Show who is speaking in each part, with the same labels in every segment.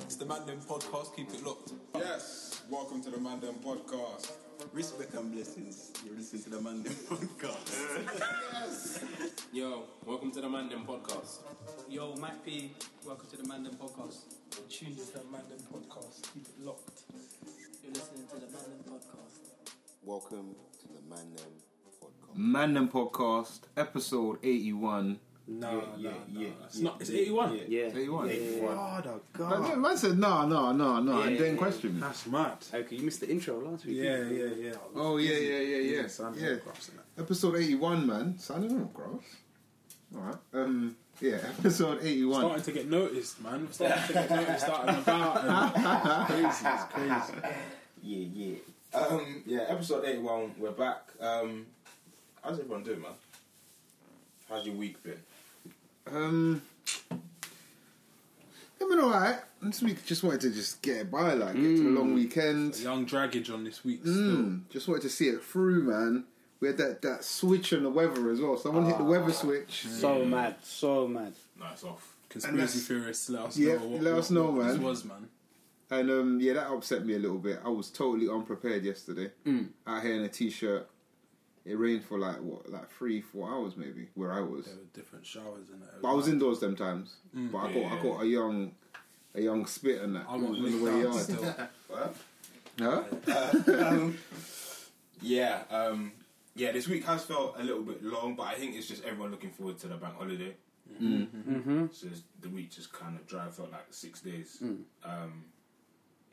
Speaker 1: It's the Mandem Podcast. Keep it locked.
Speaker 2: Yes, welcome to the Mandem Podcast.
Speaker 3: Respect and blessings. You listen to the Mandem podcast.
Speaker 2: Yes,
Speaker 4: Yo, welcome to the Man Them Podcast.
Speaker 5: Yo, Mike P, welcome to the Mandem Podcast. Tune to the Mandem Podcast. Keep it locked. You're listening to the Mandem Podcast.
Speaker 6: Welcome to the Man Them Podcast.
Speaker 7: Mandem Podcast, episode 81.
Speaker 5: No,
Speaker 3: yeah, yeah.
Speaker 5: It's not. It's 81.
Speaker 7: Yeah. 81.
Speaker 3: Oh, the
Speaker 7: Man, yeah, man said, no, no, no, no, and then question me.
Speaker 3: That's mad.
Speaker 8: Okay, you missed the intro last week.
Speaker 3: Yeah, yeah, yeah.
Speaker 7: Oh, yeah, yeah, yeah, yeah.
Speaker 3: Yes, I'm
Speaker 7: yeah. Episode 81, man. Sounding on grass. Alright. Um, yeah, episode 81.
Speaker 5: Starting to get noticed, man. Starting to get noticed. Starting about.
Speaker 3: It's crazy, it's crazy.
Speaker 6: Yeah, yeah. Um, yeah, episode 81, we're back. Um, how's everyone doing, man? How's your week been?
Speaker 7: Um, I've been alright. This week, just wanted to just get it by, like, get to a long weekend.
Speaker 5: Young Dragage on this week.
Speaker 7: Mm, just wanted to see it through, man. We had that, that switch on the weather as well. Someone hit the weather switch.
Speaker 8: So mad, so mad.
Speaker 2: Nice off.
Speaker 5: Conspiracy theorists, let us
Speaker 7: Yeah,
Speaker 5: know. What,
Speaker 7: let
Speaker 5: what-
Speaker 7: us know,
Speaker 5: what This
Speaker 7: man.
Speaker 5: was man.
Speaker 7: And um, yeah, that upset me a little bit. I was totally unprepared yesterday.
Speaker 8: Mm.
Speaker 7: Out here in a t-shirt. It rained for like what, like three, four hours maybe, where I was.
Speaker 5: There were different showers and.
Speaker 7: But I was indoors them times. but I got I got a young, a young spit and that
Speaker 5: I
Speaker 7: on
Speaker 5: want
Speaker 7: the
Speaker 5: to
Speaker 7: way
Speaker 5: down
Speaker 7: yard.
Speaker 5: still.
Speaker 7: Huh?
Speaker 6: Yeah, um, yeah, this week has felt a little bit long, but I think it's just everyone looking forward to the bank holiday. Mm-hmm. So it's- the week just kind of dry, felt like six days. Um,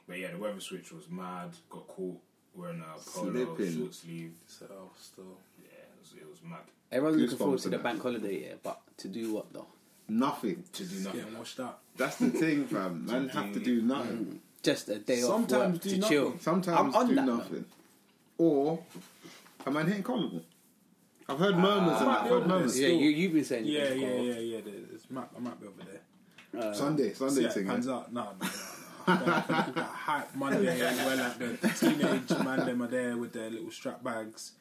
Speaker 6: but yeah, the weather switch was mad, got caught wearing a polo,
Speaker 7: Slipping.
Speaker 6: short sleeve.
Speaker 5: So still.
Speaker 6: Yeah, it was, it was mad.
Speaker 8: Everyone's
Speaker 7: Goosebumps
Speaker 8: looking forward to
Speaker 7: on
Speaker 8: the
Speaker 7: that.
Speaker 8: bank holiday, yeah, but to do what though?
Speaker 7: Nothing.
Speaker 6: To do nothing.
Speaker 5: Getting washed out.
Speaker 7: That's the thing, fam. Man have to do nothing.
Speaker 8: Just a day off
Speaker 5: Sometimes
Speaker 8: work
Speaker 5: do
Speaker 8: to
Speaker 5: nothing.
Speaker 8: chill.
Speaker 7: Sometimes
Speaker 8: Mm. I'm on
Speaker 7: do
Speaker 8: that,
Speaker 7: nothing. Or a man hitting collarbone. I've heard murmurs and that. I've heard murmurs.
Speaker 8: Yeah, you, you've been saying
Speaker 5: Yeah,
Speaker 8: you've
Speaker 5: yeah,
Speaker 8: been
Speaker 5: yeah, yeah. there- It's map. I might be over there.
Speaker 7: Sunday, Sunday
Speaker 5: See how
Speaker 7: thing.
Speaker 5: it
Speaker 7: eh?
Speaker 5: pans out. No, no, no. no. That- that hype Monday as well, like the teenage man them are there with their little strap bags,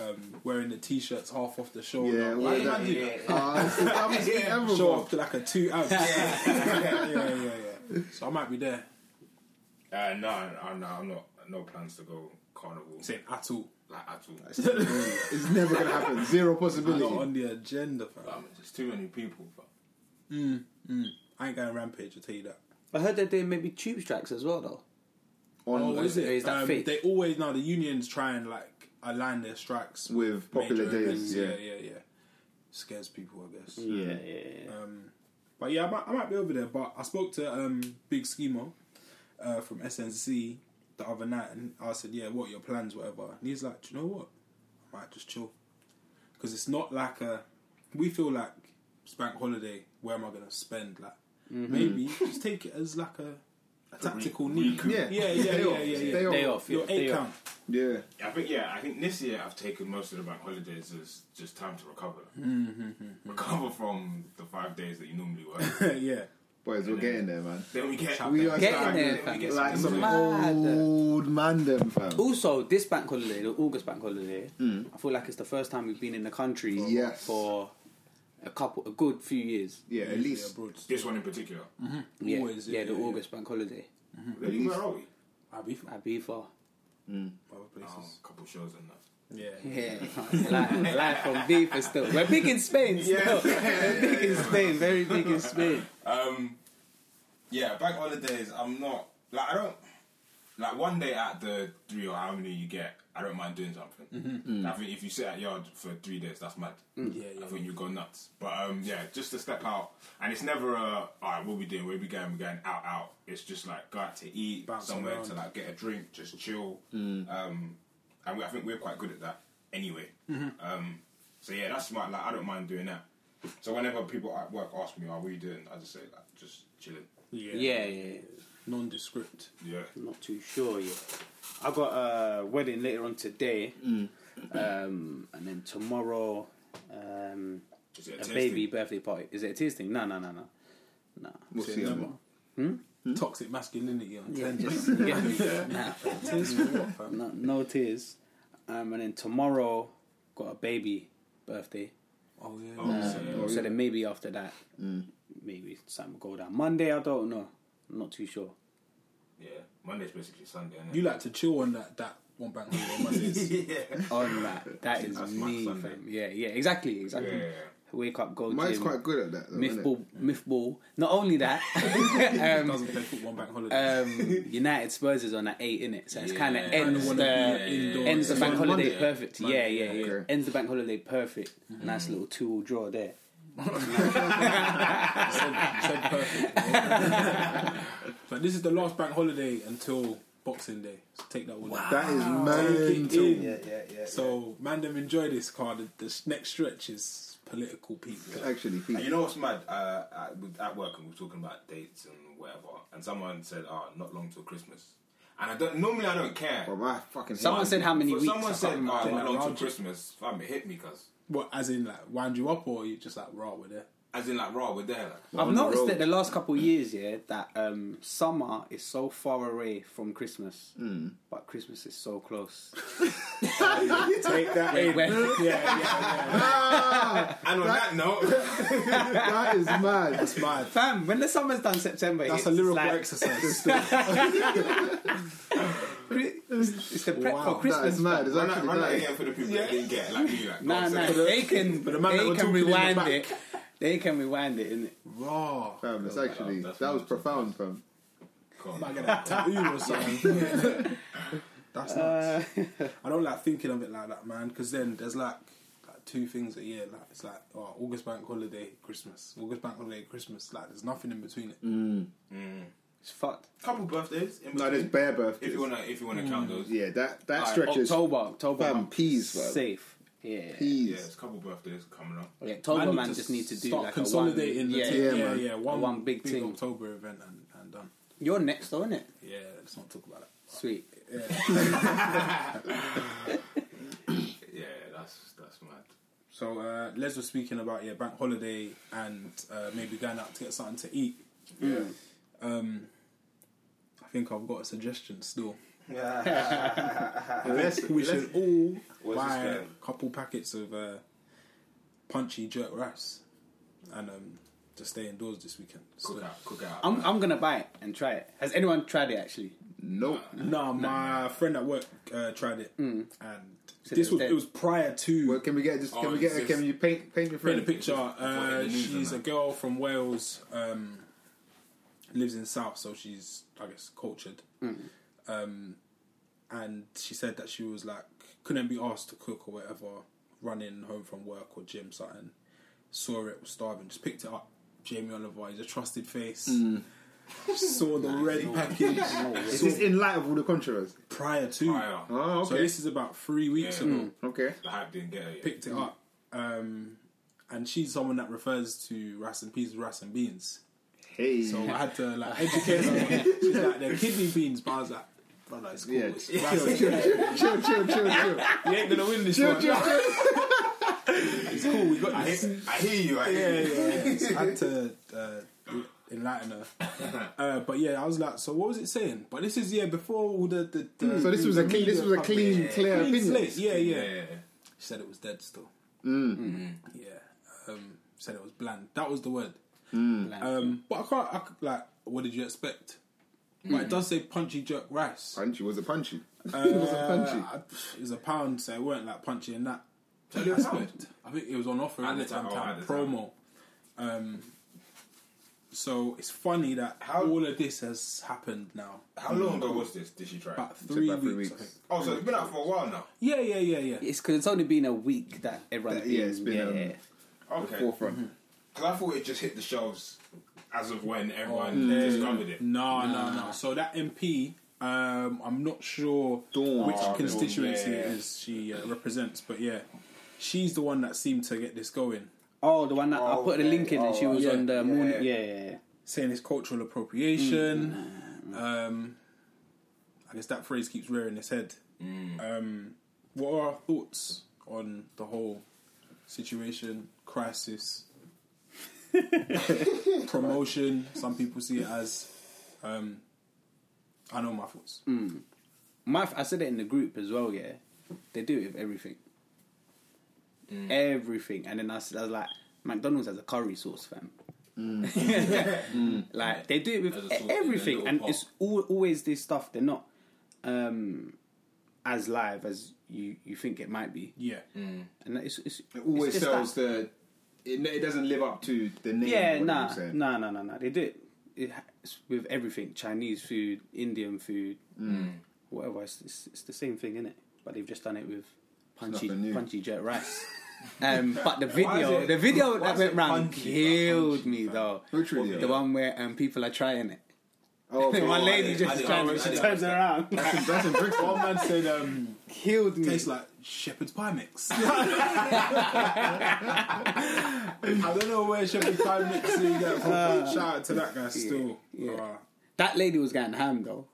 Speaker 5: um, wearing the t-shirts half off the shoulder.
Speaker 7: Yeah,
Speaker 5: Why
Speaker 7: all
Speaker 5: did I
Speaker 7: that.
Speaker 5: do that?
Speaker 7: Uh, it's the dumbest thing ever,
Speaker 5: Show
Speaker 7: bro.
Speaker 5: off to like a two abs. yeah. yeah, yeah, yeah. So I might be there.
Speaker 6: Uh, no, no, no, I'm not. No plans to go carnival.
Speaker 5: Saying at all.
Speaker 6: Like at all.
Speaker 7: It's never gonna happen. Zero
Speaker 5: Not
Speaker 7: possibility.
Speaker 5: on the agenda, fam.
Speaker 6: Um, there's too many people. But
Speaker 5: I ain't going rampage. I will tell you that.
Speaker 8: I heard that they maybe tube strikes as well though.
Speaker 5: Oh, is it?
Speaker 8: Is that
Speaker 5: um,
Speaker 8: fake?
Speaker 5: They always now the unions try and like align their strikes
Speaker 7: With popular
Speaker 5: major events.
Speaker 7: days, yeah.
Speaker 5: yeah, yeah, yeah. Scares people, I guess.
Speaker 8: Yeah, yeah, yeah.
Speaker 5: But yeah, I might, I might be over there. But I spoke to um, Big Schemo uh, from SNC the other night, and I said, "Yeah, what are your plans, whatever." And he's like, "Do you know what? I might just chill because it's not like a. We feel like it's bank holiday. Where am I going to spend? Like maybe just take it as like a, a tactical need.
Speaker 7: Yeah.
Speaker 5: yeah, yeah,
Speaker 7: Day
Speaker 5: yeah,
Speaker 7: off.
Speaker 5: yeah, yeah.
Speaker 7: Day off.
Speaker 8: Day off, yeah.
Speaker 5: Your eight
Speaker 8: day off.
Speaker 5: count.
Speaker 7: Yeah.
Speaker 6: I think yeah, I think this year I've taken most of the bank holidays as just time to recover,
Speaker 7: Mm, hmm,
Speaker 6: recover from the five days that you normally work.
Speaker 5: yeah.
Speaker 7: Boys, we're getting there, man.
Speaker 6: then we get
Speaker 7: We are
Speaker 8: Getting
Speaker 7: starting
Speaker 8: there,
Speaker 7: to
Speaker 8: fam.
Speaker 7: get like some
Speaker 8: Mad.
Speaker 7: old man, them fam.
Speaker 8: Also, this bank holiday, the August bank holiday,
Speaker 7: Mm.
Speaker 8: I feel like it's the first time we've been in the country
Speaker 7: Yes.
Speaker 8: for a couple, a good few years.
Speaker 7: Yeah, at least.
Speaker 5: abroad.
Speaker 6: this one in particular.
Speaker 8: Yeah,
Speaker 5: Always,
Speaker 8: yeah,
Speaker 5: yeah,
Speaker 8: the
Speaker 5: yeah, yeah.
Speaker 8: August bank holiday.
Speaker 7: Mm-hmm.
Speaker 6: Really, where are we?
Speaker 5: I'll be from
Speaker 8: Ibiza.
Speaker 5: other places.
Speaker 6: Oh, a couple shows and that.
Speaker 5: Yeah.
Speaker 8: Yeah, live, live from Viva still. We're big in Spain still. We're big in Spain, very big in Spain.
Speaker 6: Um, yeah, bank holidays. I'm not like I don't like one day at the three or how many you get. I don't mind doing something.
Speaker 7: Mm-hmm. Mm.
Speaker 6: I think if you sit at yard for three days, that's mad.
Speaker 5: Yeah, yeah.
Speaker 6: I think you go nuts. But um, yeah, just to step out, and it's never a all right. What we doing? Where we going? We're going out, out. It's just like go out to eat
Speaker 5: Bounce
Speaker 6: somewhere
Speaker 5: around.
Speaker 6: to like get a drink, just chill. Um, and we, I think we're quite good at that anyway. Um, so yeah, that's my like. I don't mind doing that. So whenever people at work ask me, "Oh, "Are we doing?" I just say like, just chilling.
Speaker 8: Yeah, yeah, yeah.
Speaker 5: Nondescript.
Speaker 6: Yeah.
Speaker 8: I'm not too sure yet. I got a wedding later on today, um, and then tomorrow um,
Speaker 6: Is it
Speaker 8: a
Speaker 6: a tasting?
Speaker 8: baby birthday party. Is it a tears thing? No, no, no, no. Nah.
Speaker 7: We'll see.
Speaker 5: Never.
Speaker 7: man.
Speaker 5: Toxic masculinity on
Speaker 8: Yeah,
Speaker 5: trend.
Speaker 8: just, you get me? Nah.
Speaker 5: Tears for what, fam?
Speaker 8: no, no tears. Um, and then tomorrow, got a baby birthday.
Speaker 5: Oh yeah.
Speaker 8: So then maybe after that, maybe something will go down. Monday, I don't know. I'm not too sure.
Speaker 6: Yeah, Monday's basically Sunday. Innit?
Speaker 5: You like to chill on that that one bank holiday on Mondays.
Speaker 6: yeah.
Speaker 8: on that. That is
Speaker 6: That's my
Speaker 8: me,
Speaker 6: Sunday.
Speaker 8: fam. Yeah, yeah, exactly, exactly.
Speaker 6: Yeah.
Speaker 8: Wake up, go
Speaker 7: Mine's
Speaker 8: gym,
Speaker 7: quite good at that. Though,
Speaker 8: myth
Speaker 7: innit?
Speaker 8: ball, myth ball. Not only that, um,
Speaker 5: doesn't play football on bank holiday.
Speaker 8: um, United Spurs is on at eight, innit? So it's kind of
Speaker 6: Yeah.
Speaker 8: ends
Speaker 5: Kinda
Speaker 8: the
Speaker 5: wanna be indoors.
Speaker 8: ends the
Speaker 5: It's
Speaker 8: bank
Speaker 5: on
Speaker 8: holiday
Speaker 5: Monday.
Speaker 8: perfect. yeah, yeah, yeah.
Speaker 7: okay.
Speaker 8: Ends the bank holiday perfect. Nice little two all draw there.
Speaker 5: said, said perfect. bro. but this is the last bank holiday until Boxing Day. So take that one.
Speaker 7: That is
Speaker 5: Take it in.
Speaker 7: mental.
Speaker 8: yeah, yeah.
Speaker 5: So, man, them enjoy this card. This next stretch is political people.
Speaker 7: Actually,
Speaker 6: And
Speaker 7: Pete,
Speaker 6: you know what's mad? Uh, at, with- at work, and we were talking about dates and whatever, and someone said, "Oh, not long till Christmas." And I don't. Normally, I don't care.
Speaker 7: oh, I fucking
Speaker 8: Someone
Speaker 7: hate
Speaker 8: said how many
Speaker 6: But
Speaker 8: weeks?
Speaker 6: Someone
Speaker 8: I
Speaker 6: said, "Oh,
Speaker 8: can't remember.
Speaker 6: not long till
Speaker 5: Roger.
Speaker 6: Christmas." Fam, it hit me, cause
Speaker 5: What, as in, like, wind you up, or you just like, raw with it?
Speaker 6: as in like, raw, we're there. Like,
Speaker 8: I've
Speaker 7: on the
Speaker 8: noticed
Speaker 7: road.
Speaker 8: that the last couple of years, yeah, that um, summer is so far away from Christmas,
Speaker 5: Hmm.
Speaker 8: but Christmas is so close.
Speaker 5: Take that in.
Speaker 8: Where-
Speaker 5: Yeah, yeah,
Speaker 6: and on that note,
Speaker 7: that is mad.
Speaker 5: that's mad.
Speaker 8: Fam, when the summer's done September,
Speaker 5: That's
Speaker 8: hits,
Speaker 5: a lyrical
Speaker 8: it's,
Speaker 5: exercise.
Speaker 8: like, it's the prep
Speaker 5: Wow,
Speaker 8: for
Speaker 7: That
Speaker 8: Christmas.
Speaker 7: is mad. It's
Speaker 6: run that,
Speaker 7: actually
Speaker 6: run that
Speaker 7: mad.
Speaker 6: again for the people that didn't get it, like me, like.
Speaker 8: Nah,
Speaker 6: oh, so-
Speaker 8: nah, they can,
Speaker 5: But the man that
Speaker 8: they
Speaker 5: were
Speaker 8: can
Speaker 5: talking in the
Speaker 8: rewind
Speaker 5: back.
Speaker 8: it. They can rewind it, innit?
Speaker 5: raw.
Speaker 7: Fam, it's actually
Speaker 6: That's
Speaker 7: that was
Speaker 6: mad.
Speaker 7: profound, fam.
Speaker 6: Come
Speaker 5: Might
Speaker 6: on.
Speaker 5: get a tattoo or something. That's nuts. I don't like thinking of it like that, man. Because then there's like, like two things a year. Like it's like oh, August bank holiday, Christmas. August bank holiday, Christmas. Like there's nothing in between it.
Speaker 8: It's fucked.
Speaker 6: Couple birthdays. In
Speaker 7: No, there's
Speaker 6: between.
Speaker 7: bare birthdays.
Speaker 6: If you wanna, if you wanna
Speaker 8: Mm,
Speaker 6: count those, yeah,
Speaker 7: yeah, that that
Speaker 8: Alright,
Speaker 7: stretches.
Speaker 8: October, October,
Speaker 7: Fam,
Speaker 8: man,
Speaker 7: peas, fam.
Speaker 8: safe. Yeah.
Speaker 6: there's
Speaker 7: Peas.
Speaker 6: a couple birthdays coming up.
Speaker 8: Yeah, October
Speaker 5: need
Speaker 8: man
Speaker 5: to
Speaker 8: just need to do
Speaker 5: start
Speaker 8: like
Speaker 5: consolidating
Speaker 8: a one,
Speaker 5: the
Speaker 8: yeah,
Speaker 5: team.
Speaker 7: yeah,
Speaker 5: Yeah, yeah,
Speaker 7: man.
Speaker 5: One,
Speaker 8: one big
Speaker 5: big,
Speaker 8: thing.
Speaker 5: October event and, and done.
Speaker 8: You're next, though, innit?
Speaker 5: Yeah, let's not talk about that.
Speaker 8: Sweet.
Speaker 6: Yeah, that's that's mad.
Speaker 5: So uh, Les was speaking about yeah bank holiday and uh, maybe going out to get something to eat.
Speaker 6: Yeah.
Speaker 5: Um, I think I've got a suggestion still.
Speaker 7: Let's-
Speaker 5: We should all
Speaker 6: Where's
Speaker 5: buy
Speaker 6: this
Speaker 5: a
Speaker 6: going?
Speaker 5: couple packets of uh, punchy jerk rice and um, just stay indoors this weekend. So,
Speaker 6: Cook out, cook out.
Speaker 8: I'm, I'm gonna buy it and try it. Has anyone tried it actually?
Speaker 7: Nope.
Speaker 5: nah, my friend at work uh, tried it, and
Speaker 8: Said
Speaker 5: this
Speaker 8: it was
Speaker 5: was
Speaker 8: dead.
Speaker 5: it was prior to.
Speaker 7: Well, can we get just? Can
Speaker 6: Oh,
Speaker 7: we get?
Speaker 6: it's
Speaker 7: Can you paint paint your
Speaker 5: Paint a
Speaker 7: friend?
Speaker 5: picture.
Speaker 6: Before it
Speaker 5: Uh,
Speaker 6: leaves
Speaker 5: she's a
Speaker 6: them,
Speaker 5: girl from Wales. Um, lives in South, so she's I guess cultured. Um, and she said that she was like couldn't be asked to cook or whatever. Running home from work or gym, something. Saw it was starving, just picked it up. Jamie Oliver, he's a trusted face. Saw the ready package
Speaker 7: Is this in light of all the controversy?
Speaker 5: prior to.
Speaker 6: Fire.
Speaker 7: Oh,
Speaker 5: So
Speaker 7: okay.
Speaker 5: this is about three weeks
Speaker 6: Yeah.
Speaker 5: ago
Speaker 7: okay.
Speaker 6: The hype didn't get it. Yet.
Speaker 7: Mm.
Speaker 5: picked it up. Um, and she's someone that refers to rice and peas, as rice and beans.
Speaker 7: Hey.
Speaker 5: So I had to like educate her. She's like, they're kidney beans, but I was like, brother, it's cool.
Speaker 7: yeah.
Speaker 5: It's
Speaker 7: Chill,
Speaker 5: rice
Speaker 7: chill,
Speaker 5: and-
Speaker 7: chill, chill, chill, chill, chill.
Speaker 5: You ain't gonna win this
Speaker 7: Chill,
Speaker 5: one.
Speaker 7: chill, chill.
Speaker 5: It's cool. We got
Speaker 6: I
Speaker 5: this.
Speaker 6: hear, I hear you. I
Speaker 5: Yeah,
Speaker 6: hear you.
Speaker 5: yeah. yeah. So I had to uh, enlighten her. Uh, but yeah, I was like, so what was it saying? But this is yeah before all the the. the
Speaker 7: Mm. So this was a clean, this was a clean, clear
Speaker 5: clean
Speaker 7: opinion.
Speaker 5: slate. Yeah, yeah.
Speaker 6: yeah.
Speaker 5: She said it was dead still. Mm. Yeah. Um, said it was bland. That was the word.
Speaker 7: Mm.
Speaker 5: Um, but I can't, I, c- like, what did you expect? But it does say punchy jerk rice.
Speaker 7: Punchy was it punchy? it was a punchy.
Speaker 5: Uh, pff, it was a pound, so it weren't like punchy and that.
Speaker 6: Tell you how.
Speaker 5: I think it was on offer at
Speaker 6: At
Speaker 5: the
Speaker 6: the
Speaker 5: time,
Speaker 6: time, oh, at the time.
Speaker 5: promo. Um, so it's funny that all of this has happened now.
Speaker 6: How long ago was this? Did she try? it?
Speaker 5: About three
Speaker 7: about
Speaker 5: weeks.
Speaker 7: three
Speaker 5: I
Speaker 7: weeks.
Speaker 5: think.
Speaker 6: Oh, so it's been out for a while now.
Speaker 5: Yeah, yeah, yeah, yeah.
Speaker 8: It's because it's only been a week that everyone's
Speaker 7: That- yeah, it's been, um,
Speaker 8: yeah.
Speaker 6: Okay.
Speaker 7: Forefront.
Speaker 8: Mm-hmm.
Speaker 6: Because I thought it just hit the shelves as of when everyone
Speaker 5: Mm.
Speaker 6: discovered it.
Speaker 5: No, no, no. So that MP, um, I'm not sure
Speaker 7: Dawn.
Speaker 5: which
Speaker 7: Oh, Dawn,
Speaker 5: constituency
Speaker 6: yeah.
Speaker 5: it is she uh, represents, but yeah, she's the one that seemed to get this going,
Speaker 8: Oh, the one that I
Speaker 6: Oh,
Speaker 8: put the
Speaker 6: yeah,
Speaker 8: link in, and she
Speaker 6: oh,
Speaker 8: was
Speaker 5: yeah,
Speaker 8: on the
Speaker 6: yeah,
Speaker 8: moon.
Speaker 6: yeah.
Speaker 8: Yeah, yeah, yeah.
Speaker 5: saying it's cultural appropriation.
Speaker 7: Mm.
Speaker 5: Um, I guess that phrase keeps rearing its head.
Speaker 7: Mm.
Speaker 5: Um, what are our thoughts on the whole situation, crisis, promotion? Some people see it as. Um, I know my thoughts.
Speaker 7: Mm.
Speaker 8: My, I said it in the group as well. Yeah, they do it with everything,
Speaker 4: Mm.
Speaker 8: everything. And then I, s- I was like, McDonald's has a curry sauce, fam.
Speaker 7: Mm.
Speaker 8: like they do it
Speaker 4: Mm. As
Speaker 8: with
Speaker 4: a sort-
Speaker 8: everything,
Speaker 4: in a
Speaker 8: and
Speaker 4: little
Speaker 8: it's all, always this stuff. They're not um, as live as you, you think it might be,
Speaker 9: Yeah.
Speaker 8: and it's, it's
Speaker 7: It always
Speaker 8: it's just
Speaker 7: sells
Speaker 8: that-
Speaker 7: the. It, it doesn't live up to the name.
Speaker 8: yeah,
Speaker 7: what I'm
Speaker 8: nah,
Speaker 7: saying.
Speaker 8: nah, nah, nah, nah. They do it, it ha- it's with everything: Chinese food, Indian food, whatever. It's, it's, it's the same thing, innit? But they've just done it with punchy,
Speaker 7: nothing new.
Speaker 8: punchy jet rice. Um, but the video,
Speaker 6: it-
Speaker 8: the video that
Speaker 6: is
Speaker 8: went
Speaker 6: it
Speaker 8: round
Speaker 6: punchy,
Speaker 8: killed
Speaker 6: punchy,
Speaker 8: me though.
Speaker 7: Which video?
Speaker 8: The one where um, people are trying it.
Speaker 7: Oh,
Speaker 8: One
Speaker 7: bro,
Speaker 8: lady
Speaker 7: I-
Speaker 8: just
Speaker 6: did-
Speaker 8: trying
Speaker 6: I
Speaker 8: it. She
Speaker 6: did-
Speaker 8: turns it around.
Speaker 3: That's in bricks. One man said, um,
Speaker 8: Killed me.
Speaker 9: Tastes like shepherd's pie mix.
Speaker 3: I don't know where Shepherd's Pie mix is.
Speaker 9: uh,
Speaker 3: that from. Shout out to that guy still.
Speaker 8: Yeah. That lady was getting ham though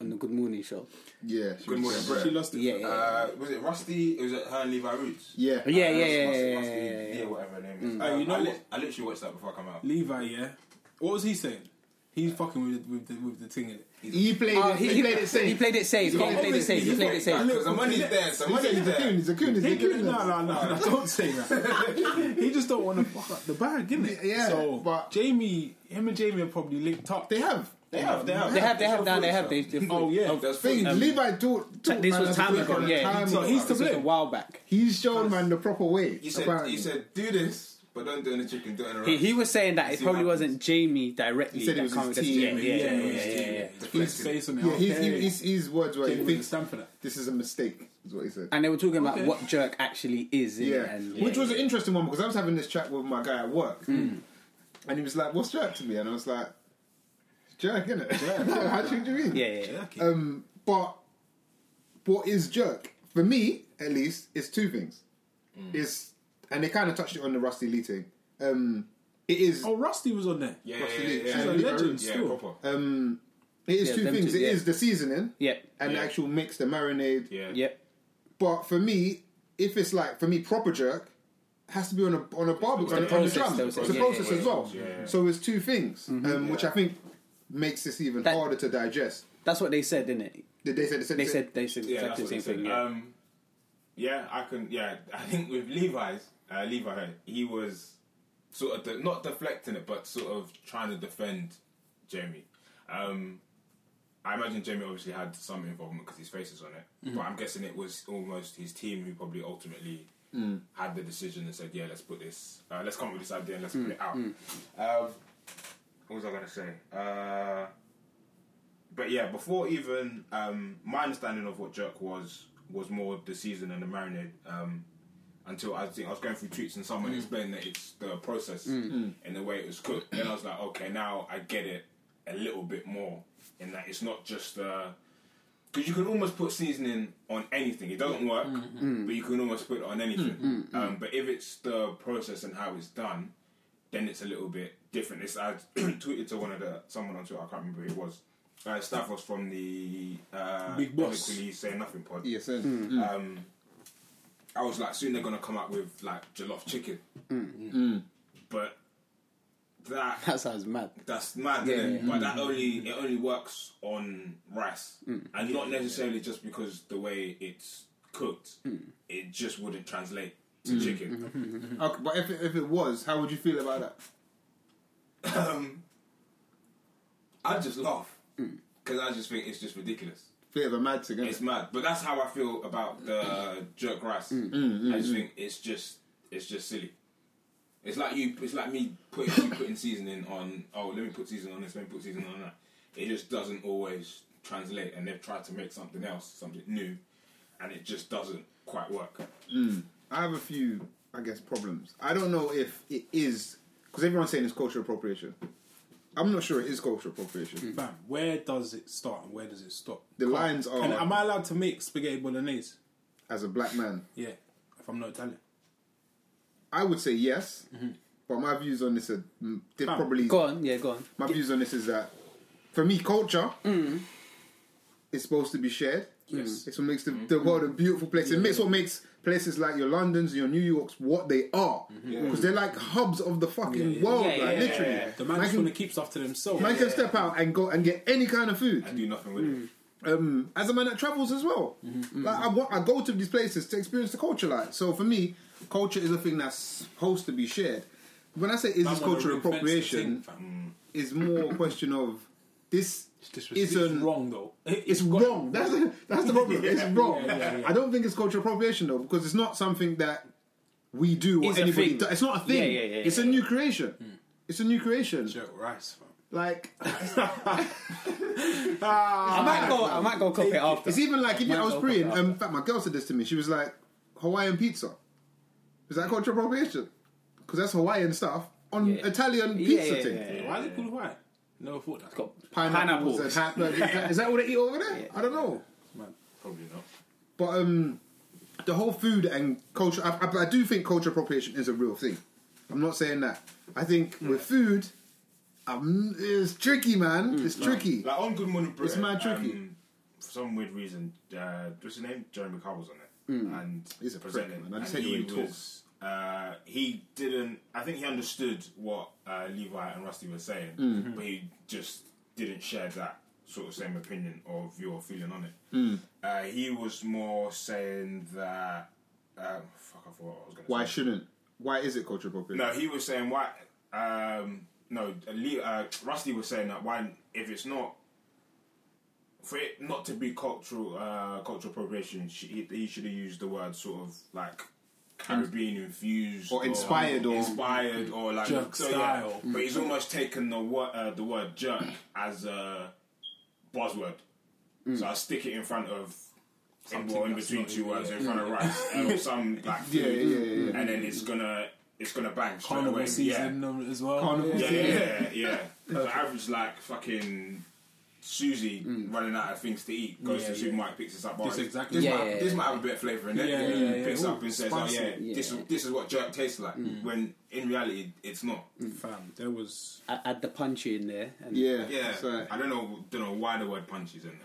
Speaker 8: on the Good Morning Show.
Speaker 7: Yeah.
Speaker 6: Good morning, Brett.
Speaker 3: She lost it.
Speaker 8: Yeah, yeah, yeah.
Speaker 6: Uh, was it Rusty? It was at her and Levi Roots.
Speaker 7: Yeah.
Speaker 8: yeah, yeah, yeah,
Speaker 6: Rusty,
Speaker 8: yeah,
Speaker 6: Rusty,
Speaker 8: yeah, yeah, yeah.
Speaker 6: yeah, whatever her name is.
Speaker 9: Oh, you
Speaker 6: Um,
Speaker 9: know
Speaker 6: I, li-
Speaker 9: what?
Speaker 6: I literally watched that before I come out.
Speaker 9: Levi, yeah. What was he saying? He's fucking with the, with the, with the thing in it.
Speaker 7: He played.
Speaker 8: Oh,
Speaker 7: it-
Speaker 8: he,
Speaker 7: he, played it safe.
Speaker 8: He played it safe. He played it safe. He played it safe.
Speaker 6: Because the money's there, so
Speaker 7: He said
Speaker 6: money's
Speaker 7: he's a coon.
Speaker 6: there.
Speaker 7: He's a coon. He's a
Speaker 9: He could,
Speaker 7: coon.
Speaker 9: no, no, no, no, don't say that. he just don't want to fuck up the bag, innit?
Speaker 7: Yeah,
Speaker 9: So
Speaker 7: but-
Speaker 9: Jamie, him and Jamie are probably linked up.
Speaker 7: They have.
Speaker 6: They have, they have.
Speaker 8: They have, they have, now they have. They, they
Speaker 9: Oh yeah.
Speaker 6: There's
Speaker 7: Thing.
Speaker 6: footage.
Speaker 7: Levi taught. taught
Speaker 8: Um, this
Speaker 7: man
Speaker 8: was
Speaker 7: how
Speaker 8: time
Speaker 7: to play
Speaker 8: ago,
Speaker 7: on the
Speaker 8: yeah.
Speaker 7: time
Speaker 9: So he's
Speaker 7: ago.
Speaker 9: to
Speaker 8: This was a
Speaker 9: blame.
Speaker 8: while back.
Speaker 7: He's shown man the proper way.
Speaker 6: He said,
Speaker 7: apparently.
Speaker 6: he said, do this, but don't do any chicken, do it in a
Speaker 8: He,
Speaker 6: rice.
Speaker 8: he was saying that it
Speaker 6: See
Speaker 8: probably
Speaker 6: what happens.
Speaker 8: wasn't Jamie directly.
Speaker 7: He said it
Speaker 8: that
Speaker 7: was
Speaker 8: come
Speaker 7: his
Speaker 8: with us.
Speaker 7: team.
Speaker 8: Yeah, yeah, yeah,
Speaker 9: Yeah,
Speaker 8: yeah,
Speaker 9: yeah,
Speaker 8: yeah, yeah.
Speaker 9: His face on the
Speaker 7: Yeah, his,
Speaker 9: okay.
Speaker 7: his, his words were.
Speaker 9: Jamie
Speaker 7: He
Speaker 9: wouldn't
Speaker 7: thinks
Speaker 9: stand for that.
Speaker 7: this is a mistake. Is what he said.
Speaker 8: And they were talking about
Speaker 9: Okay.
Speaker 8: what jerk actually is. innit?
Speaker 7: Yeah.
Speaker 8: And,
Speaker 7: which was an interesting one because I was having this chat with my guy at work,
Speaker 8: Hmm.
Speaker 7: and he was like, "What's jerk to me?" And I was like, "Jerk, innit? How do you mean?"
Speaker 8: yeah, yeah, yeah.
Speaker 9: Jerky.
Speaker 7: Um, but what is jerk for me, at least, is two things.
Speaker 6: Hmm.
Speaker 7: Is and they kind of touched it on the Rusty Lee thing. Um, it is
Speaker 9: oh, Rusty was on there.
Speaker 6: Yeah,
Speaker 7: Rusty
Speaker 6: yeah,
Speaker 7: Lee.
Speaker 6: yeah,
Speaker 9: She's
Speaker 7: And
Speaker 9: a
Speaker 7: Levi
Speaker 9: legend
Speaker 7: Roots.
Speaker 6: yeah,
Speaker 9: still.
Speaker 6: proper.
Speaker 7: Um, it is
Speaker 8: Yeah,
Speaker 7: two
Speaker 8: them
Speaker 7: things.
Speaker 8: two,
Speaker 7: It is
Speaker 8: yeah.
Speaker 7: the seasoning
Speaker 8: Yep,
Speaker 7: and the actual mix, the marinade.
Speaker 6: Yeah.
Speaker 8: yep.
Speaker 7: But for me, if it's like for me proper jerk, has to be on a on a barbecue on, a- on the
Speaker 8: process,
Speaker 7: drum.
Speaker 8: though,
Speaker 7: It's
Speaker 8: so-
Speaker 7: a
Speaker 8: yeah,
Speaker 7: process
Speaker 8: yeah,
Speaker 7: as
Speaker 8: yeah.
Speaker 7: well. So it's two things, um, which I think makes this even
Speaker 8: Mm-hmm. That-
Speaker 7: harder to digest.
Speaker 8: That's what they said, didn't it?
Speaker 7: They they said
Speaker 8: They said they said
Speaker 6: Yeah,
Speaker 8: exactly
Speaker 6: that's
Speaker 8: the
Speaker 6: what
Speaker 8: same thing.
Speaker 6: they said.
Speaker 8: Yeah.
Speaker 6: Um, yeah, I can. Yeah, I think with Levi's, uh, Levi, he was sort of de- not deflecting it, but sort of trying to defend Jamie. Um, I imagine Jamie obviously had some involvement because his face is on
Speaker 8: Mm.
Speaker 6: it, but I'm guessing it was almost his team who probably ultimately
Speaker 8: Mm.
Speaker 6: had the decision and said, "Yeah, let's put this, uh, let's come up with this idea
Speaker 8: Mm,
Speaker 6: and let's put it out." Um, what was I gonna say? Uh, but yeah, before even um, my understanding of what jerk was was more the season and the marinade. Um, until I think I was going through tweets and
Speaker 9: Mm.
Speaker 6: someone explained that it's the process and the way it was cooked. Then I was like, okay, now I get it a little bit more in that it's not just because you can almost put seasoning on anything. It doesn't work,
Speaker 9: Mm,
Speaker 6: but you can almost put it on anything. Um, but if it's the process and how it's done, then it's a little bit different. It's, I tweeted to one of the someone on Twitter, I can't remember who it was. Uh, Stavros from the uh,
Speaker 9: Big Boss.
Speaker 6: Eloquently Say Nothing pod.
Speaker 7: ESN.
Speaker 8: Mm.
Speaker 6: Um, I was like, soon they're gonna come up with like jollof chicken, but that
Speaker 8: That sounds mad.
Speaker 6: that's mad.
Speaker 8: Yeah,
Speaker 6: innit?
Speaker 8: yeah.
Speaker 6: But that only it only works on rice, and not necessarily just because the way it's cooked, it just wouldn't translate to chicken.
Speaker 7: Mm-hmm. Okay, but if it, if it was, how would you feel about that?
Speaker 6: Um, I just laugh because I just think it's just ridiculous.
Speaker 7: Bit of a mad thing. innit?
Speaker 6: It's mad, but that's how I feel about the jerk rice.
Speaker 9: Mm,
Speaker 6: I just think it's just it's just silly. It's like you. It's like me putting you putting seasoning on. Oh, let me put seasoning on this. Let me put seasoning on that. It just doesn't always translate, and they've tried to make something else, something new, and it just doesn't quite work.
Speaker 7: I have a few, I guess, problems. I don't know if it is because everyone's saying it's cultural appropriation. I'm not sure it is cultural appropriation.
Speaker 9: Fam, where does it start and where does it stop?
Speaker 7: The lines are
Speaker 9: And am I allowed to make spaghetti bolognese?
Speaker 7: as a black man.
Speaker 9: Yeah, if I'm not Italian.
Speaker 7: I would say yes,
Speaker 9: Mm-hmm.
Speaker 7: but my views on this are mm, they
Speaker 9: Fam,
Speaker 7: probably
Speaker 8: Go on, yeah, go on.
Speaker 7: my views on this is that for me, culture
Speaker 8: Mm.
Speaker 7: is supposed to be shared.
Speaker 9: Yes. Mm-hmm.
Speaker 7: It's what makes the, the world a beautiful place. It makes what makes places like your Londons, your New Yorks, what they are,
Speaker 9: Mm-hmm.
Speaker 7: because they're like hubs of the fucking world,
Speaker 8: Yeah,
Speaker 7: like,
Speaker 8: yeah,
Speaker 7: literally.
Speaker 9: The man
Speaker 7: Man
Speaker 9: just
Speaker 7: can,
Speaker 9: want to keep stuff to themselves.
Speaker 7: man can step out and go and get any kind of food.
Speaker 6: I do nothing with it.
Speaker 7: Um, as a man that travels as well, like I, wa- I go to these places to experience the culture. Like so, for me, culture is a thing that's supposed to be shared. when I say is this
Speaker 5: Man wanna
Speaker 7: cultural
Speaker 5: ring fence the
Speaker 7: appropriation,
Speaker 5: thing, fam.
Speaker 7: is more a question of this
Speaker 5: It's
Speaker 7: isn't
Speaker 5: wrong though.
Speaker 7: It's wrong. That's the, that's the problem. it's wrong.
Speaker 5: yeah, yeah, yeah.
Speaker 7: I don't think it's cultural appropriation though, because it's not something that we do or
Speaker 8: It's a
Speaker 7: anybody.
Speaker 8: thing.
Speaker 7: Does. It's not a thing.
Speaker 8: Yeah, yeah, yeah,
Speaker 7: it's a
Speaker 8: yeah,
Speaker 7: new creation. It's a new creation.
Speaker 9: Joe Rice, fam.
Speaker 7: Like
Speaker 8: I might go. I might go cook it after.
Speaker 7: it's even like if you,
Speaker 8: Might
Speaker 7: I was
Speaker 8: go
Speaker 7: praying.
Speaker 8: cook it
Speaker 7: Um, in
Speaker 8: after.
Speaker 7: fact, my girl said this to me. She was like, "Hawaiian pizza." Is that cultural appropriation? Because that's Hawaiian stuff on
Speaker 8: Yeah.
Speaker 7: Italian
Speaker 8: Yeah,
Speaker 7: pizza
Speaker 8: yeah,
Speaker 7: thing.
Speaker 8: yeah,
Speaker 5: Mm.
Speaker 8: yeah.
Speaker 9: Why is it called Hawaii? Never thought that.
Speaker 8: Got
Speaker 7: Pineapples
Speaker 8: pineapple.
Speaker 7: and ha- like, Is, that, is that all they eat over there?
Speaker 8: Yeah.
Speaker 7: I don't know.
Speaker 6: Probably not.
Speaker 7: But um, the whole food and culture, I, I, I do think culture appropriation is a real thing. I'm not saying that. I think
Speaker 8: Mm.
Speaker 7: with food, um, it's tricky,
Speaker 8: Mm,
Speaker 7: man. it's tricky.
Speaker 6: Like on Good Morning Britain,
Speaker 7: It's mad tricky.
Speaker 6: um, for some weird reason, uh, what's his name? Jeremy Carl was on it, and
Speaker 7: Hmm. He's a prick,
Speaker 6: presented,
Speaker 7: man. I just
Speaker 6: and
Speaker 7: hate the way he
Speaker 6: was, uh, he didn't. I think he understood what uh, Levi and Rusty were saying,
Speaker 7: Hmm.
Speaker 6: but he just didn't share that sort of same opinion of your feeling on it.
Speaker 7: Hmm.
Speaker 6: Uh, he was more saying that. Um, fuck, I forgot what I was going to
Speaker 7: Why
Speaker 6: say.
Speaker 7: shouldn't? Why is it culture appropriation?
Speaker 6: No, he was saying why. Um, no, Le- uh, Rusty was saying that why if it's not for it not to be cultural uh, cultural appropriation, sh- he, he should have used the word sort of like Caribbean infused
Speaker 7: Or inspired or-
Speaker 6: inspired or like
Speaker 5: Jerk style.
Speaker 6: But he's almost taken the word uh, the word jerk as a buzzword. So I stick it in front of. In, well, in between two words, in front of rice, and some like
Speaker 7: Yeah, yeah, yeah, yeah.
Speaker 6: and then it's gonna it's gonna bang straight
Speaker 5: Carnival
Speaker 6: away.
Speaker 5: season um, as well.
Speaker 7: Carnival
Speaker 6: Yeah, yeah, yeah. yeah. So average like fucking Susie
Speaker 7: Mm.
Speaker 6: running out of things to eat goes to the supermarket, picks this up. "Oh,
Speaker 5: This
Speaker 6: this-
Speaker 5: exactly.
Speaker 6: This,
Speaker 5: Yeah.
Speaker 6: might,
Speaker 10: yeah,
Speaker 6: this might have a bit of flavour in it.
Speaker 5: Yeah, yeah, yeah.
Speaker 6: Picks
Speaker 5: Ooh,
Speaker 6: up and says, "Oh
Speaker 5: spicy. Mm.
Speaker 6: yeah, this this is what jerk tastes like." When in reality, it's not.
Speaker 7: Mm.
Speaker 9: Fam, there was
Speaker 8: add, add the punchy in there. And
Speaker 7: Yeah.
Speaker 6: Yeah,
Speaker 7: So,
Speaker 6: I don't know. Don't know why the word punch is in there.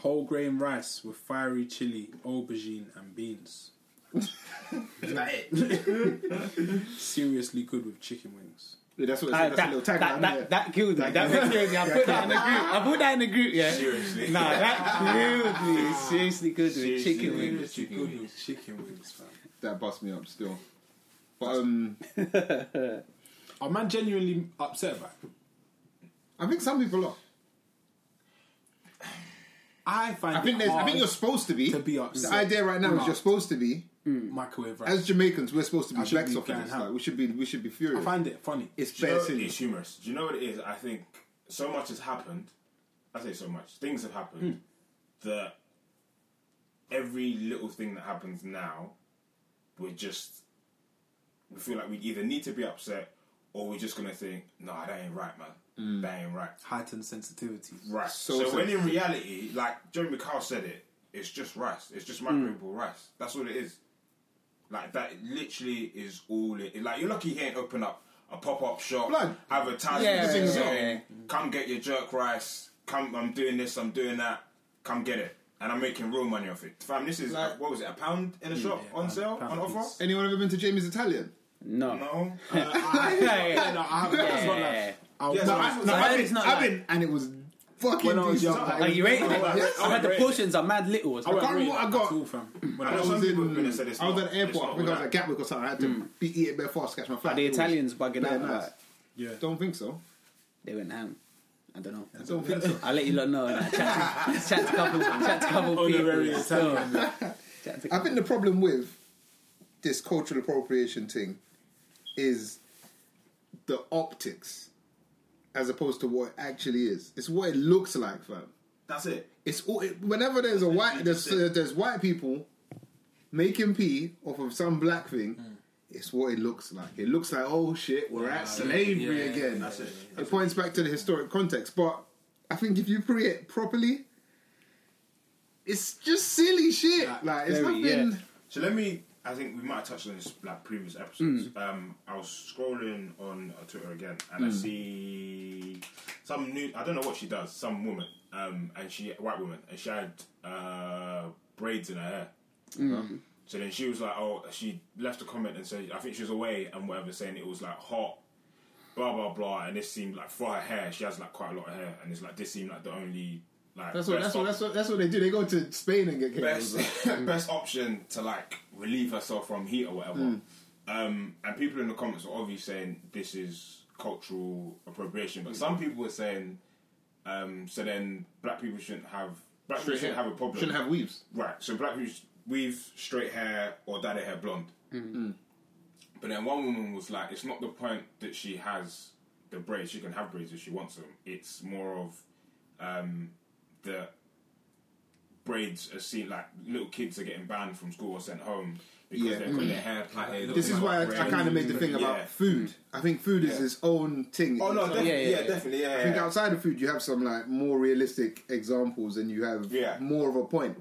Speaker 9: whole grain rice with fiery chili, aubergine, and beans.
Speaker 6: Is that it?
Speaker 9: Seriously good with chicken wings.
Speaker 7: yeah, that's what it's,
Speaker 8: Ah,
Speaker 7: that's a
Speaker 8: that,
Speaker 7: little
Speaker 8: that,
Speaker 7: tagline.
Speaker 8: that,
Speaker 7: isn't it?
Speaker 8: that, killed me. That killed me. I put that in the group. I put that in the group. Yeah.
Speaker 6: Seriously.
Speaker 8: Nah, that killed me. Seriously good with
Speaker 6: Seriously
Speaker 8: chicken
Speaker 6: good.
Speaker 8: wings.
Speaker 6: With chicken
Speaker 9: Good
Speaker 6: wings.
Speaker 9: with chicken wings, fam.
Speaker 7: that bust me up still. But um,
Speaker 9: Are Oh, man genuinely upset about it?
Speaker 7: I think some people are.
Speaker 9: I find
Speaker 7: I think
Speaker 9: it
Speaker 7: there's, I think you're
Speaker 9: hard
Speaker 7: supposed to be.
Speaker 9: to be
Speaker 7: the
Speaker 9: upset.
Speaker 7: idea right now is you're supposed to be.
Speaker 9: microwave rice.
Speaker 7: As Jamaicans, we're supposed to be
Speaker 9: I should
Speaker 7: blacks
Speaker 9: be
Speaker 7: off of
Speaker 9: going
Speaker 7: this.
Speaker 9: ham.
Speaker 7: Like, we should be, we should be
Speaker 9: I
Speaker 7: furious.
Speaker 9: find it funny.
Speaker 7: it's
Speaker 6: Do you know
Speaker 7: bare
Speaker 6: what-
Speaker 7: silly.
Speaker 6: it's humorous. Do you know what it is? I think so much has happened. I say so much. Things have happened that every little thing that happens now, we're just we feel like we either need to be upset or we're just gonna think, no, that ain't right, man. That ain't right.
Speaker 9: Heightened sensitivity.
Speaker 6: Right.
Speaker 7: So
Speaker 6: So,
Speaker 7: sensitive.
Speaker 6: when in reality, like Jeremy Kyle said it, it's just rice. It's just
Speaker 7: Hmm.
Speaker 6: microwavable rice. That's all it is. Like that literally is all it. Like you're lucky he ain't open up a pop up shop,
Speaker 7: Blood.
Speaker 6: advertising
Speaker 8: Yeah,
Speaker 6: things
Speaker 8: yeah,
Speaker 6: on,
Speaker 8: yeah.
Speaker 6: Come get your jerk rice. Come, I'm doing this. I'm doing that. Come get it. And I'm making real money off it. Fam, this is
Speaker 7: Like-
Speaker 6: what was it? A pound in a shop on
Speaker 9: pound-
Speaker 6: sale
Speaker 9: pound
Speaker 6: on offer?
Speaker 9: piece.
Speaker 7: Anyone ever been to Jamie's Italian?
Speaker 8: No.
Speaker 6: No. Uh,
Speaker 8: Yeah, yeah,
Speaker 9: No, I haven't. That's not
Speaker 8: yeah.
Speaker 9: I
Speaker 6: Yes,
Speaker 9: no,
Speaker 6: I-
Speaker 9: I-
Speaker 6: no, I-
Speaker 8: It's not like-
Speaker 7: been, and it was fucking
Speaker 9: When I was young,
Speaker 7: Like,
Speaker 8: Are you rating it?
Speaker 6: Yeah.
Speaker 8: I heard the portions are mad little. As
Speaker 9: I
Speaker 8: well.
Speaker 9: won't
Speaker 7: can't
Speaker 9: rate
Speaker 7: remember what I
Speaker 9: it
Speaker 7: got.
Speaker 9: at all, fam. When
Speaker 6: I
Speaker 9: I was
Speaker 7: I
Speaker 6: know some
Speaker 7: was,
Speaker 6: people have
Speaker 7: in-
Speaker 6: been and said it's
Speaker 7: I was
Speaker 6: not-
Speaker 7: at the
Speaker 6: it's
Speaker 7: airport.
Speaker 6: not
Speaker 7: I think I
Speaker 6: all
Speaker 7: was at
Speaker 6: that.
Speaker 7: Gatwick or something. I had to be eating bare fast, catch my flight.
Speaker 8: Are the
Speaker 7: It was
Speaker 8: Italians bugging
Speaker 7: bare
Speaker 8: out about
Speaker 7: nice.
Speaker 8: it?
Speaker 9: Yeah.
Speaker 7: Don't think so.
Speaker 8: They went ham. I don't know.
Speaker 7: I don't think so.
Speaker 8: I'll let you lot know. and I Chat to, chat to couple, chat to couple
Speaker 7: Oh,
Speaker 9: Honorary
Speaker 8: people. So, chat to
Speaker 7: I think the problem with this cultural appropriation thing is the optics, as opposed to what it actually is. It's what it looks like, fam.
Speaker 6: That's it.
Speaker 7: It's all. It, whenever there's a white, there's uh, there's white people making pee off of some black thing. It's what it looks like. It looks like oh shit, we're at slavery again. it. points back to the historic context, but I think if you pre it properly, it's just silly shit. like it's
Speaker 8: very,
Speaker 7: nothing.
Speaker 8: yeah.
Speaker 6: So let me. I think we might have touched on this like previous episodes.
Speaker 7: Mm.
Speaker 6: Um, I was scrolling on uh, Twitter again, and I see some new. I don't know what she does. Some woman, um, and she white woman, and she had uh, braids in her hair.
Speaker 7: Mm.
Speaker 6: So then she was like, "Oh," she left a comment and said, "I think she was away and whatever," saying it was like hot, blah blah blah. And this seemed like for her hair, she has like quite a lot of hair, and it's like this seemed like the only like
Speaker 7: That's what,
Speaker 6: best
Speaker 7: that's, what,
Speaker 6: op-
Speaker 7: that's, what, that's what they do. They go to Spain and get cables. Hmm.
Speaker 6: best best option to like relieve herself from heat or whatever. Um, and people in the comments were obviously saying this is cultural appropriation, but
Speaker 7: Hmm.
Speaker 6: some people were saying, um, so then black people shouldn't have black people shouldn't have a problem.
Speaker 7: Shouldn't have weaves.
Speaker 6: Right, so black people sh- weave straight hair or daddy hair blonde.
Speaker 7: Mm.
Speaker 6: But then one woman was like, it's not the point that she has the braids, she can have braids if she wants them. It's more of um, the braids are seen like little kids are getting banned from school or sent home because
Speaker 7: Yeah. Mm.
Speaker 6: they've got their hair plaited. or
Speaker 7: This is
Speaker 6: something
Speaker 7: why I,
Speaker 6: like
Speaker 7: I
Speaker 6: braids.
Speaker 7: kind of made the thing
Speaker 6: Yeah.
Speaker 7: about food. I think food is
Speaker 6: Yeah.
Speaker 7: its own thing.
Speaker 6: Oh no, definitely, yeah,
Speaker 8: Yeah, yeah, yeah.
Speaker 6: definitely, yeah.
Speaker 7: I think
Speaker 6: yeah.
Speaker 7: outside of food, you have some like more realistic examples, and you have
Speaker 6: Yeah.
Speaker 7: more of a point.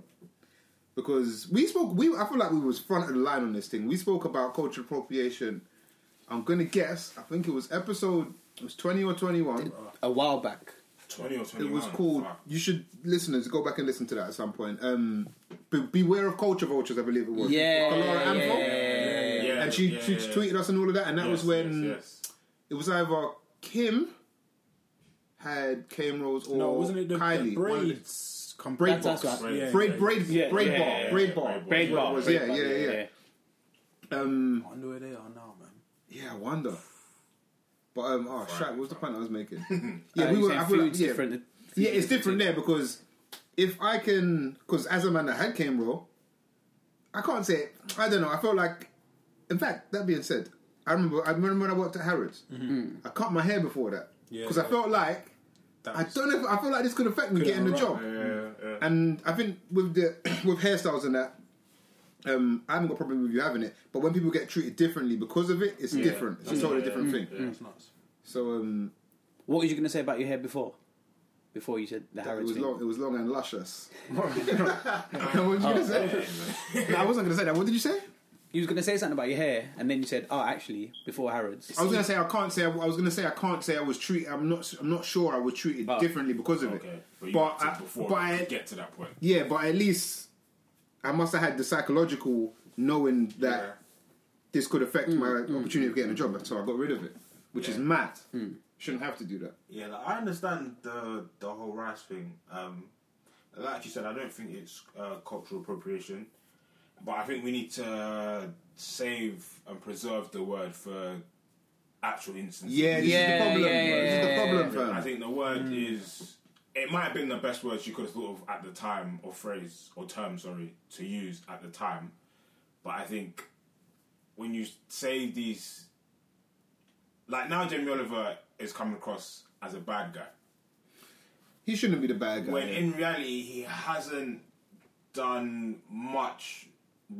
Speaker 7: Because we spoke, we I feel like we was front of the line on this thing. We spoke about cultural appropriation. I'm gonna guess. I think it was episode it was 20 or 21.
Speaker 8: A while back.
Speaker 6: Twenty or twenty.
Speaker 7: It was called. You should listeners go back and listen to that at some point. Um, be, beware of culture vultures, I believe it was.
Speaker 8: Yeah,
Speaker 7: Kalara
Speaker 8: yeah,
Speaker 7: Amfo.
Speaker 8: yeah,
Speaker 6: yeah.
Speaker 7: and she
Speaker 6: Yeah,
Speaker 7: she
Speaker 6: yeah, yeah.
Speaker 7: tweeted us and all of that, and that was when
Speaker 6: Yes, yes.
Speaker 7: it was either Kim had Kim Rose or
Speaker 9: No, wasn't it the,
Speaker 7: Kylie?
Speaker 9: the
Speaker 7: one of the-
Speaker 9: braids? com-
Speaker 7: braid
Speaker 8: That's-
Speaker 7: box,
Speaker 8: that's
Speaker 9: right. Yeah,
Speaker 7: braid
Speaker 9: yeah,
Speaker 7: braid
Speaker 8: yeah.
Speaker 7: braid
Speaker 8: Yeah,
Speaker 7: bar,
Speaker 6: yeah, yeah,
Speaker 7: braid
Speaker 6: yeah,
Speaker 7: bar.
Speaker 6: braid
Speaker 8: Braid bar.
Speaker 7: was,
Speaker 8: braid
Speaker 7: yeah,
Speaker 8: bar,
Speaker 7: yeah, yeah. Um,
Speaker 9: I wonder where they are now, man.
Speaker 7: yeah, I wonder. But um, oh, shit, what was the point I was making?
Speaker 8: Uh,
Speaker 7: yeah, we
Speaker 8: you
Speaker 7: were.
Speaker 8: saying
Speaker 7: I feel like,
Speaker 8: food's
Speaker 7: yeah,
Speaker 8: different.
Speaker 7: yeah, it's different there because if I can, because as a man that had Cam roll, I can't say. I don't know. I felt like, in fact, that being said, I remember. I remember when I worked at Harrods. I cut my hair before that because I felt like I don't know. If, I feel like this could affect me getting the job. And I think with the with hairstyles and that, um, I haven't got a problem with you having it. But when people get treated differently because of it, it's different. It's a totally different thing.
Speaker 9: That's nuts.
Speaker 7: So um,
Speaker 8: What was you going to say about your hair before? Before you said the
Speaker 7: it
Speaker 8: Harrods
Speaker 7: was
Speaker 8: thing.
Speaker 7: long. It was long and luscious. what did you gonna say? No, I wasn't gonna say that. What did you say?
Speaker 8: You was going to say something about your hair, and then you said, "Oh, actually, before Harrods."
Speaker 7: I was gonna say I can't say. I was gonna say I can't say I was treated. I'm not. I'm not sure I was treated
Speaker 8: Oh.
Speaker 7: differently because of
Speaker 6: Okay,
Speaker 7: it.
Speaker 6: but, you
Speaker 7: But
Speaker 6: got to
Speaker 7: I-
Speaker 6: before
Speaker 7: but
Speaker 6: we
Speaker 7: I-
Speaker 6: get to that point.
Speaker 7: Yeah, but at least I must have had the psychological knowing that
Speaker 6: Yeah.
Speaker 7: this could affect my opportunity of getting a job, so I got rid of it, which is mad. Shouldn't have to do that.
Speaker 6: Yeah, like, I understand the the whole rice thing. Um, like you said, I don't think it's uh, cultural appropriation, but I think we need to save and preserve the word for actual instances.
Speaker 7: Yeah, this is
Speaker 8: Yeah,
Speaker 7: the problem.
Speaker 8: yeah,
Speaker 7: bro. This
Speaker 8: yeah,
Speaker 7: is the
Speaker 6: I
Speaker 7: problem, fam.
Speaker 6: think the word is. It might have been the best word you could have thought of at the time, or phrase, or term, sorry, to use at the time. But I think when you say these, like now, Jamie Oliver is coming across as a bad guy.
Speaker 7: He shouldn't be the bad guy.
Speaker 6: when in reality he hasn't done much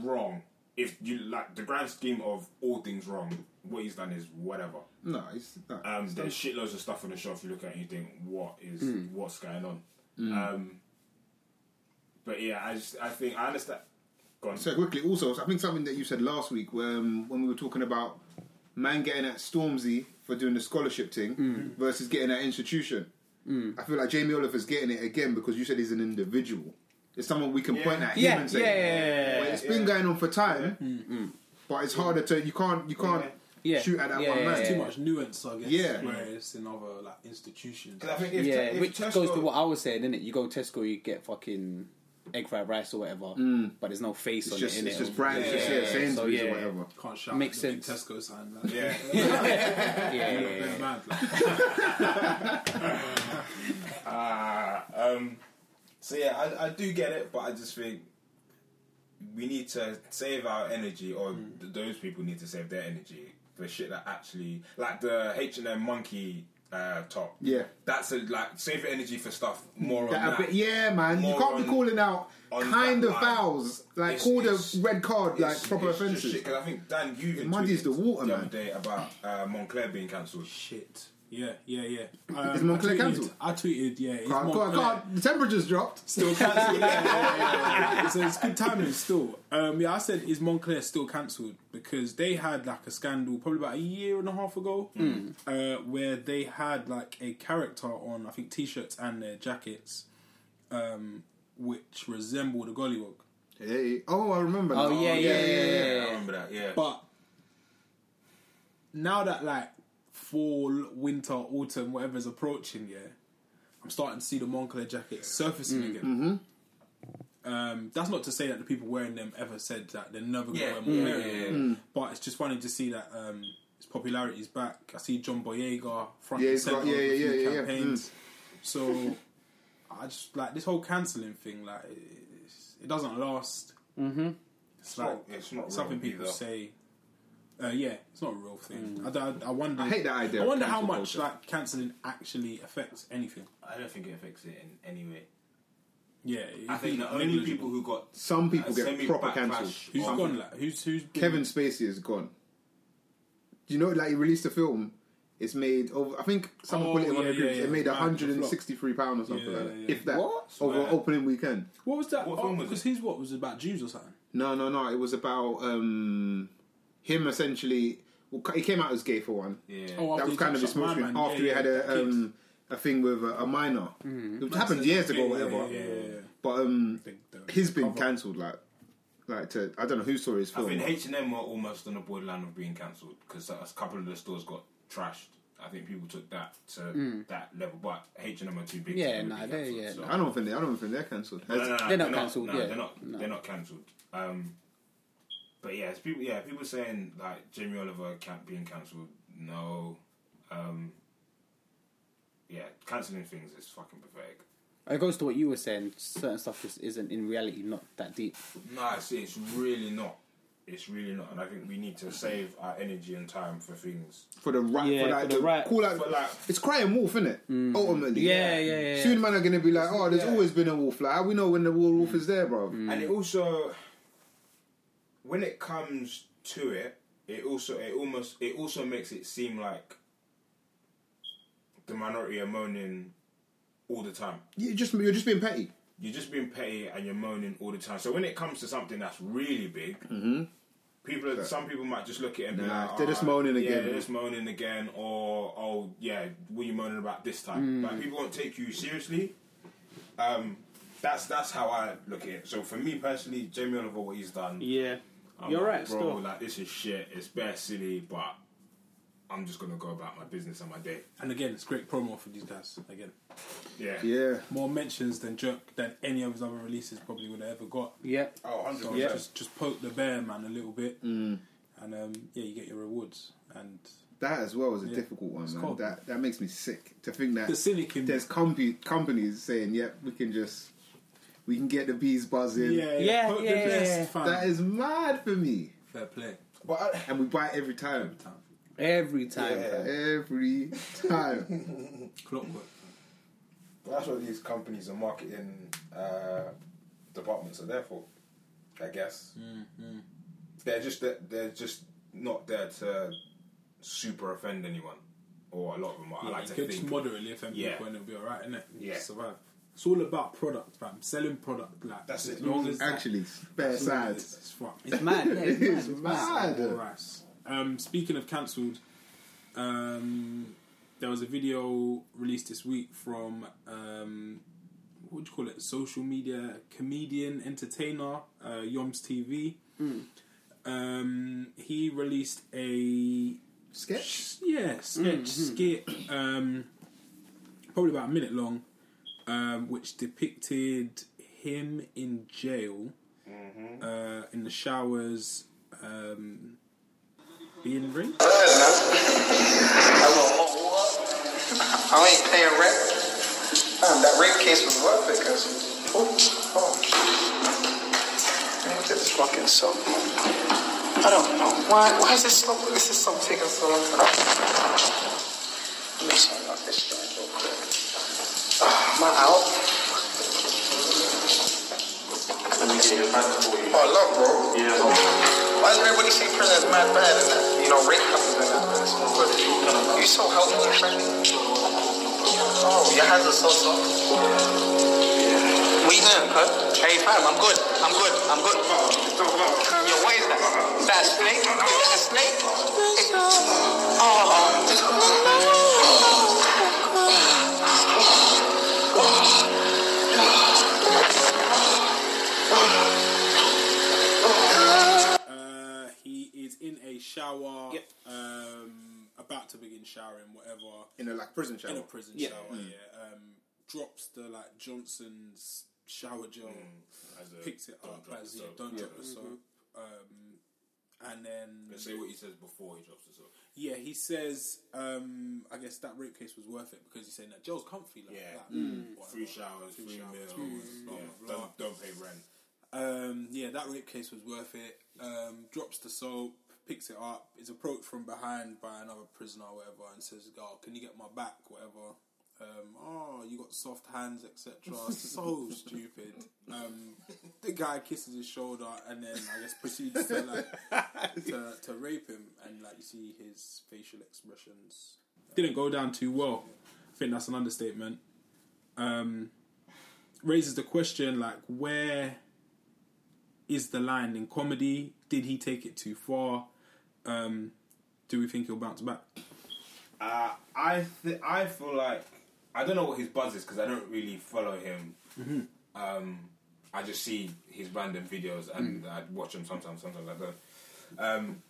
Speaker 6: wrong. If you like the grand scheme of all things wrong, what he's done is whatever.
Speaker 7: no, it's not.
Speaker 6: Um, there's shitloads of stuff on the shelf you look at and you think, what is
Speaker 7: Hmm.
Speaker 6: what's going on? Um, but yeah, I just I think I understand. Go on.
Speaker 7: so quickly, also, so I think something that you said last week um, when we were talking about man getting at Stormzy for doing the scholarship thing
Speaker 8: Mm.
Speaker 7: versus getting at institution. I feel like Jamie Oliver's getting it again because you said he's an individual. It's someone we can point at him
Speaker 8: yeah,
Speaker 7: and
Speaker 8: yeah,
Speaker 7: say,
Speaker 8: yeah,
Speaker 7: But
Speaker 8: yeah, Mm,
Speaker 7: it's been going on for time, but it's harder to you can't you can't
Speaker 8: Yeah.
Speaker 7: shoot at that
Speaker 8: Yeah,
Speaker 7: one
Speaker 8: yeah,
Speaker 7: man.
Speaker 8: yeah.
Speaker 7: Too
Speaker 5: Too
Speaker 7: much.
Speaker 5: much nuance, I guess.
Speaker 7: Yeah.
Speaker 5: Whereas in other like institutions,
Speaker 6: I think
Speaker 5: it's
Speaker 6: if,
Speaker 8: yeah.
Speaker 6: if
Speaker 8: which
Speaker 6: Tesco-
Speaker 8: goes to what I was saying, innit? You go Tesco, you get fucking egg fried rice or whatever,
Speaker 6: Mm.
Speaker 8: but there's no face
Speaker 7: It's
Speaker 8: on
Speaker 7: just
Speaker 8: it, innit?
Speaker 7: it's just brands, just yeah, Sainsbury's
Speaker 8: So, yeah.
Speaker 7: or whatever.
Speaker 5: can't shout
Speaker 8: Makes
Speaker 5: the big
Speaker 8: sense.
Speaker 5: Tesco sign. Like,
Speaker 6: Yeah,
Speaker 8: Yeah, yeah, yeah, yeah.
Speaker 5: They're mad. Like,
Speaker 6: um, so yeah, I, I do get it, but I just think we need to save our energy, or
Speaker 7: Hmm.
Speaker 6: th- those people need to save their energy for shit that actually, like the H and M monkey uh, top.
Speaker 7: Yeah.
Speaker 6: that's a, like save your energy for stuff more
Speaker 7: That
Speaker 6: on
Speaker 7: a
Speaker 6: that.
Speaker 7: bit, yeah, man, you
Speaker 6: More
Speaker 7: can't be
Speaker 6: on-
Speaker 7: calling out
Speaker 6: on
Speaker 7: kind
Speaker 6: that
Speaker 7: of
Speaker 6: line.
Speaker 7: fouls like
Speaker 6: It's-
Speaker 7: call
Speaker 6: it's-
Speaker 7: the red card like
Speaker 6: It's-
Speaker 7: proper
Speaker 6: it's just
Speaker 7: offences.
Speaker 6: shit, 'cause I think Dan, you even
Speaker 7: muddies
Speaker 6: tweeted
Speaker 7: the water,
Speaker 6: the
Speaker 7: man.
Speaker 6: other day about uh, Montclair being cancelled.
Speaker 5: shit. Yeah, yeah, yeah. Um,
Speaker 7: Is Montclair
Speaker 5: I tweeted-
Speaker 7: cancelled?
Speaker 5: I tweeted, yeah. It's
Speaker 7: Can't- can't-
Speaker 5: Montclair.
Speaker 7: can't- The temperature's dropped.
Speaker 5: Still cancelled. yeah, yeah, yeah, yeah. So it's good timing still. Um, yeah, I said, is Montclair still cancelled? Because they had like a scandal probably about a year and a half ago uh, where they had like a character on, I think, t shirts and their jackets um, which resembled a gollywog.
Speaker 7: Hey, oh, I remember.
Speaker 8: Oh,
Speaker 7: now.
Speaker 8: yeah, yeah, yeah, yeah,
Speaker 6: I
Speaker 8: yeah.
Speaker 6: remember that. Yeah,
Speaker 5: But now that like fall, winter, autumn, whatever's
Speaker 7: Mm, mm-hmm.
Speaker 5: approaching, yeah, I'm starting to see the Montclair jackets surfacing again. Um, that's not to say that the people wearing them ever said that they're never going to
Speaker 6: Yeah,
Speaker 5: wear
Speaker 6: yeah,
Speaker 5: more
Speaker 6: yeah,
Speaker 5: wearing
Speaker 6: yeah.
Speaker 5: them.
Speaker 7: Mm.
Speaker 5: But it's just funny to see that um, his popularity is back. I see John Boyega front
Speaker 7: Yeah,
Speaker 5: and
Speaker 7: he's
Speaker 5: centre
Speaker 7: got- yeah,
Speaker 5: of a
Speaker 7: yeah,
Speaker 5: few
Speaker 7: yeah, Mm. yeah, yeah.
Speaker 5: campaigns. So I just like this whole cancelling thing. Like it, it's- it doesn't last. Mm-hmm. It's like
Speaker 6: not- it's not
Speaker 5: something
Speaker 6: real
Speaker 5: people
Speaker 6: either.
Speaker 5: say. Uh, yeah, it's not a real thing.
Speaker 6: Mm.
Speaker 5: I, I, I wonder.
Speaker 7: I hate that idea
Speaker 5: I
Speaker 7: of
Speaker 5: wonder how
Speaker 7: cancel
Speaker 5: much
Speaker 7: culture.
Speaker 5: like cancelling actually affects anything.
Speaker 6: I don't think it affects it in any way.
Speaker 5: Yeah,
Speaker 6: I
Speaker 5: it'd
Speaker 6: think
Speaker 5: be
Speaker 6: the only
Speaker 5: negligible.
Speaker 6: people who got
Speaker 7: Some people
Speaker 6: a
Speaker 7: get
Speaker 6: semi
Speaker 7: proper
Speaker 6: backlash
Speaker 7: cancelled.
Speaker 5: Who's
Speaker 6: on-
Speaker 5: gone? Like who's who's been-
Speaker 7: Kevin Spacey is gone. Do you know, like, he released a film. It's made over. I think someone
Speaker 5: Oh,
Speaker 7: put it in one
Speaker 5: yeah,
Speaker 7: of the groups.
Speaker 5: yeah,
Speaker 7: it made
Speaker 5: yeah.
Speaker 7: one hundred and sixty-three pound or something
Speaker 5: Yeah,
Speaker 7: like that.
Speaker 5: yeah.
Speaker 7: If that
Speaker 6: What?
Speaker 7: over
Speaker 6: Wow.
Speaker 7: opening weekend.
Speaker 5: What was that?
Speaker 6: What film was
Speaker 5: Because
Speaker 6: it?
Speaker 5: his what was it about Jews or something.
Speaker 7: No, no, no. It was about um, him essentially. Well, he came out as gay for one.
Speaker 6: Yeah.
Speaker 5: Oh,
Speaker 7: that was kind of his most
Speaker 5: man.
Speaker 7: after he had a um, a thing with a, a minor, which happened years ago, whatever.
Speaker 5: Mm-hmm. Yeah, yeah, yeah.
Speaker 7: But um,
Speaker 5: the
Speaker 7: he's been cancelled. Like, like to I don't know who saw his
Speaker 6: I
Speaker 7: film.
Speaker 6: think H and M were almost on the borderline of being cancelled because a couple of the stores got trashed. I think people took that to that level, but H and M are too big.
Speaker 8: Yeah,
Speaker 6: to be
Speaker 8: nah,
Speaker 6: cancelled,
Speaker 8: they're- yeah,
Speaker 6: so-
Speaker 7: I don't think they, I don't think they're cancelled.
Speaker 6: No, no, no,
Speaker 8: They're not cancelled,
Speaker 6: no,
Speaker 8: yeah.
Speaker 6: they're not. They're not cancelled. Um, but yeah, it's people. Yeah, people saying like Jamie Oliver can't being cancelled. No. Um, yeah, cancelling things is fucking pathetic.
Speaker 8: It goes to what you were saying. Certain stuff just isn't in reality not that deep.
Speaker 6: No, it's, it's really not. It's really not, and I think we need to save our energy and time for things.
Speaker 7: For the right,
Speaker 8: Yeah,
Speaker 7: for, like,
Speaker 8: for the
Speaker 7: the
Speaker 8: right- Mm.
Speaker 7: Call out,
Speaker 6: For like-
Speaker 7: it's crying wolf, isn't it? Ultimately,
Speaker 8: Yeah, yeah, yeah.
Speaker 7: Soon, man are gonna be like, oh, there's
Speaker 6: Yeah.
Speaker 7: always been a wolf. Like, how we know when the wolf wolf is there, bro.
Speaker 8: Mm.
Speaker 6: And it also, when it comes to it, it also it almost it also makes it seem like the minority are moaning all the time.
Speaker 7: You just you're just being petty.
Speaker 6: You're just being petty and you're moaning all the time. So when it comes to something that's really big,
Speaker 8: Mm-hmm.
Speaker 6: people are, some people might just look at it and be
Speaker 7: Nah,
Speaker 6: like,
Speaker 7: they're just
Speaker 6: "Ah,
Speaker 7: moaning
Speaker 6: yeah,
Speaker 7: again."
Speaker 6: They're just moaning again, or oh yeah, what are you moaning about this
Speaker 8: Mm.
Speaker 6: time? Like people won't take you seriously. Um, that's that's how I look at it. So for me personally, Jamie Oliver, what he's done,
Speaker 8: Yeah,
Speaker 6: I'm
Speaker 8: you're
Speaker 6: like,
Speaker 8: right.
Speaker 6: bro.
Speaker 8: Still,
Speaker 6: Like this is shit. It's bare silly, but I'm just gonna go about my business and my day.
Speaker 5: And again, it's great promo for these guys. Again,
Speaker 6: Yeah.
Speaker 7: Yeah,
Speaker 5: more mentions than jerk than any of his other releases probably would have ever got.
Speaker 8: yeah.
Speaker 6: Oh, 100
Speaker 5: So
Speaker 6: percent.
Speaker 5: just just poke the bear man a little bit, mm. and um, yeah, you get your rewards. And
Speaker 7: that as well is a
Speaker 5: Yeah.
Speaker 7: difficult one, man.
Speaker 5: cold.
Speaker 7: That that makes me sick to think that
Speaker 5: the cynic in
Speaker 7: there's comp- companies saying, "Yep, we can just we can get the bees buzzing."
Speaker 5: yeah,
Speaker 8: Yeah,
Speaker 5: poke
Speaker 8: yeah,
Speaker 5: the best
Speaker 8: yeah.
Speaker 5: fan.
Speaker 7: That is mad for me.
Speaker 5: fair play.
Speaker 6: But uh, I,
Speaker 7: And we buy it every time.
Speaker 8: Every time.
Speaker 7: Every time.
Speaker 5: Clockwork.
Speaker 6: that's what these companies and marketing uh, departments are there for. I guess Mm-hmm. they're just they're, they're just not there to super offend anyone, or a lot of them are. I
Speaker 5: Yeah,
Speaker 6: like to
Speaker 5: you can just
Speaker 6: think.
Speaker 5: moderately offend
Speaker 6: Yeah.
Speaker 5: people and it'll be alright, innit? You
Speaker 6: Yeah.
Speaker 5: just survive. It's all about product, fam. Selling product, like
Speaker 6: That's
Speaker 5: as
Speaker 6: it.
Speaker 5: long as
Speaker 7: Actually, fair
Speaker 5: as long
Speaker 7: side.
Speaker 5: as it's fuck.
Speaker 8: It's mad. Yeah, it's mad.
Speaker 7: It's mad.
Speaker 5: Alright. Um, speaking of cancelled, um, there was a video released this week from um, what do you call it? Social media comedian entertainer uh, Yoms TV.
Speaker 8: Hmm.
Speaker 5: Um, he released a
Speaker 7: Sketch?
Speaker 5: yeah, sketch
Speaker 6: Mm-hmm.
Speaker 5: skit, um, probably about a minute long, um, which depicted him in jail,
Speaker 6: Mm-hmm.
Speaker 5: uh, in the showers, um, being raped.
Speaker 10: I ain't paying rent. Um, that rape case was worth it, cause oh, oh. Man, This is fucking so. I don't know why. Why is this so? This is so taking so long. To Let me turn off this thing real quick. Uh, am I out? Let me see Oh, look, bro. Yeah. Why does everybody see prison as mad bad and that? You know, rape comes in that. You're so helpless, right? Oh, your hands are so soft. What you doing, cut? Hey, fam, I'm good. I'm good. I'm good. Yo, what is that? Is that a snake? Is that a snake? Oh,
Speaker 5: Uh, he is in a shower,
Speaker 8: Yep.
Speaker 5: um, about to begin showering, whatever.
Speaker 7: In a like prison shower.
Speaker 6: Mm.
Speaker 5: in a prison shower. Yeah, um, drops the like Johnson's shower gel,
Speaker 6: As a,
Speaker 5: picks it
Speaker 6: Mm. don't
Speaker 5: up
Speaker 6: drop
Speaker 5: as
Speaker 6: the
Speaker 5: yeah,
Speaker 6: soap. Mm-hmm.
Speaker 5: don't drop the soap. Um, and then
Speaker 6: Let's say what he says before he drops the soap.
Speaker 5: yeah, he says, um, I guess that rape case was worth it because he's saying that gel's comfy like
Speaker 6: Yeah.
Speaker 5: that. Whatever.
Speaker 6: Free showers, free, meals, blah,
Speaker 5: Uh-huh. yeah.
Speaker 6: blah, Don't, don't pay rent.
Speaker 5: Um, yeah, that rape case was worth it. Um, drops the soap, picks it up, is approached from behind by another prisoner or whatever, and says, "Girl, can you get my back?" Whatever. Um, oh, you got soft hands, etc. so stupid. Um, the guy kisses his shoulder and then I guess proceeds to like to, to rape him, and like you see his facial expressions. Didn't go down too well. I think that's an understatement. Um, raises the question like where is the line in comedy? Did he take it too far? Um, do we think he'll bounce back?
Speaker 6: Uh, I th- I feel like I don't know what his buzz is because I don't really follow him. Um, I just see his random videos and I watch them sometimes. Sometimes I don't. Um,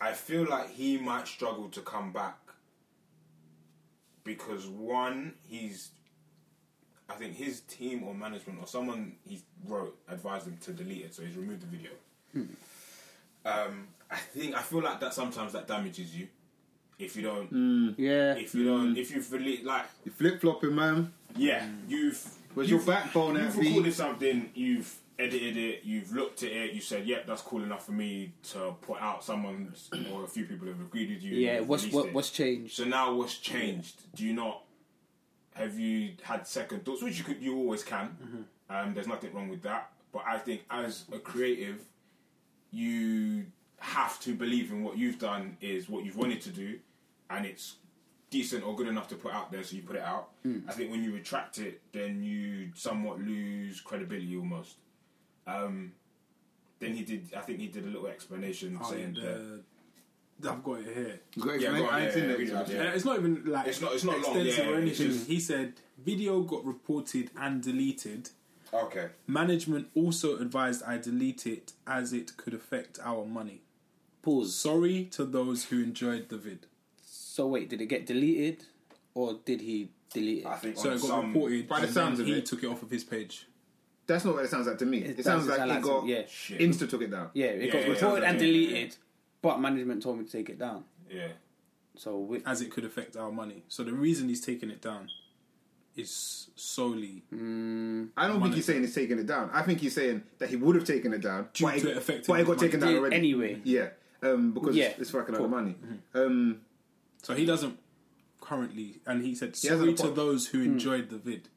Speaker 6: I feel like he might struggle to come back because one, he's I think his team or management or someone he wrote advised him to delete it, so he's removed the video. Um, I think I feel like that sometimes that damages you if you don't
Speaker 8: Yeah.
Speaker 6: if you
Speaker 7: Mm.
Speaker 6: don't, if you've really like,
Speaker 7: You flip flopping, man.
Speaker 6: yeah, you've.
Speaker 7: Where's
Speaker 6: you've-
Speaker 7: your backbone
Speaker 6: You've
Speaker 7: at, B?
Speaker 6: recorded something. You've edited it. You've looked at it. You said, "Yep, that's cool enough for me to put out." Someone or a few people have agreed with you. and
Speaker 8: Yeah,
Speaker 6: you've
Speaker 8: what's
Speaker 6: released
Speaker 8: what,
Speaker 6: it.
Speaker 8: what's changed?
Speaker 6: So now, what's changed? Do you not? Have you had second thoughts? Which you could, you always can. Um, there's nothing wrong with that. But I think as a creative, you have to believe in what you've done is what you've wanted to do, and it's decent or good enough to put out there, so you put it out. I think when you retract it, then you somewhat lose credibility almost. Um, then he did. I think he did a little explanation
Speaker 5: Oh,
Speaker 6: saying that.
Speaker 5: uh, I've got it here.
Speaker 7: You got
Speaker 6: Yeah,
Speaker 7: explain-
Speaker 6: go on,
Speaker 7: I ain't
Speaker 6: yeah,
Speaker 7: seen
Speaker 6: yeah,
Speaker 7: that
Speaker 6: read
Speaker 7: yet.
Speaker 6: it out, yeah.
Speaker 5: Uh, it's not even like
Speaker 6: It's not- it's not long,
Speaker 5: extensive
Speaker 6: yeah,
Speaker 5: or
Speaker 6: it's
Speaker 5: anything.
Speaker 6: just-
Speaker 5: He said video got reported and deleted.
Speaker 6: Okay.
Speaker 5: Management also advised I delete it as it could affect our money.
Speaker 8: Pause.
Speaker 5: Sorry to those who enjoyed the vid.
Speaker 8: So wait, did it get deleted, or did he delete it?
Speaker 6: I think
Speaker 5: So
Speaker 6: on
Speaker 5: it got
Speaker 6: some,
Speaker 5: reported.
Speaker 7: By the
Speaker 5: and then
Speaker 7: sounds of
Speaker 5: he
Speaker 7: it.
Speaker 5: took it off of his page.
Speaker 7: That's not what it sounds like to me. It,
Speaker 8: That's-
Speaker 7: sounds
Speaker 8: that's
Speaker 7: like
Speaker 8: how
Speaker 7: he got
Speaker 8: yeah,
Speaker 6: Shit.
Speaker 7: Insta took it down.
Speaker 8: yeah. It
Speaker 6: Yeah,
Speaker 8: got
Speaker 6: yeah,
Speaker 8: reported
Speaker 6: yeah,
Speaker 8: and
Speaker 6: yeah, yeah,
Speaker 8: deleted, but management told me to take it down.
Speaker 6: Yeah.
Speaker 8: So we,
Speaker 5: as it could affect our money. So the reason he's taking it down is solely
Speaker 7: I don't think he's saying he's taking it down. I think he's saying that he would have taken it down,
Speaker 5: Due
Speaker 7: but,
Speaker 5: to
Speaker 7: it,
Speaker 5: it affecting
Speaker 7: but
Speaker 5: his
Speaker 7: it got
Speaker 5: money.
Speaker 7: taken down
Speaker 8: Yeah,
Speaker 7: already.
Speaker 8: anyway.
Speaker 7: yeah, um, because
Speaker 8: Yeah.
Speaker 7: it's, it's fucking out
Speaker 8: Cool.
Speaker 7: of money. Um,
Speaker 5: so he doesn't currently and he said
Speaker 7: hasn't
Speaker 5: sorry to
Speaker 7: apolog-
Speaker 5: those who enjoyed the vid.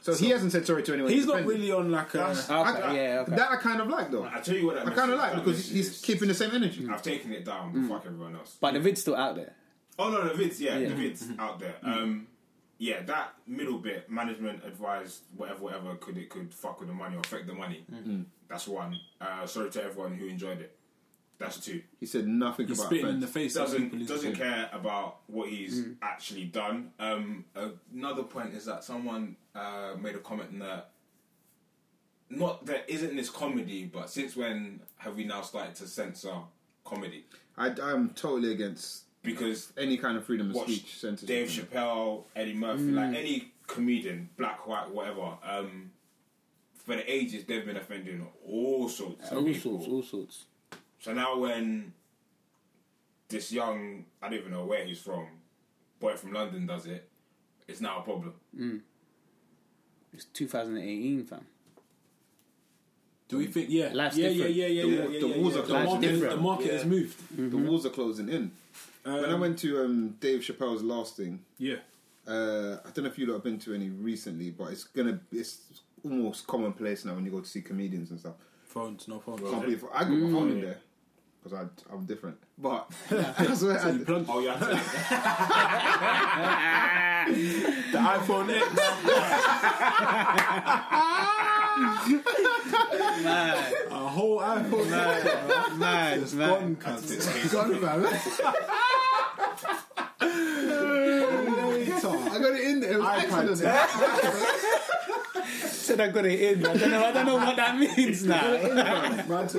Speaker 7: so, he hasn't said sorry to anyone.
Speaker 5: He's not
Speaker 7: Defend-
Speaker 5: really on like a
Speaker 8: okay,
Speaker 7: I- I-
Speaker 8: yeah, okay.
Speaker 7: That I kind of like though.
Speaker 6: I
Speaker 7: I,
Speaker 6: tell you what, that
Speaker 7: kind of like
Speaker 6: message- that
Speaker 7: because
Speaker 6: message
Speaker 7: he's Mm.
Speaker 6: is-
Speaker 7: keeping the same energy.
Speaker 6: I've taken it down. Fuck everyone else.
Speaker 8: but the vid's still out there.
Speaker 6: Oh no, the vids, yeah,
Speaker 8: Yeah.
Speaker 6: the
Speaker 7: Mm-hmm.
Speaker 6: vids out there. Um, yeah, that middle bit, management advised whatever, whatever could it could fuck with the money or affect the money.
Speaker 7: Mm-hmm.
Speaker 6: That's one. Uh, sorry to everyone who enjoyed it. That's two.
Speaker 7: He said nothing
Speaker 5: he's
Speaker 7: about
Speaker 5: spitting in
Speaker 7: fans.
Speaker 5: the face of people
Speaker 6: Doesn't
Speaker 5: he's
Speaker 6: doesn't care about what he's actually done. Um, another point is that someone uh, made a comment that not there isn't this comedy, but since when have we now started to censor comedy?
Speaker 7: I, I'm totally against
Speaker 6: Because
Speaker 7: any kind of freedom of
Speaker 6: watch
Speaker 7: speech censorship.
Speaker 6: Dave Chappelle, Eddie Murphy, like any comedian, black, white, whatever. Um, for the ages, they've been offending all sorts of
Speaker 8: All
Speaker 6: people.
Speaker 8: sorts, all sorts.
Speaker 6: So now when this young, I don't even know where he's from, boy from London does it, it's now a problem.
Speaker 8: It's 2018, fam.
Speaker 5: Do we think yeah
Speaker 8: Life's
Speaker 5: yeah, yeah
Speaker 8: different.
Speaker 5: yeah yeah
Speaker 7: The-
Speaker 5: yeah
Speaker 7: the
Speaker 5: yeah,
Speaker 7: walls
Speaker 5: yeah.
Speaker 7: are
Speaker 5: the
Speaker 7: closed.
Speaker 5: market,
Speaker 8: Different.
Speaker 5: the market has moved
Speaker 7: the walls are closing in. when I went to um, Dave Chappelle's last thing,
Speaker 5: yeah
Speaker 7: uh, I don't know if you lot have been to any recently, but it's gonna it's almost commonplace now when you go to see comedians and stuff.
Speaker 5: phones no phones
Speaker 7: Can't believe I got my phone in there because I'm different. But I swear, I,
Speaker 6: Oh yeah, I
Speaker 5: the iPhone X
Speaker 8: Man,
Speaker 5: a whole iPhone
Speaker 8: man, man, man.
Speaker 7: Sorry, man. I got it in there. It was accident.
Speaker 8: Said I got it in. I don't know. I don't know what that means now.
Speaker 7: No, do you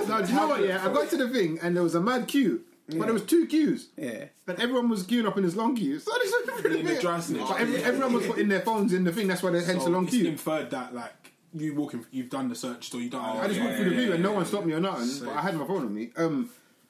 Speaker 7: know what? Yeah, I got to the thing and there was a mad queue, but there was two queues.
Speaker 8: yeah.
Speaker 7: And everyone was queuing up in this long queue. So this was pretty
Speaker 5: the
Speaker 7: weird.
Speaker 5: dry snitch.
Speaker 7: But every, everyone was putting their phones in the thing. That's why they hence the
Speaker 5: so
Speaker 7: long
Speaker 5: it's
Speaker 7: queue.
Speaker 5: inferred that like you walking, you've done the search, so you don't.
Speaker 7: I just walked through the room and no one stopped me or nothing, but I had my phone with me. Um,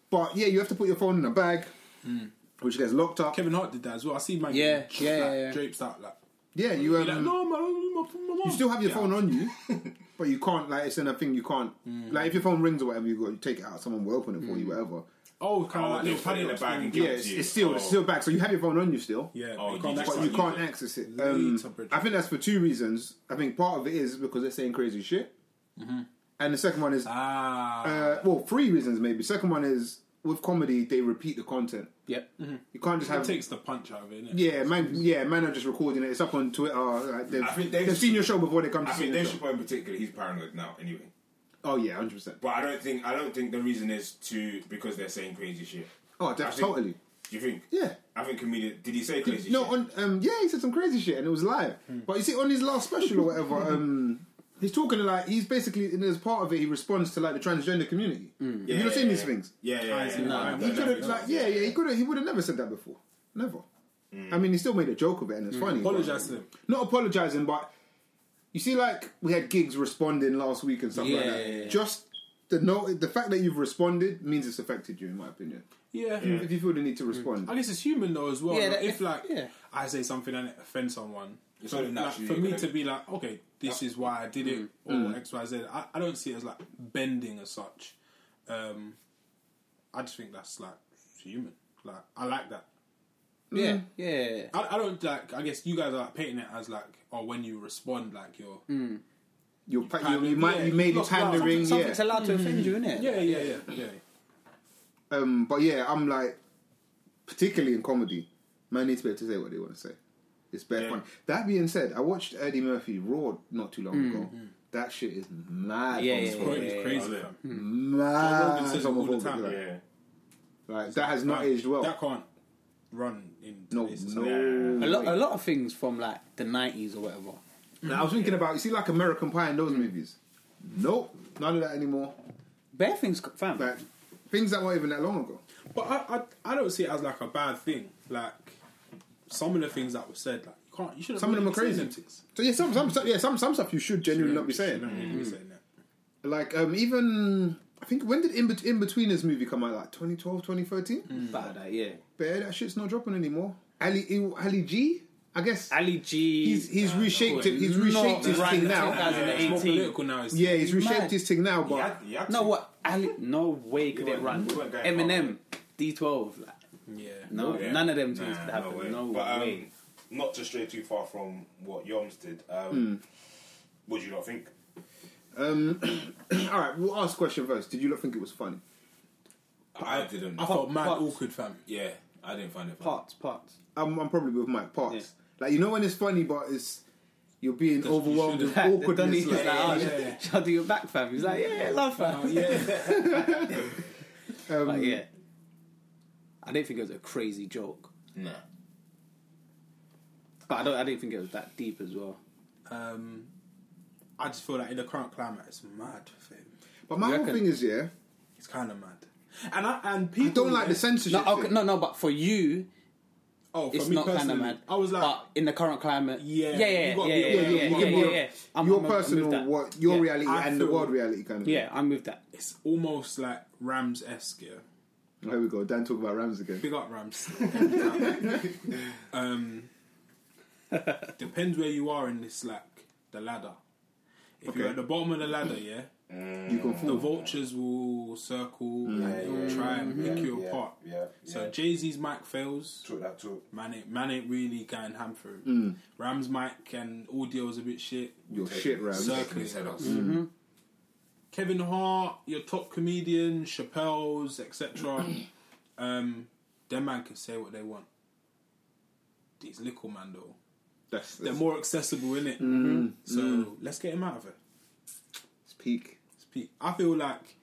Speaker 7: but yeah, you have to put your phone in a bag,
Speaker 5: Hmm.
Speaker 7: which gets locked up.
Speaker 5: Kevin Hart did that as well. I see my
Speaker 8: Yeah, yeah, yeah, yeah.
Speaker 5: drapes out like.
Speaker 7: Yeah, you um,
Speaker 5: Like, no, man, my, my mom.
Speaker 7: you still have your
Speaker 5: Yeah.
Speaker 7: phone on you, but you can't like it's in a thing you can't
Speaker 5: Hmm.
Speaker 7: like if your phone rings or whatever you got you take it out someone will open it for you whatever.
Speaker 5: Oh, kind of
Speaker 6: Oh,
Speaker 5: like
Speaker 6: they'll
Speaker 5: little
Speaker 6: put it in the
Speaker 5: padlocks.
Speaker 6: bag and
Speaker 7: Yeah,
Speaker 6: give it
Speaker 7: it's,
Speaker 6: to you.
Speaker 7: it's still it's
Speaker 6: Oh.
Speaker 7: still back. So you have your phone on you still.
Speaker 5: Yeah,
Speaker 6: Oh,
Speaker 5: you
Speaker 6: you
Speaker 5: can't
Speaker 6: just
Speaker 5: access
Speaker 7: But
Speaker 5: it.
Speaker 7: you can't access it. Um,
Speaker 5: Later, Bridget.
Speaker 7: I think that's for two reasons. I think part of it is because they're saying crazy shit,
Speaker 6: Mm-hmm.
Speaker 7: and the second one is
Speaker 5: Ah,
Speaker 7: uh, well, three reasons maybe. Second one is with comedy they repeat the content.
Speaker 8: Yep.
Speaker 7: You can't just
Speaker 5: that
Speaker 7: have
Speaker 5: takes the punch out of it. Innit?
Speaker 7: yeah man yeah man are just recording it. It's up on Twitter. Like they've,
Speaker 6: I think
Speaker 7: they've,
Speaker 6: they-
Speaker 7: seen your show before they come to
Speaker 6: I
Speaker 7: see
Speaker 6: think
Speaker 7: your
Speaker 6: Dave
Speaker 7: show.
Speaker 6: Chappelle in particular, he's paranoid now. Anyway,
Speaker 7: Oh yeah, hundred percent.
Speaker 6: but I don't think I don't think the reason is to because they're saying crazy shit.
Speaker 7: Oh,
Speaker 6: I
Speaker 7: that's
Speaker 6: think-
Speaker 7: totally.
Speaker 6: Do you think?
Speaker 7: Yeah.
Speaker 6: I think comedian. Did he say crazy?
Speaker 7: No,
Speaker 6: shit?
Speaker 7: on, um, yeah, he said some crazy shit and it was live. But you see, on his last special or whatever, um, he's talking to, like he's basically in as part of it. He responds to like the transgender community.
Speaker 6: Yeah,
Speaker 7: you not
Speaker 6: yeah,
Speaker 7: seen these
Speaker 6: yeah.
Speaker 7: things?
Speaker 6: Yeah, yeah, yeah. yeah.
Speaker 7: He could have like yeah, yeah. He could have. He would have never said that before. Never. I mean, he still made a joke of it and it's funny. but-
Speaker 5: Apologise to him.
Speaker 7: Not apologizing, but you see, like we had gigs responding last week and stuff like
Speaker 8: Yeah,
Speaker 7: that.
Speaker 8: yeah, yeah.
Speaker 7: Just the note, the fact that you've responded means it's affected you, in my opinion.
Speaker 5: Yeah.
Speaker 7: If you feel the need to respond,
Speaker 5: I guess it's human though as well.
Speaker 8: Yeah,
Speaker 5: like,
Speaker 8: that-
Speaker 5: if like
Speaker 8: yeah.
Speaker 5: I say something and it offends someone,
Speaker 6: It's
Speaker 5: so,
Speaker 6: only
Speaker 5: like,
Speaker 6: naturally
Speaker 5: for me
Speaker 6: gonna-
Speaker 5: to be like, okay, this is why I did it, or
Speaker 8: Mm.
Speaker 5: X, Y, Z. I, I don't see it as like bending as such. Um, I just think that's like human. Like I like that.
Speaker 8: Yeah, yeah.
Speaker 5: I, I don't like. I guess you guys are like, painting it as like, oh, when you respond, like you're.
Speaker 7: Mm. you're, pa- you,
Speaker 5: pandering,
Speaker 7: you might
Speaker 5: yeah,
Speaker 7: you made
Speaker 5: you
Speaker 7: it
Speaker 5: lost ground,
Speaker 7: pandering.
Speaker 5: something-
Speaker 7: Yeah.
Speaker 8: It's allowed to offend you, innit?
Speaker 5: Yeah, yeah, yeah, yeah.
Speaker 7: Um, but yeah, I'm like, particularly in comedy, man needs to be able to say what they want to say. It's bare fun. That being said, I watched Eddie Murphy Raw not too long ago. That shit is mad.
Speaker 8: Mm. Yeah, yeah, yeah.
Speaker 7: homophobic.
Speaker 5: Bro, it's crazy.
Speaker 6: yeah.
Speaker 5: fam.
Speaker 7: Mad.
Speaker 5: Rogan says it all the
Speaker 7: homophobic,
Speaker 5: time.
Speaker 7: like,
Speaker 6: Yeah.
Speaker 7: like, that has not aged well.
Speaker 5: That can't run in.
Speaker 7: no,
Speaker 5: today's
Speaker 7: no.
Speaker 5: society.
Speaker 8: A lot, a lot of things from like the nineties or whatever.
Speaker 7: Now, I was thinking about you see like American Pie and those movies. Nope, none of that anymore.
Speaker 8: Bare things, co- fam.
Speaker 7: Like things that weren't even that long ago.
Speaker 5: But I, I, I don't see it as like a bad thing. Like some of the things that were said, like you can't, you should.
Speaker 7: Some of them are crazy.
Speaker 5: Them things.
Speaker 7: So yeah, some some stuff- yeah some some stuff you should genuinely not be saying.
Speaker 5: You shouldn't be saying that.
Speaker 7: Like um, even I think when did In, Bet- In Betweeners movie come out? Like 2012, 2013.
Speaker 8: About that, yeah.
Speaker 7: But that shit's not dropping anymore. Ali Il- Ali G, I guess
Speaker 8: Ali G.
Speaker 7: he's he's reshaped it. He's
Speaker 8: Not
Speaker 7: reshaped his
Speaker 8: right
Speaker 7: thing
Speaker 8: now.
Speaker 7: now.
Speaker 5: It's more
Speaker 8: 18.
Speaker 5: political now. It's,
Speaker 7: Yeah, he's reshaped
Speaker 8: Mad.
Speaker 7: his thing now. But
Speaker 6: He had- he had
Speaker 8: No,
Speaker 6: to.
Speaker 8: what? Ali? No way could it
Speaker 6: went-
Speaker 8: run.
Speaker 6: you went going
Speaker 8: Eminem, D12. Like,
Speaker 5: yeah.
Speaker 8: no,
Speaker 6: Yeah.
Speaker 8: none of them
Speaker 6: Nah,
Speaker 8: things could happen. No way.
Speaker 6: But, um, Not to stray too far from what Yoms did. Um, What do you not think?
Speaker 7: all right, we'll ask question first. Did you not think it was funny?
Speaker 6: I didn't.
Speaker 5: I felt mad
Speaker 8: Parts.
Speaker 5: awkward, fam.
Speaker 6: yeah, I didn't find it funny.
Speaker 8: parts, parts.
Speaker 7: I'm, I'm probably with Mike Parts.
Speaker 8: Yeah.
Speaker 7: Like you know when it's funny, but it's you're being overwhelmed with
Speaker 8: Like, the Donny
Speaker 7: awkwardness.
Speaker 8: is
Speaker 7: Like,
Speaker 8: like, oh,
Speaker 5: yeah, yeah.
Speaker 8: shall I do your back, fam? He's like, yeah, love, fam.
Speaker 5: Yeah,
Speaker 7: um,
Speaker 8: But yeah, I didn't think it was a crazy joke.
Speaker 6: Nah.
Speaker 8: But I don't. I didn't think it was that deep as well.
Speaker 5: um, I just feel like in the current climate, it's mad. Fam.
Speaker 7: But my whole
Speaker 8: reckon-
Speaker 7: thing is, yeah,
Speaker 5: It's kind of mad. And I and
Speaker 7: I
Speaker 5: people
Speaker 7: don't like the
Speaker 5: yeah.
Speaker 7: censorship.
Speaker 8: No, okay,
Speaker 7: thing.
Speaker 8: no, no. But for you,
Speaker 5: Oh, for
Speaker 8: it's
Speaker 5: me
Speaker 8: not kind of
Speaker 5: personally,
Speaker 8: mad.
Speaker 5: I was like,
Speaker 8: but in the current climate,
Speaker 5: Yeah,
Speaker 8: yeah, yeah,
Speaker 5: you gotta
Speaker 8: yeah, yeah,
Speaker 5: be aware
Speaker 8: yeah, yeah,
Speaker 5: of
Speaker 8: yeah,
Speaker 5: what
Speaker 8: yeah,
Speaker 5: you
Speaker 8: yeah,
Speaker 5: want.
Speaker 8: I'm-
Speaker 7: your
Speaker 8: I'm- I'm with
Speaker 7: personal,
Speaker 8: that.
Speaker 7: what your
Speaker 8: Yeah,
Speaker 7: reality
Speaker 5: I
Speaker 7: and the
Speaker 5: feel-
Speaker 7: world reality kind of.
Speaker 8: Yeah, I'm with that.
Speaker 5: it's almost like Rams esque. Yeah?
Speaker 7: thing. Here we go. Dan talk about Rams again.
Speaker 5: Big up Rams. Every time. um, depends where you are in this like the ladder. If you're
Speaker 7: Okay.
Speaker 5: at the bottom of the ladder, yeah,
Speaker 7: You
Speaker 5: the
Speaker 7: can
Speaker 6: Mm.
Speaker 7: fool.
Speaker 5: vultures will circle and they'll try and pick you
Speaker 6: Mm-hmm. yeah,
Speaker 5: apart.
Speaker 6: yeah,
Speaker 5: so
Speaker 6: yeah.
Speaker 5: Jay Z's mic fails.
Speaker 6: Took that talk.
Speaker 5: Man ain't, man ain't really going ham for it.
Speaker 6: Mm.
Speaker 5: Rams mic and audio's a bit shit.
Speaker 7: Your shit, Rams.
Speaker 5: So- Mm-hmm.
Speaker 6: Taking his head off.
Speaker 5: Kevin Hart, your top comedian, Chappelle's, etc. um, them man can say what they want. These little man though.
Speaker 7: That's,
Speaker 5: they're
Speaker 7: that's
Speaker 5: more accessible, in it. So let's get him out of it.
Speaker 7: it's peak.
Speaker 5: It's peak. I feel like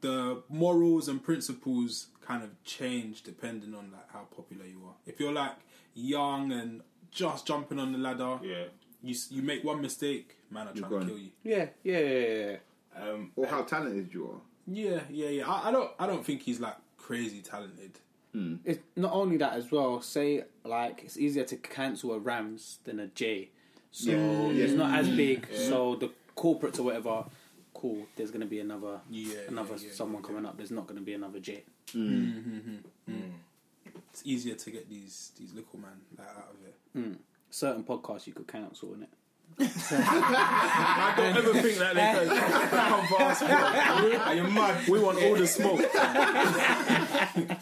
Speaker 5: the morals and principles kind of change depending on like how popular you are. If you're like young and just jumping on the ladder,
Speaker 6: Yeah.
Speaker 5: you s- you make one mistake, man, I trying to
Speaker 7: gone.
Speaker 5: kill you.
Speaker 8: Yeah, yeah, yeah, yeah, yeah.
Speaker 6: Um,
Speaker 7: Or how talented you are.
Speaker 5: Yeah, yeah, yeah. I, I don't I don't think he's like crazy talented.
Speaker 8: It's not only that as well. Say like it's easier to cancel a Rams than a J, so
Speaker 7: Yeah.
Speaker 5: Mm.
Speaker 8: it's not as big. So the corporates or whatever, cool. There's going to be another
Speaker 5: Yeah,
Speaker 8: another
Speaker 5: yeah, yeah,
Speaker 8: someone coming up. There's not going to be another J.
Speaker 5: It's easier to get these these little man like, out of it.
Speaker 8: Certain podcasts you could cancel in it.
Speaker 5: I don't ever think that they can come for us. Are you mad? We want all the smoke.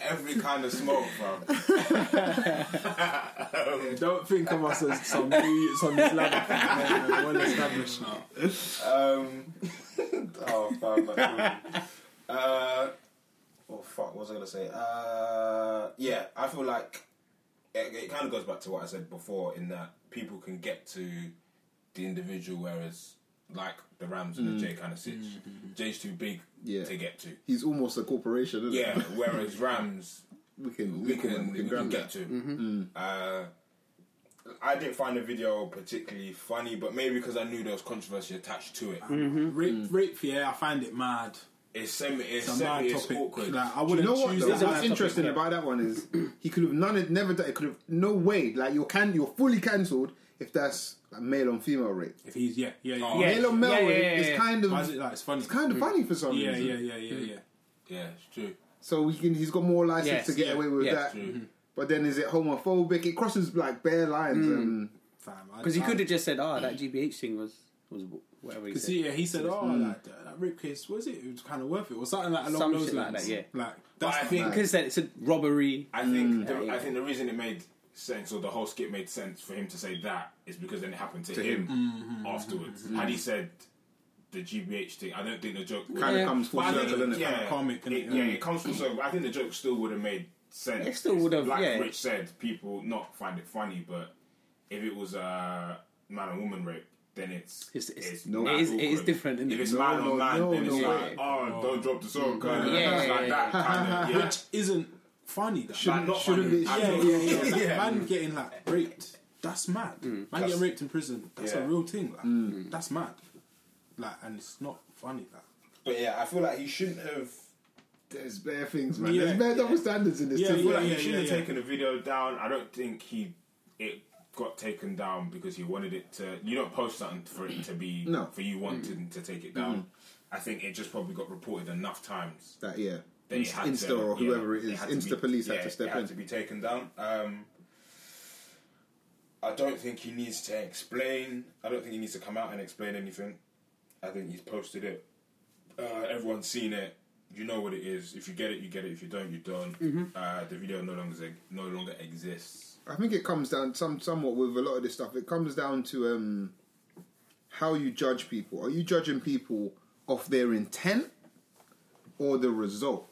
Speaker 6: Every kind of smoke, fam.
Speaker 5: Don't think of us as some idiots on this level. No, no, Well established now.
Speaker 6: Um, oh, fam. Like, really. uh, oh, fuck. What was I going to say? Uh, yeah, I feel like it, it kind of goes back to what I said before in that people can get to the individual, whereas, like, the Rams
Speaker 5: Mm.
Speaker 6: and the J kind of sits.
Speaker 5: Mm-hmm.
Speaker 6: J's too big
Speaker 7: Yeah.
Speaker 6: to get to.
Speaker 7: He's almost a corporation, isn't
Speaker 6: Yeah,
Speaker 7: he?
Speaker 6: whereas Rams,
Speaker 7: We can,
Speaker 6: we can, we
Speaker 7: grab
Speaker 6: can get
Speaker 7: that.
Speaker 6: to. Uh, I didn't find the video particularly funny, but maybe because I knew there was controversy attached to it.
Speaker 8: Mm-hmm.
Speaker 5: Rape, rape, yeah, I find it mad.
Speaker 6: It's semi, it's,
Speaker 5: It's a
Speaker 6: semi,
Speaker 5: mad
Speaker 6: it's
Speaker 5: topic.
Speaker 6: awkward.
Speaker 5: Like, I
Speaker 7: You
Speaker 5: wouldn't
Speaker 7: know what?
Speaker 5: choose
Speaker 7: Though,
Speaker 5: that.
Speaker 7: what's interesting about that one is he could have none, it never done. It could have no way. Like you're can, you're fully cancelled if that's like, male on female rape.
Speaker 5: If he's yeah, yeah, yeah.
Speaker 6: Oh,
Speaker 8: Yeah.
Speaker 7: Male on male rape
Speaker 8: yeah, yeah.
Speaker 7: is kind of
Speaker 5: Why is it like it's funny?
Speaker 7: it's kind of funny for some
Speaker 5: yeah,
Speaker 7: reason.
Speaker 5: yeah, yeah, yeah, yeah.
Speaker 6: yeah, it's true.
Speaker 7: So we can, he's got more license
Speaker 8: Yes,
Speaker 7: to get
Speaker 8: yeah,
Speaker 7: away with
Speaker 8: yeah.
Speaker 7: that.
Speaker 6: True.
Speaker 7: But then is it homophobic? It crosses like bare lines. And
Speaker 8: Because he could have just said, "Ah, that GBH thing was was wh- whatever." He
Speaker 5: Because
Speaker 8: said.
Speaker 5: yeah, he said, "Oh, like, that, that rape case was it? It was kind of worth it, or something like along
Speaker 8: Mm. Some
Speaker 5: those
Speaker 8: shit like
Speaker 5: lines."
Speaker 8: that, yeah.
Speaker 5: Like
Speaker 6: But
Speaker 5: that's
Speaker 6: I
Speaker 5: not
Speaker 6: think,
Speaker 8: He could have said it's a robbery.
Speaker 6: I think, the, I think the reason it made sense, or the whole skit made sense for him to say that, is because then it happened to, him, afterwards. Had he said the GBH thing, I don't think the joke would-
Speaker 7: Kinda comes full
Speaker 6: But I think
Speaker 7: circle,
Speaker 6: it-
Speaker 7: innit?
Speaker 6: Yeah,
Speaker 5: Kinda comic,
Speaker 6: it,
Speaker 5: innit?
Speaker 6: yeah, it comes full circle. I think the joke still would have made sense.
Speaker 8: It still would have,
Speaker 6: Like
Speaker 8: yeah.
Speaker 6: Rich said, people not find it funny, but if it was a man and woman rape, then it's
Speaker 8: It's- it's-
Speaker 6: no,
Speaker 8: it is- it is different, isn't
Speaker 6: If
Speaker 8: it?
Speaker 6: it's
Speaker 7: No,
Speaker 6: man
Speaker 7: no,
Speaker 6: on man,
Speaker 7: no,
Speaker 6: then it's
Speaker 7: no
Speaker 6: like,
Speaker 7: way.
Speaker 6: oh, don't drop the soap, kind of.
Speaker 8: Yeah,
Speaker 6: it's
Speaker 8: yeah, yeah.
Speaker 6: like that, kind of. Yeah.
Speaker 5: isn't funny. That
Speaker 7: shouldn't,
Speaker 6: not
Speaker 7: shouldn't
Speaker 6: funny.
Speaker 7: be.
Speaker 5: yeah, yeah,
Speaker 6: I-
Speaker 5: yeah, like,
Speaker 6: Yeah.
Speaker 5: Man getting like raped. That's
Speaker 8: Mm,
Speaker 5: mad. Man getting raped in prison. That's
Speaker 6: Yeah.
Speaker 5: a real thing. Like,
Speaker 7: Mm.
Speaker 5: That's mad. Like, and it's not funny. Like,
Speaker 6: But yeah, I feel like he shouldn't have.
Speaker 7: There's bare things, man.
Speaker 5: Yeah,
Speaker 7: There's bare
Speaker 5: yeah.
Speaker 7: double standards in this.
Speaker 5: Yeah,
Speaker 7: too.
Speaker 6: I feel like
Speaker 5: yeah,
Speaker 6: he should have
Speaker 5: yeah.
Speaker 6: taken the video down. I don't think he it got taken down because he wanted it to. You don't post something for it to be
Speaker 7: No.
Speaker 6: for you wanting to take it down. I think it just probably got reported enough times
Speaker 7: That yeah.
Speaker 6: that it had
Speaker 7: Insta
Speaker 6: to,
Speaker 7: or whoever it is,
Speaker 6: had
Speaker 7: Insta
Speaker 6: to be-
Speaker 7: police had
Speaker 6: yeah,
Speaker 7: to step
Speaker 6: it had
Speaker 7: in.
Speaker 6: to be taken down. Um, I don't think he needs to explain. I don't think he needs to come out and explain anything. I think he's posted it. Uh, everyone's seen it. You know what it is. If you get it, you get it. If you don't, you don't.
Speaker 7: Mm-hmm.
Speaker 6: Uh, the video no longer ex- no longer exists.
Speaker 7: I think it comes down some somewhat with a lot of this stuff. It comes down to um, how you judge people. Are you judging people off their intent or the result?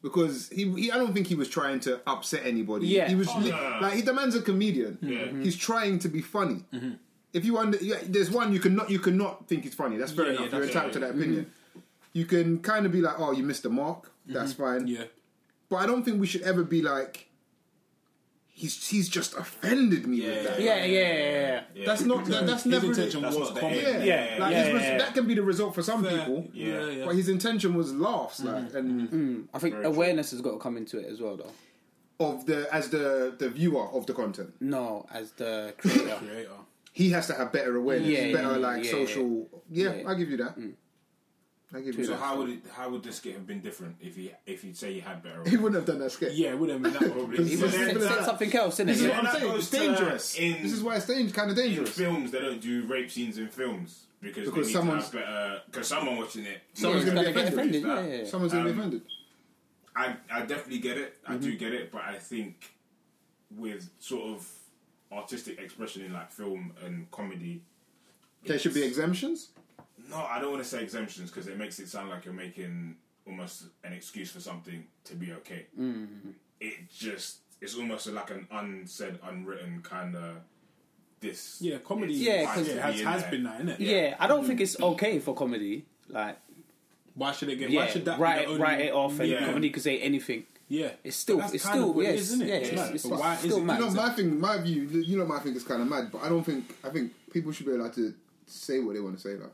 Speaker 7: Because he, he I don't think he was trying to upset anybody.
Speaker 8: Yeah.
Speaker 7: he was li-
Speaker 6: Oh, no, no, no.
Speaker 7: like he demands a comedian.
Speaker 5: Mm-hmm.
Speaker 7: He's trying to be funny. If you under, yeah, there's one you cannot you cannot think he's funny. That's fair
Speaker 5: Yeah,
Speaker 7: enough.
Speaker 5: yeah,
Speaker 7: You're
Speaker 5: that's- Mm-hmm.
Speaker 7: entitled to that opinion. You can kind of be like, oh, you missed the mark. That's fine.
Speaker 5: yeah,
Speaker 7: But I don't think we should ever be like, he's he's just offended me with that.
Speaker 8: Yeah, yeah, yeah, yeah.
Speaker 6: Yeah.
Speaker 7: That's not that, that's
Speaker 5: his
Speaker 7: never
Speaker 5: intention
Speaker 6: That's
Speaker 5: was
Speaker 6: not the
Speaker 5: comedy.
Speaker 7: Yeah,
Speaker 6: aim. Yeah,
Speaker 7: like
Speaker 8: yeah,
Speaker 7: his res-
Speaker 8: yeah.
Speaker 7: that can be the result for some people.
Speaker 5: yeah, yeah.
Speaker 7: But his intention was laughs,
Speaker 8: Mm.
Speaker 7: like, and
Speaker 8: I think awareness has got to come into it as well, though.
Speaker 7: of the as the the viewer of the content,
Speaker 8: No, as the creator.
Speaker 5: Creator.
Speaker 7: he has to have better awareness,
Speaker 8: Yeah,
Speaker 7: better
Speaker 8: yeah,
Speaker 7: like
Speaker 8: yeah,
Speaker 7: social. Yeah,
Speaker 8: Yeah. Mm.
Speaker 7: I give you that. I give you
Speaker 6: So
Speaker 7: that.
Speaker 6: how would it, how would this skit have been different if he if he'd say he had better?
Speaker 7: he wouldn't have done that skit.
Speaker 5: Yeah, it wouldn't have been that probably.
Speaker 7: He
Speaker 8: He
Speaker 7: was
Speaker 8: was
Speaker 7: just
Speaker 8: said,
Speaker 7: gonna
Speaker 8: said
Speaker 7: say-
Speaker 8: something else, didn't
Speaker 7: This is
Speaker 8: it?
Speaker 6: Yeah,
Speaker 7: what I'm
Speaker 6: that
Speaker 7: saying. It's
Speaker 6: goes to
Speaker 7: dangerous.
Speaker 6: in-
Speaker 7: this is why it's dangerous, kind of
Speaker 6: in
Speaker 7: dangerous.
Speaker 6: films they don't do rape scenes in films because
Speaker 7: Because
Speaker 6: they need
Speaker 7: someone's-
Speaker 6: to have better because someone watching it
Speaker 7: Someone's
Speaker 8: Yeah,
Speaker 7: gonna
Speaker 8: he's
Speaker 7: be
Speaker 8: gonna
Speaker 7: offended.
Speaker 8: get offended, yeah, Um, yeah.
Speaker 7: Someone's gonna be offended.
Speaker 6: I I definitely get it I
Speaker 7: Mm-hmm.
Speaker 6: do get it but I think with sort of artistic expression in like film and comedy
Speaker 7: There should be
Speaker 6: it's-
Speaker 7: exemptions.
Speaker 6: no I don't want to say exemptions because it makes it sound like you're making almost an excuse for something to be okay
Speaker 7: Mm-hmm.
Speaker 6: it just it's almost like an unsaid unwritten kind of this
Speaker 5: Yeah, comedy.
Speaker 8: Yeah,
Speaker 5: has,
Speaker 8: 'cause-
Speaker 5: has, has been that, innit?
Speaker 8: Yeah, I don't think it's okay for comedy. Like,
Speaker 5: Why should it get?
Speaker 8: yeah,
Speaker 5: why should that
Speaker 8: write,
Speaker 5: be the
Speaker 8: it,
Speaker 5: only,
Speaker 8: write it off, and
Speaker 6: Yeah.
Speaker 8: comedy could say anything.
Speaker 5: Yeah,
Speaker 8: It's still-
Speaker 5: But that's
Speaker 8: it's
Speaker 5: kind
Speaker 8: still-
Speaker 5: of what it
Speaker 8: yes,
Speaker 5: is, isn't it?
Speaker 8: yeah,
Speaker 5: It's
Speaker 8: it's-
Speaker 5: mad.
Speaker 8: it's
Speaker 5: But why
Speaker 8: still
Speaker 5: is it?
Speaker 8: mad.
Speaker 7: You know, my thing, my view, you know, my thing is kind of mad, but I don't think, I think people should be allowed to say what they want to say, like,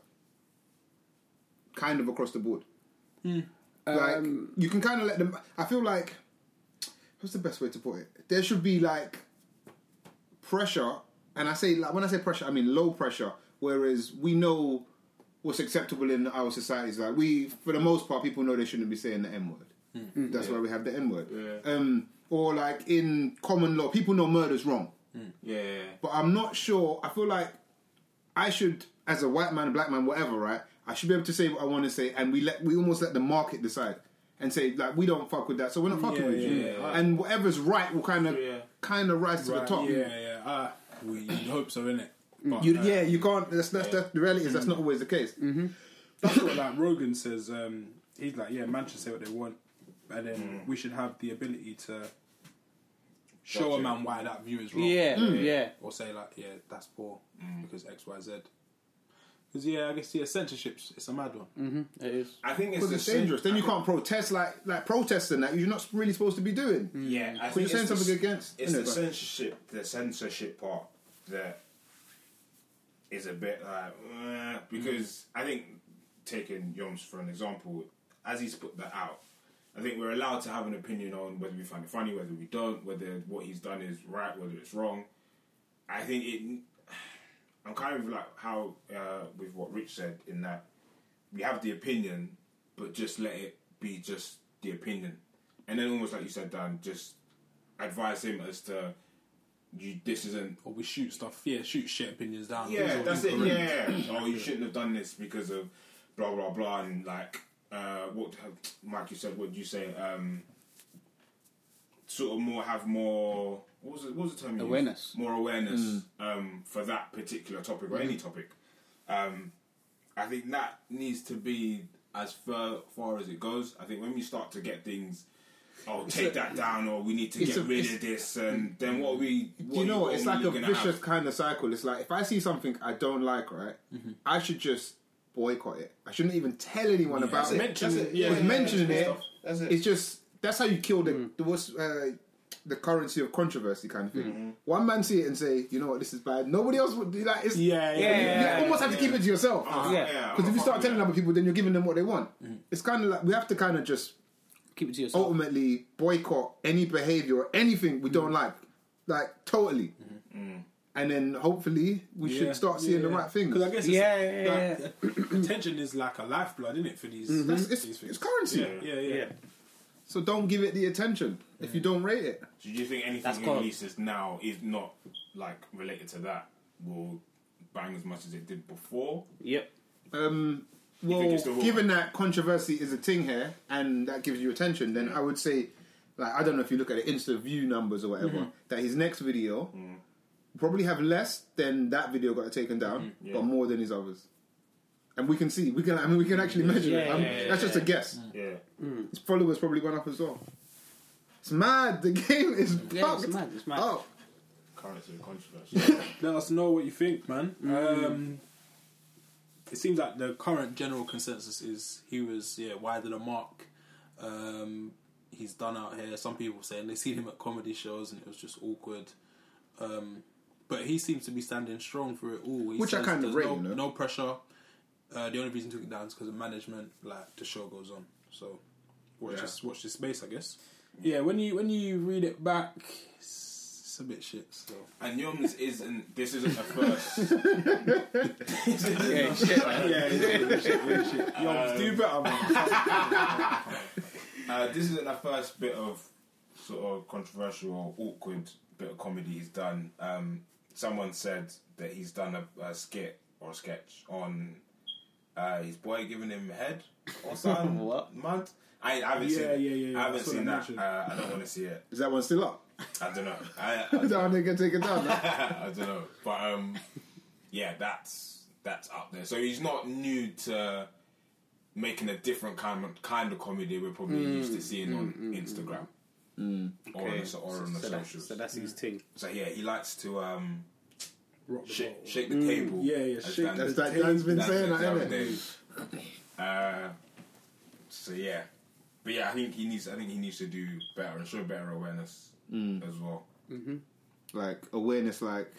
Speaker 7: kind of across the board. Like, you can kind of let them, I feel like, what's the best way to put it? There should be, like, pressure, and I say, like, when I say pressure, I mean low pressure Whereas we know what's acceptable in our societies. Like we, for the most part, people know they shouldn't be saying the N word.
Speaker 5: Hmm.
Speaker 7: That's why we have the N word. Um, or like in common law, people know murder's wrong.
Speaker 6: Yeah, yeah,
Speaker 7: But I'm not sure. I feel like I should, as a white man, black man, whatever, right? I should be able to say what I want to say, and we let we almost let the market decide and say like we don't fuck with that, so we're not fucking
Speaker 5: Yeah,
Speaker 7: with you.
Speaker 5: yeah,
Speaker 7: And whatever's right will kind of
Speaker 6: Yeah.
Speaker 7: kind of rise to the
Speaker 5: Right,
Speaker 7: top.
Speaker 5: Yeah, yeah. Uh, we you'd hope so, innit?
Speaker 8: Mm.
Speaker 5: But,
Speaker 7: You,
Speaker 5: uh,
Speaker 7: yeah, you can't. That's that's, that's the reality is that's not always the case.
Speaker 5: That's what like Rogan says. Um, he's like, yeah, man should say what they want, and then
Speaker 6: Mm.
Speaker 5: we should have the ability to show a man why that view is wrong.
Speaker 8: Yeah, Mm. yeah.
Speaker 5: Or say like, yeah, that's poor
Speaker 6: Mm.
Speaker 5: because X, Y, Z. Because yeah, I guess yeah, censorship's it's a mad one.
Speaker 8: It is.
Speaker 6: I think it's
Speaker 7: Because
Speaker 6: the
Speaker 7: it's
Speaker 6: same-
Speaker 7: dangerous. Then
Speaker 6: I
Speaker 7: you
Speaker 6: think-
Speaker 7: can't protest like like protesting that you're not really supposed to be doing.
Speaker 6: Yeah, I
Speaker 7: When Mm.
Speaker 6: think
Speaker 7: you're saying
Speaker 6: it's the-
Speaker 7: something against,
Speaker 6: It's
Speaker 7: innit,
Speaker 6: the
Speaker 7: but-
Speaker 6: censorship, the censorship part that is a bit like uh, because
Speaker 7: Mm.
Speaker 6: I think taking Yoms for an example, as he's put that out, I think we're allowed to have an opinion on whether we find it funny, whether we don't, whether what he's done is right, whether it's wrong. I think it. I'm kind of like how uh, with what Rich said in that we have the opinion, but just let it be just the opinion, and then almost like you said, Dan, just advise him as to you. This isn't.
Speaker 5: Or we shoot stuff. Yeah, shoot shit opinions down. Those
Speaker 6: Yeah,
Speaker 5: are
Speaker 6: that's it.
Speaker 5: incorrect.
Speaker 6: Yeah, oh, you shouldn't have done this because of blah blah blah, and like uh, what Mike you said. What did you say? Um, sort of more have more. What was it? What was the term? you used?
Speaker 8: Awareness.
Speaker 6: More awareness
Speaker 7: Mm.
Speaker 6: um, for that particular topic or any topic. Um, I think that needs to be as far, far as it goes. I think when we start to get things, oh, take that down, or we need to
Speaker 7: it's
Speaker 6: get
Speaker 7: a-
Speaker 6: rid
Speaker 7: it's-
Speaker 6: of this, and then what we, what
Speaker 7: Do you know
Speaker 6: are
Speaker 7: what? It's
Speaker 6: we
Speaker 7: like a
Speaker 6: gonna have?
Speaker 7: vicious kind of cycle. It's like if I see something I don't like, right, I should just boycott it. I shouldn't even tell anyone about it.
Speaker 5: Mention it. Yeah,
Speaker 7: Because
Speaker 5: yeah,
Speaker 7: mentioning
Speaker 6: that's
Speaker 7: it,
Speaker 6: stuff. That's it.
Speaker 7: it's just that's how you kill the the, what's, uh, the currency of controversy kind of thing. One man see it and say, you know what, this is bad. Nobody else would do like it's
Speaker 5: Yeah, yeah,
Speaker 7: you,
Speaker 8: yeah,
Speaker 7: you almost have to keep it to yourself.
Speaker 6: Uh,
Speaker 8: Yeah.
Speaker 6: yeah,
Speaker 7: Because if you start telling
Speaker 6: them,
Speaker 7: other people, then you're giving them what they want.
Speaker 5: Mm.
Speaker 7: It's kind of like we have to kind of just
Speaker 8: Keep it to
Speaker 7: Oh.
Speaker 8: yourself.
Speaker 7: ultimately boycott any behavior or anything we
Speaker 5: Mm.
Speaker 7: don't like, like totally. And then hopefully we should start seeing the right things.
Speaker 5: Because I guess it's,
Speaker 8: Yeah, yeah, yeah, Mm-hmm.
Speaker 5: like, attention is like a lifeblood, isn't it, for these,
Speaker 7: That's-
Speaker 5: these
Speaker 7: it's,
Speaker 5: things?
Speaker 7: it's currency,
Speaker 5: yeah, yeah, yeah.
Speaker 7: so don't give it the attention if
Speaker 5: Mm.
Speaker 7: you don't rate it.
Speaker 6: do you think anything
Speaker 8: That's
Speaker 6: he
Speaker 8: called-
Speaker 6: releases now is not like related to that? Will bang as much as it did before?
Speaker 8: Yep.
Speaker 7: Um, well,
Speaker 6: think it's the rule?
Speaker 7: given that controversy is a thing here and that gives you attention, then I would say, like, I don't know if you look at the Insta view numbers or whatever,
Speaker 8: Mm-hmm.
Speaker 7: that his next video
Speaker 8: Mm.
Speaker 7: probably have less than that video got taken down,
Speaker 8: Mm-hmm.
Speaker 7: but more than his others. And we can see, we can, I mean, we can actually measure it.
Speaker 8: Yeah,
Speaker 7: I'm-
Speaker 8: yeah, Mm.
Speaker 7: that's just a guess.
Speaker 6: Yeah,
Speaker 7: His followers probably went up as well. It's mad. The game is fucked. Oh,
Speaker 8: Yeah, it's mad. It's mad.
Speaker 7: up.
Speaker 6: currency and controversy.
Speaker 5: Let us know what you think, man. Um, it seems like the current general consensus is he was yeah wide of the mark. Um, he's done out here. Some people saying they seen him at comedy shows and it was just awkward. Um, but he seems to be standing strong for it all. He
Speaker 7: Which I
Speaker 5: says
Speaker 7: kinda
Speaker 5: there's
Speaker 7: rate,
Speaker 5: no,
Speaker 7: you know.
Speaker 5: no pressure. Uh, the only reason he took it down is because of management. Like the show goes on, so watch this watch this space, I guess. Yeah, when you when you read it back, it's, it's a bit shit. So.
Speaker 6: and Yoms isn't. This isn't a first.
Speaker 8: Yeah, shit. Um,
Speaker 5: Yo, do better, man.
Speaker 6: Uh, this isn't the first bit of sort of controversial or awkward bit of comedy he's done. Um, someone said that he's done a, a skit or a sketch on uh, his boy giving him head or something.
Speaker 8: What?
Speaker 6: Mad? I, I haven't seen
Speaker 5: Yeah,
Speaker 6: it.
Speaker 5: yeah, yeah, yeah.
Speaker 6: I
Speaker 5: I
Speaker 6: haven't
Speaker 5: saw that
Speaker 6: seen that.
Speaker 5: mentioned.
Speaker 6: Uh, I don't want to see it.
Speaker 7: Is that one still up?
Speaker 6: I don't know. I,
Speaker 7: Is that
Speaker 6: I,
Speaker 7: one they can take it down? man?
Speaker 6: I don't know. But um, yeah, that's that's up there. So he's not new to making a different kind of, kind of comedy we're probably used to seeing on Instagram or on the, or on the
Speaker 8: So, that's,
Speaker 6: socials.
Speaker 8: so that's his thing.
Speaker 6: So yeah, he likes to um,
Speaker 5: Rock the
Speaker 6: shake,
Speaker 5: boat.
Speaker 6: shake the table.
Speaker 5: Yeah, yeah,
Speaker 6: as
Speaker 5: shake
Speaker 6: Dan-
Speaker 7: That's that Dan's been
Speaker 6: that's
Speaker 7: saying
Speaker 6: it,
Speaker 7: that,
Speaker 6: Dan
Speaker 7: innit?
Speaker 6: Dave. Uh, so yeah, but yeah, I think he needs. I think he needs to do better and show better awareness as well.
Speaker 7: like awareness, like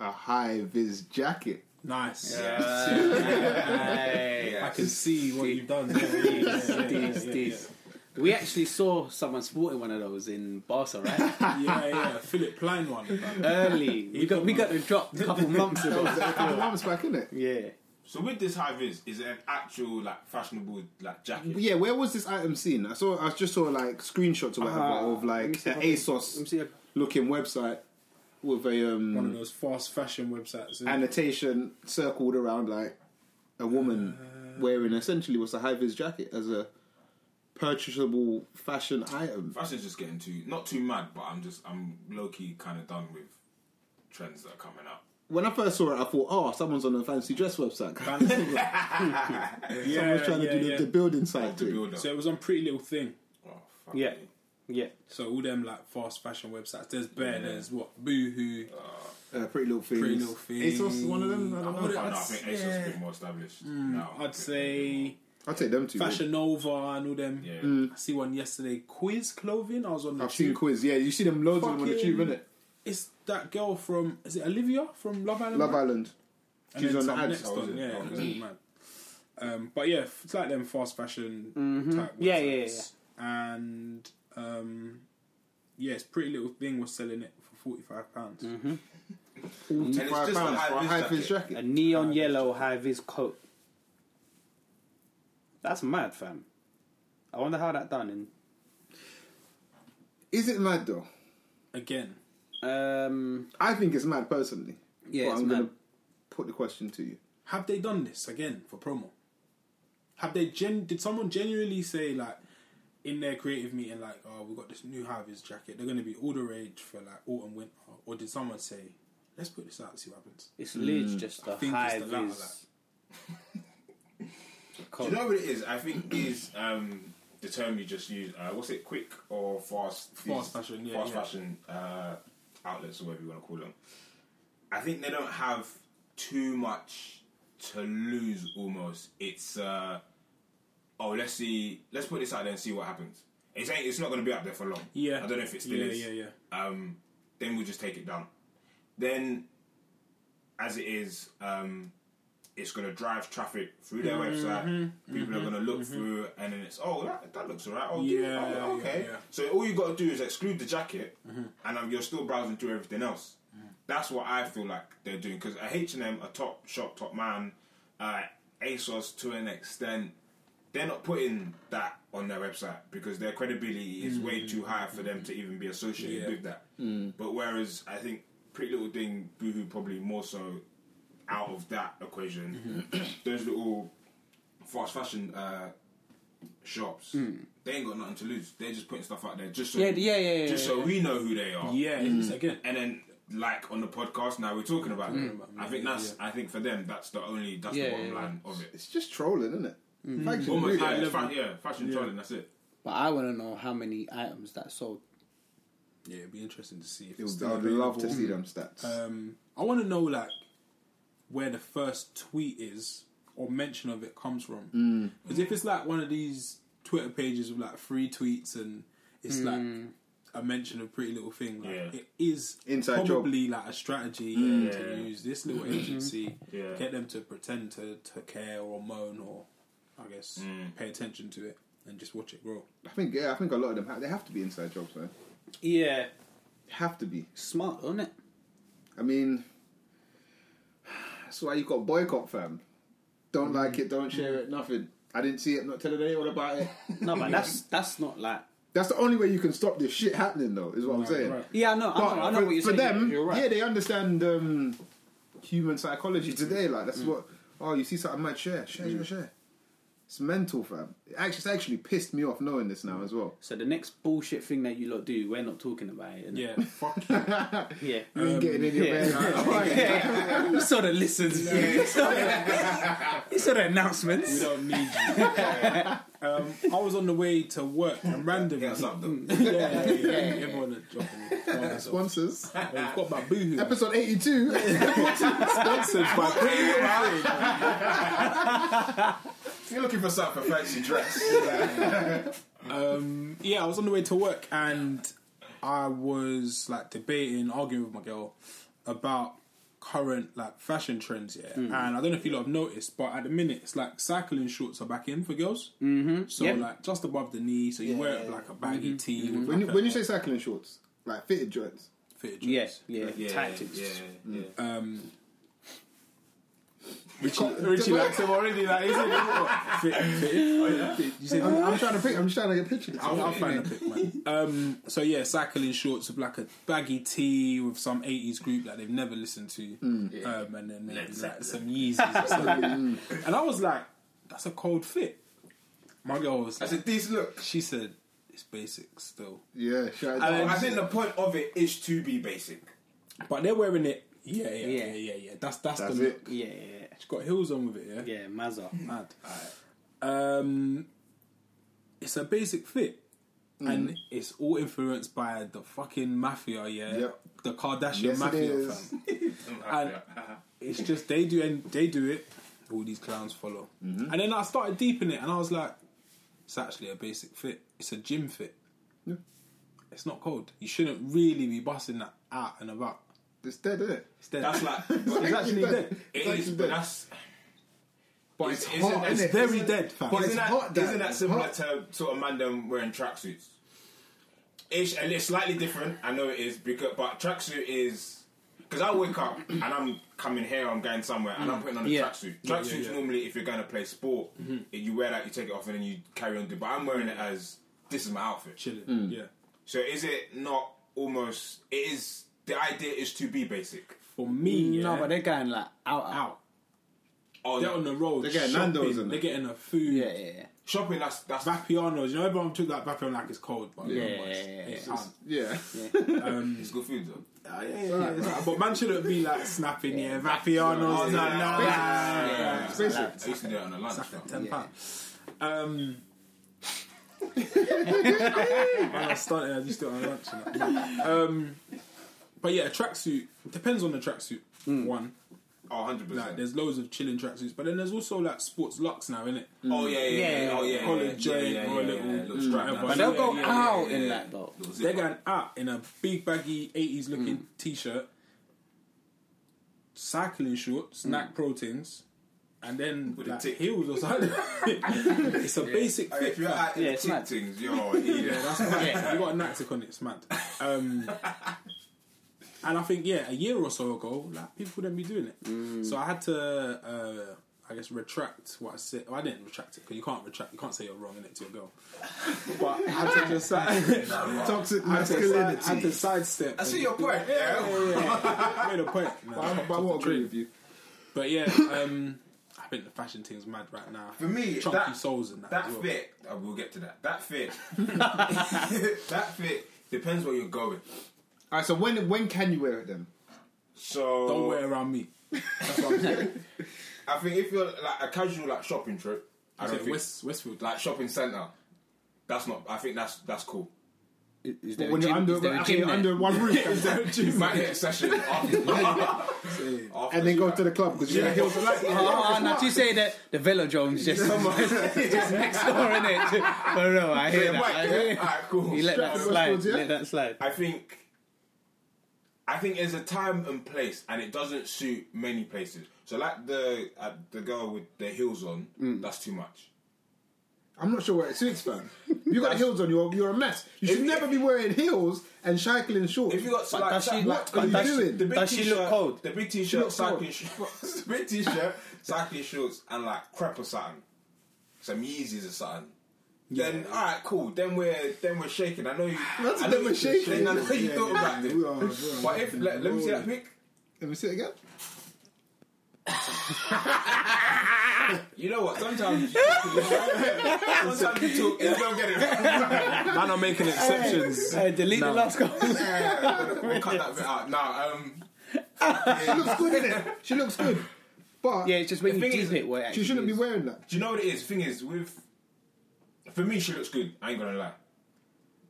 Speaker 7: a high vis jacket.
Speaker 5: Nice.
Speaker 8: Nice.
Speaker 5: I can see what you've done. Yeah, yeah, yeah, yeah, yeah,
Speaker 8: These,
Speaker 5: yeah,
Speaker 8: these. Uh, We actually saw someone sporting one of those in Barca, right?
Speaker 5: yeah, yeah, Philip Pline one. man.
Speaker 8: Early. We got we got the drop a couple months ago.
Speaker 7: couple months back, innit?
Speaker 8: Yeah.
Speaker 6: So with this high vis, is it an actual like fashionable like jacket?
Speaker 7: Yeah, where was this item seen? I saw, I just saw like screenshots or whatever
Speaker 8: Ah,
Speaker 7: of
Speaker 8: let me
Speaker 7: like
Speaker 8: see if
Speaker 7: an
Speaker 8: I can-
Speaker 7: ASOS
Speaker 8: let me see if-
Speaker 7: looking website with a
Speaker 5: One
Speaker 7: um,
Speaker 5: of those fast fashion websites. isn't it?
Speaker 7: annotation circled around like a woman
Speaker 8: Uh.
Speaker 7: wearing essentially what's a high vis jacket as a purchasable fashion item.
Speaker 6: Fashion's just getting too not too mad, but I'm just I'm low key kind of done with trends that are coming out.
Speaker 7: When I first saw it, I thought, oh, someone's on a fancy dress website. Someone's
Speaker 5: yeah,
Speaker 7: trying to
Speaker 5: yeah,
Speaker 7: do the,
Speaker 5: yeah.
Speaker 7: the building side
Speaker 6: The
Speaker 7: thing.
Speaker 6: builder.
Speaker 5: So it was on Pretty Little Thing.
Speaker 6: oh, fuck
Speaker 8: Yeah.
Speaker 6: me.
Speaker 8: Yeah.
Speaker 5: So all them like fast fashion websites. There's Bear. There's what Boohoo.
Speaker 7: Uh, pretty little things.
Speaker 5: Pretty Little Things.
Speaker 7: ASOS, one of them. I
Speaker 6: I,
Speaker 7: don't
Speaker 6: don't
Speaker 7: know.
Speaker 6: know,
Speaker 5: I'd
Speaker 6: I think ASOS
Speaker 5: say-
Speaker 6: is a bit more established now.
Speaker 5: I'd say
Speaker 7: I'll take them two.
Speaker 5: Fashion Nova and all them.
Speaker 6: Yeah.
Speaker 5: I see one yesterday. Quiz clothing. I was on the
Speaker 7: I've seen
Speaker 5: tube.
Speaker 7: quiz. Yeah, you see them loads of them on the
Speaker 5: Fucking-
Speaker 7: tube, innit?
Speaker 5: It's that girl from is it Olivia from Love Island?
Speaker 7: Love Island.
Speaker 5: And
Speaker 7: She's
Speaker 5: then
Speaker 7: on the
Speaker 5: some
Speaker 7: ads.
Speaker 5: next
Speaker 6: Oh, is
Speaker 5: one,
Speaker 6: it?
Speaker 5: Yeah,
Speaker 6: Oh,
Speaker 5: it doesn't matter. Um, but yeah, f- it's like them fast fashion type.
Speaker 8: Mm-hmm. Yeah, yeah,
Speaker 5: websites. And um, yeah, it's Pretty Little Thing was selling it for forty five pounds.
Speaker 8: Mm-hmm.
Speaker 6: And it's
Speaker 7: Five
Speaker 6: just
Speaker 7: pounds for a high vis
Speaker 6: vis jacket.
Speaker 7: jacket.
Speaker 8: A neon yellow high vis coat. That's mad, fam. I wonder how that done in
Speaker 7: Is it mad though?
Speaker 5: Again,
Speaker 8: um
Speaker 7: I think it's mad personally.
Speaker 8: Yeah,
Speaker 7: but
Speaker 8: it's
Speaker 7: I'm gonna
Speaker 8: mad.
Speaker 7: put the question to you.
Speaker 5: have they done this again for promo? Have they gen? Did someone genuinely say like in their creative meeting like, "Oh, we got this new Harvey's jacket. They're going to be all the rage for like autumn winter," or did someone say, "Let's put this out and see what happens"?
Speaker 8: it's literally just a
Speaker 5: I think
Speaker 8: high
Speaker 5: it's the latter,
Speaker 8: vis
Speaker 6: Do
Speaker 8: coat.
Speaker 6: you know what it is? I think is um, the term you just used. Uh, what's it? Quick or fast?
Speaker 5: Fast fashion, yeah,
Speaker 6: fast
Speaker 5: yeah.
Speaker 6: fashion uh, outlets or whatever you want to call them. I think they don't have too much to lose. Almost, it's uh, oh, let's see, let's put this out there and see what happens. It's ain't, it's not going to be up there for long.
Speaker 5: Yeah.
Speaker 6: I don't know if it still
Speaker 5: Yeah,
Speaker 6: is.
Speaker 5: yeah, yeah.
Speaker 6: Um, then we'll just take it down. Then, as it is, um, it's going to drive traffic through their
Speaker 5: Mm-hmm,
Speaker 6: website. People are going to look through, and then it's oh that, that looks alright. Oh, yeah,
Speaker 5: Yeah, yeah,
Speaker 6: okay.
Speaker 5: yeah. Mm-hmm.
Speaker 6: So all you got to do is exclude the jacket, and um, you're still browsing through everything else. That's what I feel like they're doing because a H and M, a top shop, top man, uh, ASOS to an extent, they're not putting that on their website because their credibility is way too high for them to even be associated
Speaker 5: Yeah.
Speaker 6: with that.
Speaker 8: Mm.
Speaker 6: But whereas I think Pretty Little Thing, Boohoo, probably more so out of that equation, those little fast fashion uh, shops, they ain't got nothing to lose. They're just putting stuff out there just so
Speaker 8: Yeah, yeah, yeah, yeah,
Speaker 6: just so we know who they are.
Speaker 5: Yeah, it's
Speaker 8: Mm.
Speaker 5: again.
Speaker 6: And then, like on the podcast, now we're talking about them. I think that's. I think for them, that's the only. That's
Speaker 8: Yeah,
Speaker 6: the bottom
Speaker 8: yeah,
Speaker 6: line of it.
Speaker 7: It's just trolling, isn't it? Fact, you
Speaker 6: Almost
Speaker 7: really-
Speaker 6: like fa- yeah, fashion trolling. That's it.
Speaker 8: But I wanna know how many items that sold.
Speaker 5: Yeah, it'd be interesting to see if
Speaker 7: It
Speaker 5: it's
Speaker 7: would-
Speaker 5: still
Speaker 7: I'd love to
Speaker 5: available.
Speaker 7: see them stats.
Speaker 5: Um, I want to know like where the first tweet is or mention of it comes
Speaker 7: Mm.
Speaker 5: from. Because if it's like one of these Twitter pages with like three tweets and it's like a mention of Pretty Little Thing, like,
Speaker 6: Hmm. Yeah.
Speaker 5: it is
Speaker 7: Inside Mm.
Speaker 5: probably like a strategy to
Speaker 6: Yeah. Mm-hmm.
Speaker 5: use this little agency,
Speaker 6: Yeah.
Speaker 5: get them to pretend to, to care or moan or I guess
Speaker 6: Mm.
Speaker 5: pay attention to it and just watch it grow.
Speaker 7: I think yeah, I think a lot of them have, they have to be inside jobs, man.
Speaker 8: Yeah.
Speaker 7: Have to be.
Speaker 8: Smart, isn't it?
Speaker 7: I mean, that's why you got boycott, fam. Don't like it, don't share it, nothing. I didn't see it, not telling anyone about it.
Speaker 8: No, but that's that's not like
Speaker 7: That's the only way you can stop this shit happening, though, is what I'm saying.
Speaker 8: Yeah, I know, I
Speaker 7: But
Speaker 8: know, I know
Speaker 7: for,
Speaker 8: what you're
Speaker 7: for
Speaker 8: saying.
Speaker 7: them,
Speaker 8: you're right.
Speaker 7: yeah, they understand um, human psychology today. Like that's what. Oh, you see something, mad share, share, share, share. It's mental, fam. It actually, it's actually pissed me off knowing this now as well.
Speaker 8: So the next bullshit thing that you lot do, we're not talking about it. innit?
Speaker 5: Yeah, fuck you.
Speaker 8: yeah.
Speaker 7: You ain't getting in your
Speaker 8: Um, yeah.
Speaker 7: bed. like, oh,
Speaker 8: yeah. You saw the listens. You saw the- you saw the
Speaker 5: We
Speaker 8: announcements.
Speaker 5: don't need you. um, I was on the way to work and randomly.
Speaker 6: Yeah, something.
Speaker 5: yeah, yeah, yeah. Everyone had dropped me. Oh, so-
Speaker 7: Sponsors.
Speaker 5: I've got my boohoo.
Speaker 7: Episode 82.
Speaker 5: Episodes by Pretty Little Thing.
Speaker 6: You're looking for something fancy dress.
Speaker 5: Um, yeah, I was on the way to work and I was like debating, arguing with my girl about current like fashion trends yeah and I don't know if you lot have noticed but at the minute it's like cycling shorts are back in for girls mm-hmm. so
Speaker 8: Yep.
Speaker 5: like just above the knee so you wear it with, like a baggy tee with,
Speaker 7: When you,
Speaker 5: like,
Speaker 7: when you say cycling shorts, like fitted joints,
Speaker 5: a fitted
Speaker 8: Yeah,
Speaker 5: dress.
Speaker 8: yeah,
Speaker 6: Yeah,
Speaker 8: tactics.
Speaker 6: Yeah, yeah.
Speaker 5: Richie, Richie likes them already like he's in the fit, fit. you said
Speaker 7: I'm, I'm trying to pick. I'm just trying to get pictures.
Speaker 5: I'll, I'll find a pic, man. Um, so yeah, cycling shorts with like a baggy tee with some '80s group that they've never listened to, um, and then maybe like some Yeezys or something. and I was like, "That's a cold fit." My girl was
Speaker 6: That's a
Speaker 5: like,
Speaker 6: decent look.
Speaker 5: she said, "It's basic still,"
Speaker 7: Yeah, shout out.
Speaker 6: I think the point of it is to be basic.
Speaker 5: but they're wearing it. Yeah, yeah, yeah,
Speaker 8: Yeah.
Speaker 5: yeah, yeah. That's that's,
Speaker 7: That's
Speaker 5: the
Speaker 7: it.
Speaker 5: look.
Speaker 8: Yeah, yeah,
Speaker 5: She's got heels on with it. Yeah,
Speaker 8: yeah. Mazza.
Speaker 5: mad. Um, it's a basic fit,
Speaker 7: Mm.
Speaker 5: and it's all influenced by the fucking mafia, yeah,
Speaker 7: Yep.
Speaker 5: the Kardashian
Speaker 7: Yes, it
Speaker 5: mafia.
Speaker 7: is.
Speaker 5: Fam. and it's just they do and they do it. All these clowns follow,
Speaker 7: Mm-hmm.
Speaker 5: and then I started deep in it, and I was like, it's actually a basic fit. It's a gym fit.
Speaker 7: Yeah.
Speaker 5: It's not cold. You shouldn't really be busting that out and about.
Speaker 7: It's dead, isn't it?
Speaker 5: It's dead.
Speaker 6: That's like, but
Speaker 5: it's actually
Speaker 7: It's
Speaker 5: dead.
Speaker 6: it is, but that's. But
Speaker 7: it's hot,
Speaker 6: that,
Speaker 7: innit?
Speaker 5: It's very dead, fam.
Speaker 6: But
Speaker 7: it's
Speaker 6: isn't that,
Speaker 7: hot, that-
Speaker 6: isn't that
Speaker 7: it's
Speaker 6: similar
Speaker 7: hot.
Speaker 6: to sort of man them wearing tracksuits? Ish, and it's slightly different. I know it is because, but tracksuit is because I wake up and I'm coming here, I'm going somewhere, and I'm putting on a
Speaker 8: Yeah.
Speaker 6: tracksuit. Tracksuits normally, if you're going to play sport, you wear that, you take it off, and then you carry on. doing- But I'm wearing it as this is my outfit.
Speaker 5: Chilling.
Speaker 7: Mm.
Speaker 5: Yeah.
Speaker 6: So is it not almost? It is. The idea is to be basic.
Speaker 5: For me, yeah,
Speaker 8: No, but they're going like out, out.
Speaker 5: out.
Speaker 6: Oh,
Speaker 5: They're on the road.
Speaker 7: They're getting
Speaker 5: shopping,
Speaker 7: Nando's, innit?
Speaker 5: They're getting a food.
Speaker 8: Yeah, yeah, yeah.
Speaker 6: shopping. That's that's
Speaker 5: Vapianos. You know, everyone took that Vapiano like it's cold, but
Speaker 8: Yeah,
Speaker 5: no, it's-
Speaker 8: yeah, yeah,
Speaker 5: it's
Speaker 8: yeah.
Speaker 5: hot.
Speaker 7: Yeah.
Speaker 6: it's good food though.
Speaker 5: Ah, yeah, yeah, yeah, it's hot. But man shouldn't be like snapping, yeah, Vapianos, nah,
Speaker 6: Yeah.
Speaker 5: nah, nah.
Speaker 6: Yeah.
Speaker 7: It's basic.
Speaker 6: I used to do it on a lunch.
Speaker 5: Like
Speaker 6: though.
Speaker 5: at ten pounds. Um, when I started, I used to do it on lunch. and that. Um, but yeah, a tracksuit depends on the tracksuit. One,
Speaker 6: Oh, 100
Speaker 5: like
Speaker 6: percent.
Speaker 5: there's loads of chilling tracksuits, but then there's also like sports lux now, innit?
Speaker 6: Oh yeah, yeah, yeah,
Speaker 8: Yeah,
Speaker 6: oh
Speaker 8: yeah,
Speaker 6: yeah,
Speaker 5: Collar
Speaker 6: yeah, yeah,
Speaker 5: joint
Speaker 6: yeah,
Speaker 5: or a
Speaker 6: yeah,
Speaker 5: little
Speaker 6: yeah,
Speaker 5: whatever.
Speaker 6: strap down.
Speaker 8: But they'll
Speaker 5: yeah,
Speaker 8: go
Speaker 5: yeah,
Speaker 8: out
Speaker 6: yeah,
Speaker 8: in
Speaker 6: yeah.
Speaker 8: that though.
Speaker 6: Little zip
Speaker 5: They're
Speaker 6: up.
Speaker 5: going out in a big baggy eighties looking
Speaker 6: Mm.
Speaker 5: t-shirt, cycling shorts, snack proteins, and then
Speaker 6: Mm. a
Speaker 5: like,
Speaker 6: tick.
Speaker 5: heels or something. it's a basic
Speaker 6: Hey,
Speaker 5: fit.
Speaker 6: If you're
Speaker 5: fam.
Speaker 6: out in
Speaker 8: Yeah,
Speaker 6: the
Speaker 8: it's
Speaker 6: tick
Speaker 8: mad.
Speaker 6: things, yo, yeah, that's
Speaker 5: you got a Natick on it, it's mad. Um, and I think yeah, a year or so ago, like people didn't be doing it.
Speaker 6: Mm.
Speaker 5: So I had to, uh, I guess, retract what I said. Well, I didn't retract it because you can't retract. You can't say you're wrong in it to a girl. But I had to just like,
Speaker 7: Toxic
Speaker 5: I had to, side, I had to
Speaker 7: masculinity.
Speaker 5: sidestep.
Speaker 6: I see your point. Yeah,
Speaker 5: made a point.
Speaker 7: I,
Speaker 5: man.
Speaker 7: I will agree with you.
Speaker 5: But yeah, um, I think the fashion thing's mad right now.
Speaker 6: for me,
Speaker 5: chunky
Speaker 6: that
Speaker 5: souls and that.
Speaker 6: that
Speaker 5: as well.
Speaker 6: fit. I will get to that. That fit. that fit depends where you're going.
Speaker 7: All right, so when when can you wear it then?
Speaker 6: So
Speaker 5: Don't wear around me.
Speaker 6: I think if you're like a casual like shopping trip, I don't
Speaker 5: Like
Speaker 6: think
Speaker 5: West, Westfield.
Speaker 6: like shopping centre. That's not. I think that's that's cool.
Speaker 8: Is, is there
Speaker 7: When
Speaker 8: a
Speaker 7: you're
Speaker 8: gym,
Speaker 7: under,
Speaker 8: is there a
Speaker 7: okay,
Speaker 8: gym
Speaker 7: you're
Speaker 8: there?
Speaker 7: under one roof,
Speaker 6: You might hit a session after, after
Speaker 7: and then go
Speaker 6: that.
Speaker 7: to the club because you're
Speaker 6: Yeah.
Speaker 7: yeah. heels are like,
Speaker 8: Oh, oh, now you say that the velodrome's just, just next door, innit? For real, I hear
Speaker 6: Yeah,
Speaker 8: that.
Speaker 6: right,
Speaker 8: I
Speaker 6: yeah.
Speaker 8: hear-
Speaker 6: Alright, cool.
Speaker 8: You let that
Speaker 7: Stratford
Speaker 8: slide.
Speaker 7: Westfields, yeah?
Speaker 8: Let that slide.
Speaker 6: I think I think there's a time and place, and it doesn't suit many places. So, like the uh, the girl with the heels on, that's too much.
Speaker 7: I'm not sure where it suits, fam. You got heels on, you're you're a mess. You should
Speaker 6: If-
Speaker 7: never be wearing heels and cycling shorts.
Speaker 6: If you got
Speaker 8: But
Speaker 6: like,
Speaker 8: does she-
Speaker 6: like,
Speaker 7: what are you
Speaker 8: does she-
Speaker 7: doing?
Speaker 6: The big
Speaker 8: does she
Speaker 6: t-shirt-
Speaker 8: look cold?
Speaker 6: The big
Speaker 7: She
Speaker 6: t-shirt,
Speaker 7: looks cold.
Speaker 6: cycling shorts, the big t-shirt, cycling shorts, and like crep or something, some Yeezys or something. Then all right, cool. Then we're then we're shaking. I know you.
Speaker 7: That's
Speaker 6: I
Speaker 7: a
Speaker 6: know
Speaker 7: them
Speaker 6: you-
Speaker 7: are shaking.
Speaker 6: then I know you thought about
Speaker 7: We
Speaker 6: this.
Speaker 7: are- we are-
Speaker 6: But if let, let me see that pic.
Speaker 7: Oh, Let me see it again.
Speaker 6: You know what? Sometimes you sometimes you talk, you don't get it.
Speaker 5: Man are making exceptions.
Speaker 8: Hey, delete the last comment.
Speaker 6: we'll cut that bit out. Now, um,
Speaker 7: She looks good, innit? She looks good, but
Speaker 8: Yeah, it's just when
Speaker 6: The
Speaker 8: you
Speaker 6: thing
Speaker 8: deep
Speaker 6: is,
Speaker 8: it, where it
Speaker 7: she shouldn't be
Speaker 8: actually
Speaker 7: wearing that.
Speaker 6: do you know what it is? Thing is, with for me, she looks good. I ain't gonna lie.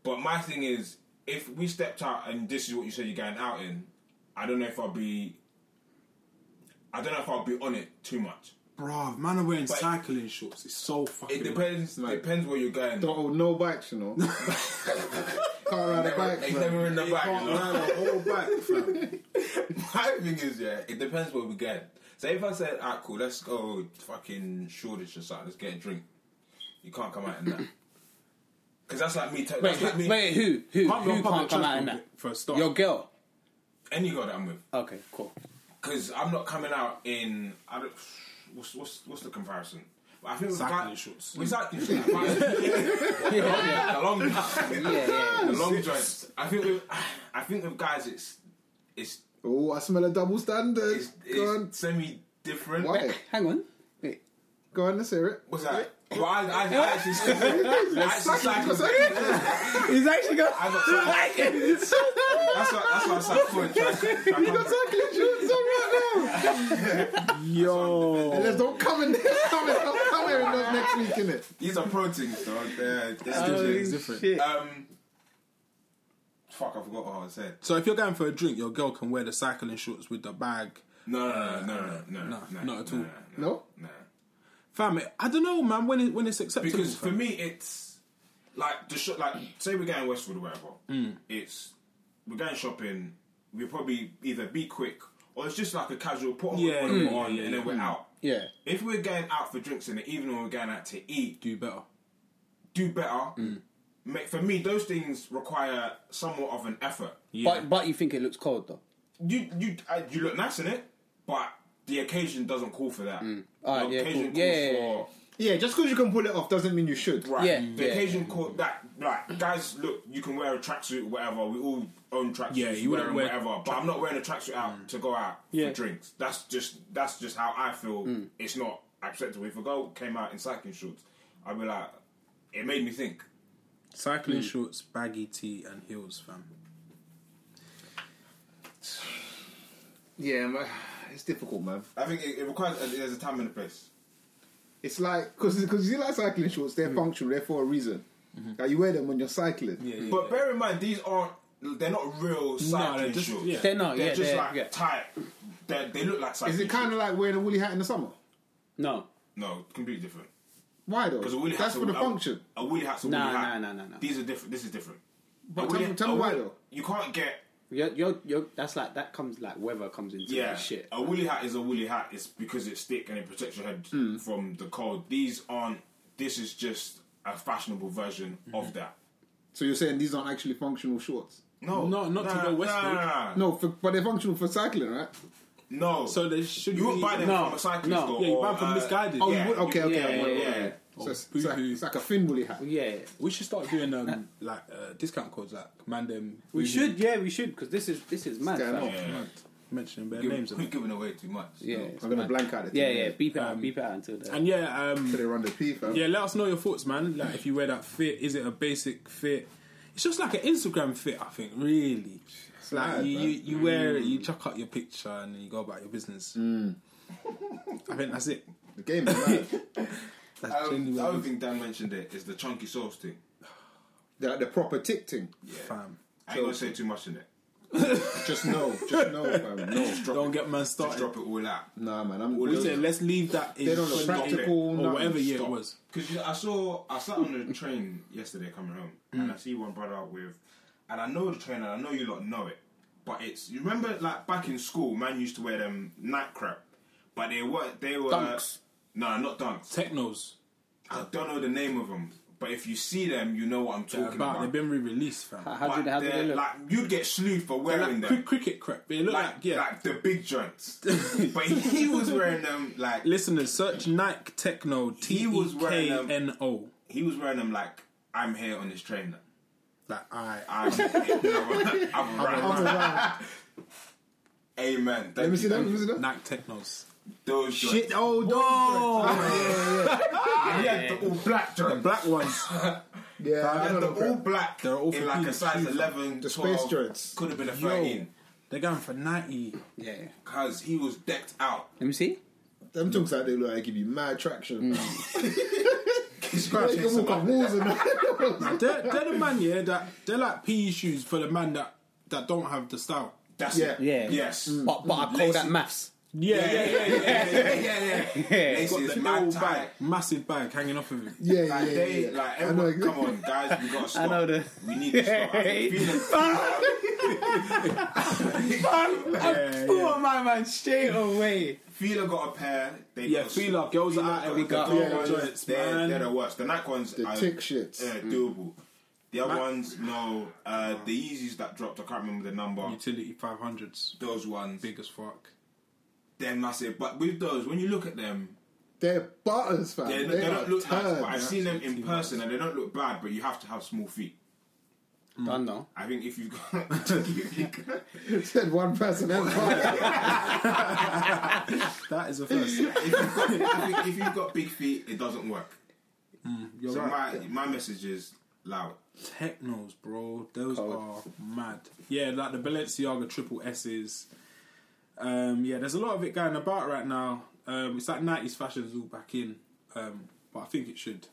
Speaker 6: But my thing is, if we stepped out and this is what you said you're going out in, I don't know if I'll be. I don't know if I'll be on it too much.
Speaker 5: Bruv, man are wearing
Speaker 6: But-
Speaker 5: cycling shorts. It's so fucking.
Speaker 6: It depends. depends where you're going.
Speaker 7: Don't own no bikes, you know. can't ride a bike.
Speaker 6: He's
Speaker 7: fam.
Speaker 6: never in the back.
Speaker 5: can't
Speaker 6: you know?
Speaker 5: ride a whole bike, fam.
Speaker 6: My thing is, yeah, it depends where we get. So if I said, alright, cool, let's go fucking Shoreditch or something, let's get a drink. You can't come out in that. Because that's like me. T-
Speaker 8: Wait,
Speaker 6: that's like me.
Speaker 8: who, wait, who, who,
Speaker 5: Can't be on
Speaker 8: who
Speaker 5: public
Speaker 8: can't come out in that?
Speaker 5: transport for a start.
Speaker 8: Your girl.
Speaker 6: Any girl that I'm with.
Speaker 8: Okay, cool.
Speaker 6: Because I'm not coming out in. I don't, what's, what's, what's the comparison? I think
Speaker 5: Cycling shorts.
Speaker 6: Exactly. the long, the long,
Speaker 8: Yeah, yeah.
Speaker 6: the long joints. I think with, I think with guys, it's it's
Speaker 7: Oh, I smell a double standard.
Speaker 6: it's,
Speaker 7: go on,
Speaker 6: it's semi different.
Speaker 7: why?
Speaker 8: Hang on. Wait.
Speaker 7: Go on, let's hear it.
Speaker 6: What's that? Well, I, I, I actually, I actually cycled.
Speaker 8: He's actually got.
Speaker 6: I got cycled. That's why, that's why I cycled for a track. track
Speaker 7: You got cycling shorts on right now.
Speaker 5: Yo.
Speaker 7: Let's don't come in. Don't come in. Don't come here in those next week, innit?
Speaker 6: These are proteins, though. They're, they're
Speaker 5: It's
Speaker 6: different.
Speaker 5: different.
Speaker 6: Um, fuck, I forgot what I said.
Speaker 5: So if you're going for a drink, your girl can wear the cycling shorts with the bag.
Speaker 6: No, no, no, no, no, no, no,
Speaker 5: not at
Speaker 6: no,
Speaker 5: all.
Speaker 6: No,
Speaker 7: No?
Speaker 6: no,
Speaker 5: Fam, it- I don't know, man. When it, when it's acceptable,
Speaker 6: because for
Speaker 5: fam.
Speaker 6: me, it's like the shop. Like, say we're going Westwood or whatever.
Speaker 5: Hmm.
Speaker 6: It's we're going shopping. We probably either be quick or it's just like a casual put on
Speaker 5: Yeah, Hmm.
Speaker 6: yeah, on,
Speaker 5: yeah,
Speaker 6: and
Speaker 5: yeah,
Speaker 6: then we're out.
Speaker 8: Yeah.
Speaker 6: If we're going out for drinks in the evening, or we're going out to eat.
Speaker 5: do better.
Speaker 6: do better.
Speaker 8: Mm.
Speaker 6: Make, for me, those things require somewhat of an effort.
Speaker 8: But but you think it looks cold though.
Speaker 6: You you uh, you look nice in it, but the occasion doesn't call for that.
Speaker 8: Mm. Alright,
Speaker 6: the
Speaker 8: yeah,
Speaker 6: occasion
Speaker 8: cool. Yeah, yeah,
Speaker 6: calls
Speaker 7: Yeah, just because you can pull it off doesn't mean you should.
Speaker 6: for right.
Speaker 8: Yeah,
Speaker 6: the
Speaker 8: yeah,
Speaker 6: occasion call that like guys. Look, you can wear a tracksuit, whatever. We all own tracksuits.
Speaker 5: Yeah, you wouldn't
Speaker 6: wear
Speaker 5: wear-
Speaker 6: 'em, whatever. But I'm not wearing a tracksuit out to go out
Speaker 8: Yeah.
Speaker 6: for drinks. That's just that's just how I feel. It's not acceptable. If a girl came out in cycling shorts, I'd be like, it made me think.
Speaker 5: Cycling
Speaker 8: Mm.
Speaker 5: shorts, baggy tee, and heels, fam.
Speaker 7: Yeah, man. It's difficult, man.
Speaker 6: I think it, it requires there's a time and a place.
Speaker 7: It's like because because you like cycling shorts, they're functional, they're for a reason. Like you wear them when you're cycling.
Speaker 6: But bear in mind, these aren't. They're not real cycling
Speaker 5: just-
Speaker 6: shoes.
Speaker 5: yeah.
Speaker 8: They're not.
Speaker 6: They're
Speaker 8: yeah,
Speaker 6: just
Speaker 8: they're,
Speaker 6: like
Speaker 8: yeah.
Speaker 6: tight. They're, they look like cycling.
Speaker 7: Is it kind of like wearing a woolly hat in the summer?
Speaker 8: No.
Speaker 6: no? Completely different.
Speaker 7: Why though?
Speaker 6: Because a woolly
Speaker 7: That's
Speaker 6: hat's a-
Speaker 7: for the
Speaker 6: a-
Speaker 7: function.
Speaker 6: A woolly hat's a
Speaker 8: Nah,
Speaker 6: woolly hat.
Speaker 8: nah, nah, nah, nah.
Speaker 6: These are different. This is different.
Speaker 7: But
Speaker 6: A
Speaker 7: tell
Speaker 6: woolly-
Speaker 7: me- tell me
Speaker 6: a
Speaker 7: why,
Speaker 6: woolly-
Speaker 7: though.
Speaker 6: You can't get
Speaker 8: You're, you're, you're, that's like that comes like weather comes into
Speaker 6: yeah. Oh.
Speaker 8: this shit.
Speaker 6: A woolly hat is a woolly hat. It's because it's thick and it protects your head from the cold. These aren't. This is just a fashionable version of that.
Speaker 7: So you're saying these aren't actually functional shorts?
Speaker 6: No,
Speaker 5: No, not to
Speaker 6: nah,
Speaker 5: go
Speaker 6: Nah,
Speaker 5: westward.
Speaker 6: nah, nah.
Speaker 7: No, for, but they're functional for cycling, right?
Speaker 6: no.
Speaker 5: So they should
Speaker 6: you
Speaker 5: be-
Speaker 6: wouldn't buy them
Speaker 8: No,
Speaker 6: from a cycling
Speaker 8: no.
Speaker 6: store.
Speaker 5: Yeah, you
Speaker 6: or,
Speaker 5: buy from
Speaker 6: uh,
Speaker 5: misguided.
Speaker 7: Oh,
Speaker 6: yeah.
Speaker 7: you would? okay, okay.
Speaker 8: yeah,
Speaker 7: I'm with-
Speaker 6: yeah,
Speaker 7: okay.
Speaker 6: yeah.
Speaker 7: So it's,
Speaker 5: Or
Speaker 7: it's like,
Speaker 5: boohoo.
Speaker 7: it's like a thin woolly hat.
Speaker 8: Yeah.
Speaker 5: We should start doing um like uh, discount codes, like Mandem.
Speaker 8: We should. Yeah, we should because this is this is mad.
Speaker 7: Stand
Speaker 8: fam.
Speaker 7: off.
Speaker 6: Yeah.
Speaker 5: mentioning their
Speaker 6: Give-
Speaker 5: names.
Speaker 6: We're giving away too much.
Speaker 8: Yeah. it's
Speaker 7: I'm gonna
Speaker 8: mad.
Speaker 7: blank out it.
Speaker 8: Yeah, Um, yeah. Beep it out. Beep it out until the.
Speaker 5: And yeah, um,
Speaker 7: So they run the P, fam.
Speaker 5: Yeah, let us know your thoughts, man. Like, if you wear that fit, is it a basic fit? It's just like an Instagram fit, I think, really. It's like
Speaker 7: mad, Mm.
Speaker 5: you, you,
Speaker 7: man.
Speaker 5: you wear it, you chuck out your picture, and then you go about your business.
Speaker 7: Mm.
Speaker 5: I think that's it.
Speaker 7: The game is mad.
Speaker 5: That's
Speaker 6: Um,
Speaker 5: genuinely
Speaker 6: the other thing Dan mentioned there is the chunky sauce thing.
Speaker 7: the, the proper tick thing.
Speaker 5: fam.
Speaker 6: I ain't gonna say too much in it.
Speaker 7: Just no, just no, fam. No,
Speaker 6: Just drop
Speaker 5: Don't
Speaker 6: it.
Speaker 5: get man
Speaker 6: Just
Speaker 5: started.
Speaker 6: drop it all out.
Speaker 7: nah, man. I'm.
Speaker 5: We said let's leave that in
Speaker 7: They don't look
Speaker 5: or
Speaker 7: practical. nothing.
Speaker 5: whatever year it was.
Speaker 6: Because you know, I saw I sat on the train yesterday coming home,
Speaker 8: Mm.
Speaker 6: and I see one brother out with, and I know the train, and I know you lot know it, but it's you remember like back in school, man used to wear them night crap, but they were they were
Speaker 8: Dunks.
Speaker 6: No, not dunks.
Speaker 5: Technos
Speaker 6: I don't know the name of them, but if you see them, you know what I'm talking
Speaker 5: about
Speaker 6: about.
Speaker 5: they've been re-released, fam.
Speaker 8: how how do
Speaker 6: But
Speaker 8: they, how do
Speaker 6: they're,
Speaker 8: they look?
Speaker 6: Like you'd get slewed for
Speaker 5: They're
Speaker 6: wearing
Speaker 5: like cri-
Speaker 6: them.
Speaker 5: cricket crap. They look like,
Speaker 6: like
Speaker 5: yeah.
Speaker 6: like the big joints. but he was wearing them like
Speaker 5: Listeners, search Nike Techno T
Speaker 6: He was
Speaker 5: E K
Speaker 6: wearing them-
Speaker 5: N O.
Speaker 6: he was wearing them like I'm here on this train.
Speaker 5: Like I.
Speaker 6: I'm I'm, I'm around.
Speaker 7: Wow.
Speaker 6: Amen. Thank
Speaker 7: Let me
Speaker 6: you,
Speaker 7: see that.
Speaker 6: thank
Speaker 7: Let me
Speaker 6: you.
Speaker 7: see that.
Speaker 5: Nike Technos.
Speaker 6: Those joints.
Speaker 7: Shit. Oh,
Speaker 6: He had the all black joints.
Speaker 5: Black ones.
Speaker 7: Yeah, I
Speaker 6: He
Speaker 7: don't
Speaker 6: had the
Speaker 7: know.
Speaker 6: all
Speaker 7: All...
Speaker 6: black
Speaker 5: They're all
Speaker 6: in
Speaker 5: for
Speaker 6: like a
Speaker 5: kids,
Speaker 6: size
Speaker 5: shoes, fam.
Speaker 6: 11,
Speaker 7: The
Speaker 6: 12.
Speaker 7: space joints.
Speaker 6: Could have been a
Speaker 5: Yo.
Speaker 6: 13.
Speaker 5: They're going for 90.
Speaker 8: Yeah.
Speaker 6: Because he was decked out.
Speaker 8: Let me see.
Speaker 7: Them talks like they look like give you mad traction.
Speaker 6: He's
Speaker 7: you can walk on walls and that.
Speaker 5: They're, they're the man, yeah, that they're like PE shoes for the man that, that don't have the style.
Speaker 6: That's
Speaker 7: Yeah. Mm.
Speaker 6: it.
Speaker 8: Yeah.
Speaker 6: Yes.
Speaker 8: But but I call
Speaker 6: Lacy.
Speaker 8: that maths.
Speaker 5: Yeah, yeah, yeah, yeah.
Speaker 6: yeah, yeah, yeah.
Speaker 5: Got
Speaker 6: Macy's
Speaker 5: the
Speaker 6: mad
Speaker 5: old
Speaker 6: tight.
Speaker 5: bag, massive bag hanging off of him.
Speaker 7: Yeah,
Speaker 6: Like
Speaker 7: yeah,
Speaker 6: they,
Speaker 7: yeah.
Speaker 6: like
Speaker 7: I
Speaker 6: everyone,
Speaker 7: know.
Speaker 6: come on, guys, we gotta stop.
Speaker 8: know the-
Speaker 6: We need to stop. I've been feeling
Speaker 8: I threw on Oh, my man straight away.
Speaker 6: Fila got a pair. They
Speaker 5: Yeah,
Speaker 6: got a-
Speaker 5: Fila, girls are out
Speaker 6: got
Speaker 5: and we
Speaker 6: the
Speaker 5: got
Speaker 6: dark
Speaker 7: all
Speaker 6: ones,
Speaker 5: joints,
Speaker 6: they're,
Speaker 5: man.
Speaker 6: They're the worst. The Nike ones,
Speaker 7: The
Speaker 6: are,
Speaker 7: tick shits. Mm.
Speaker 6: yeah, doable. The other ones, no. Uh, the Yeezys that dropped, I can't remember the number.
Speaker 5: Utility 500s,
Speaker 6: Those ones,
Speaker 5: big as fuck.
Speaker 6: they're massive. But with those, when you look at them,
Speaker 7: They're butters, fam.
Speaker 6: they,
Speaker 7: They,
Speaker 6: they,
Speaker 7: are
Speaker 6: don't look nice. But
Speaker 7: turds.
Speaker 6: I've seen them in person, and they don't look bad. But you have to have small feet.
Speaker 8: Done now.
Speaker 6: I think if you've got
Speaker 7: Said one person and fire.
Speaker 5: That is a first.
Speaker 6: if you've got, I think if you've got big feet, it doesn't work.
Speaker 5: Mm,
Speaker 6: so my my message is loud.
Speaker 5: Technos, bro. Those are mad. Yeah, like the Balenciaga triple S's. Um, yeah, there's a lot of it going about right now. Um, it's like 90s fashion's all back in. Um, but I think it should.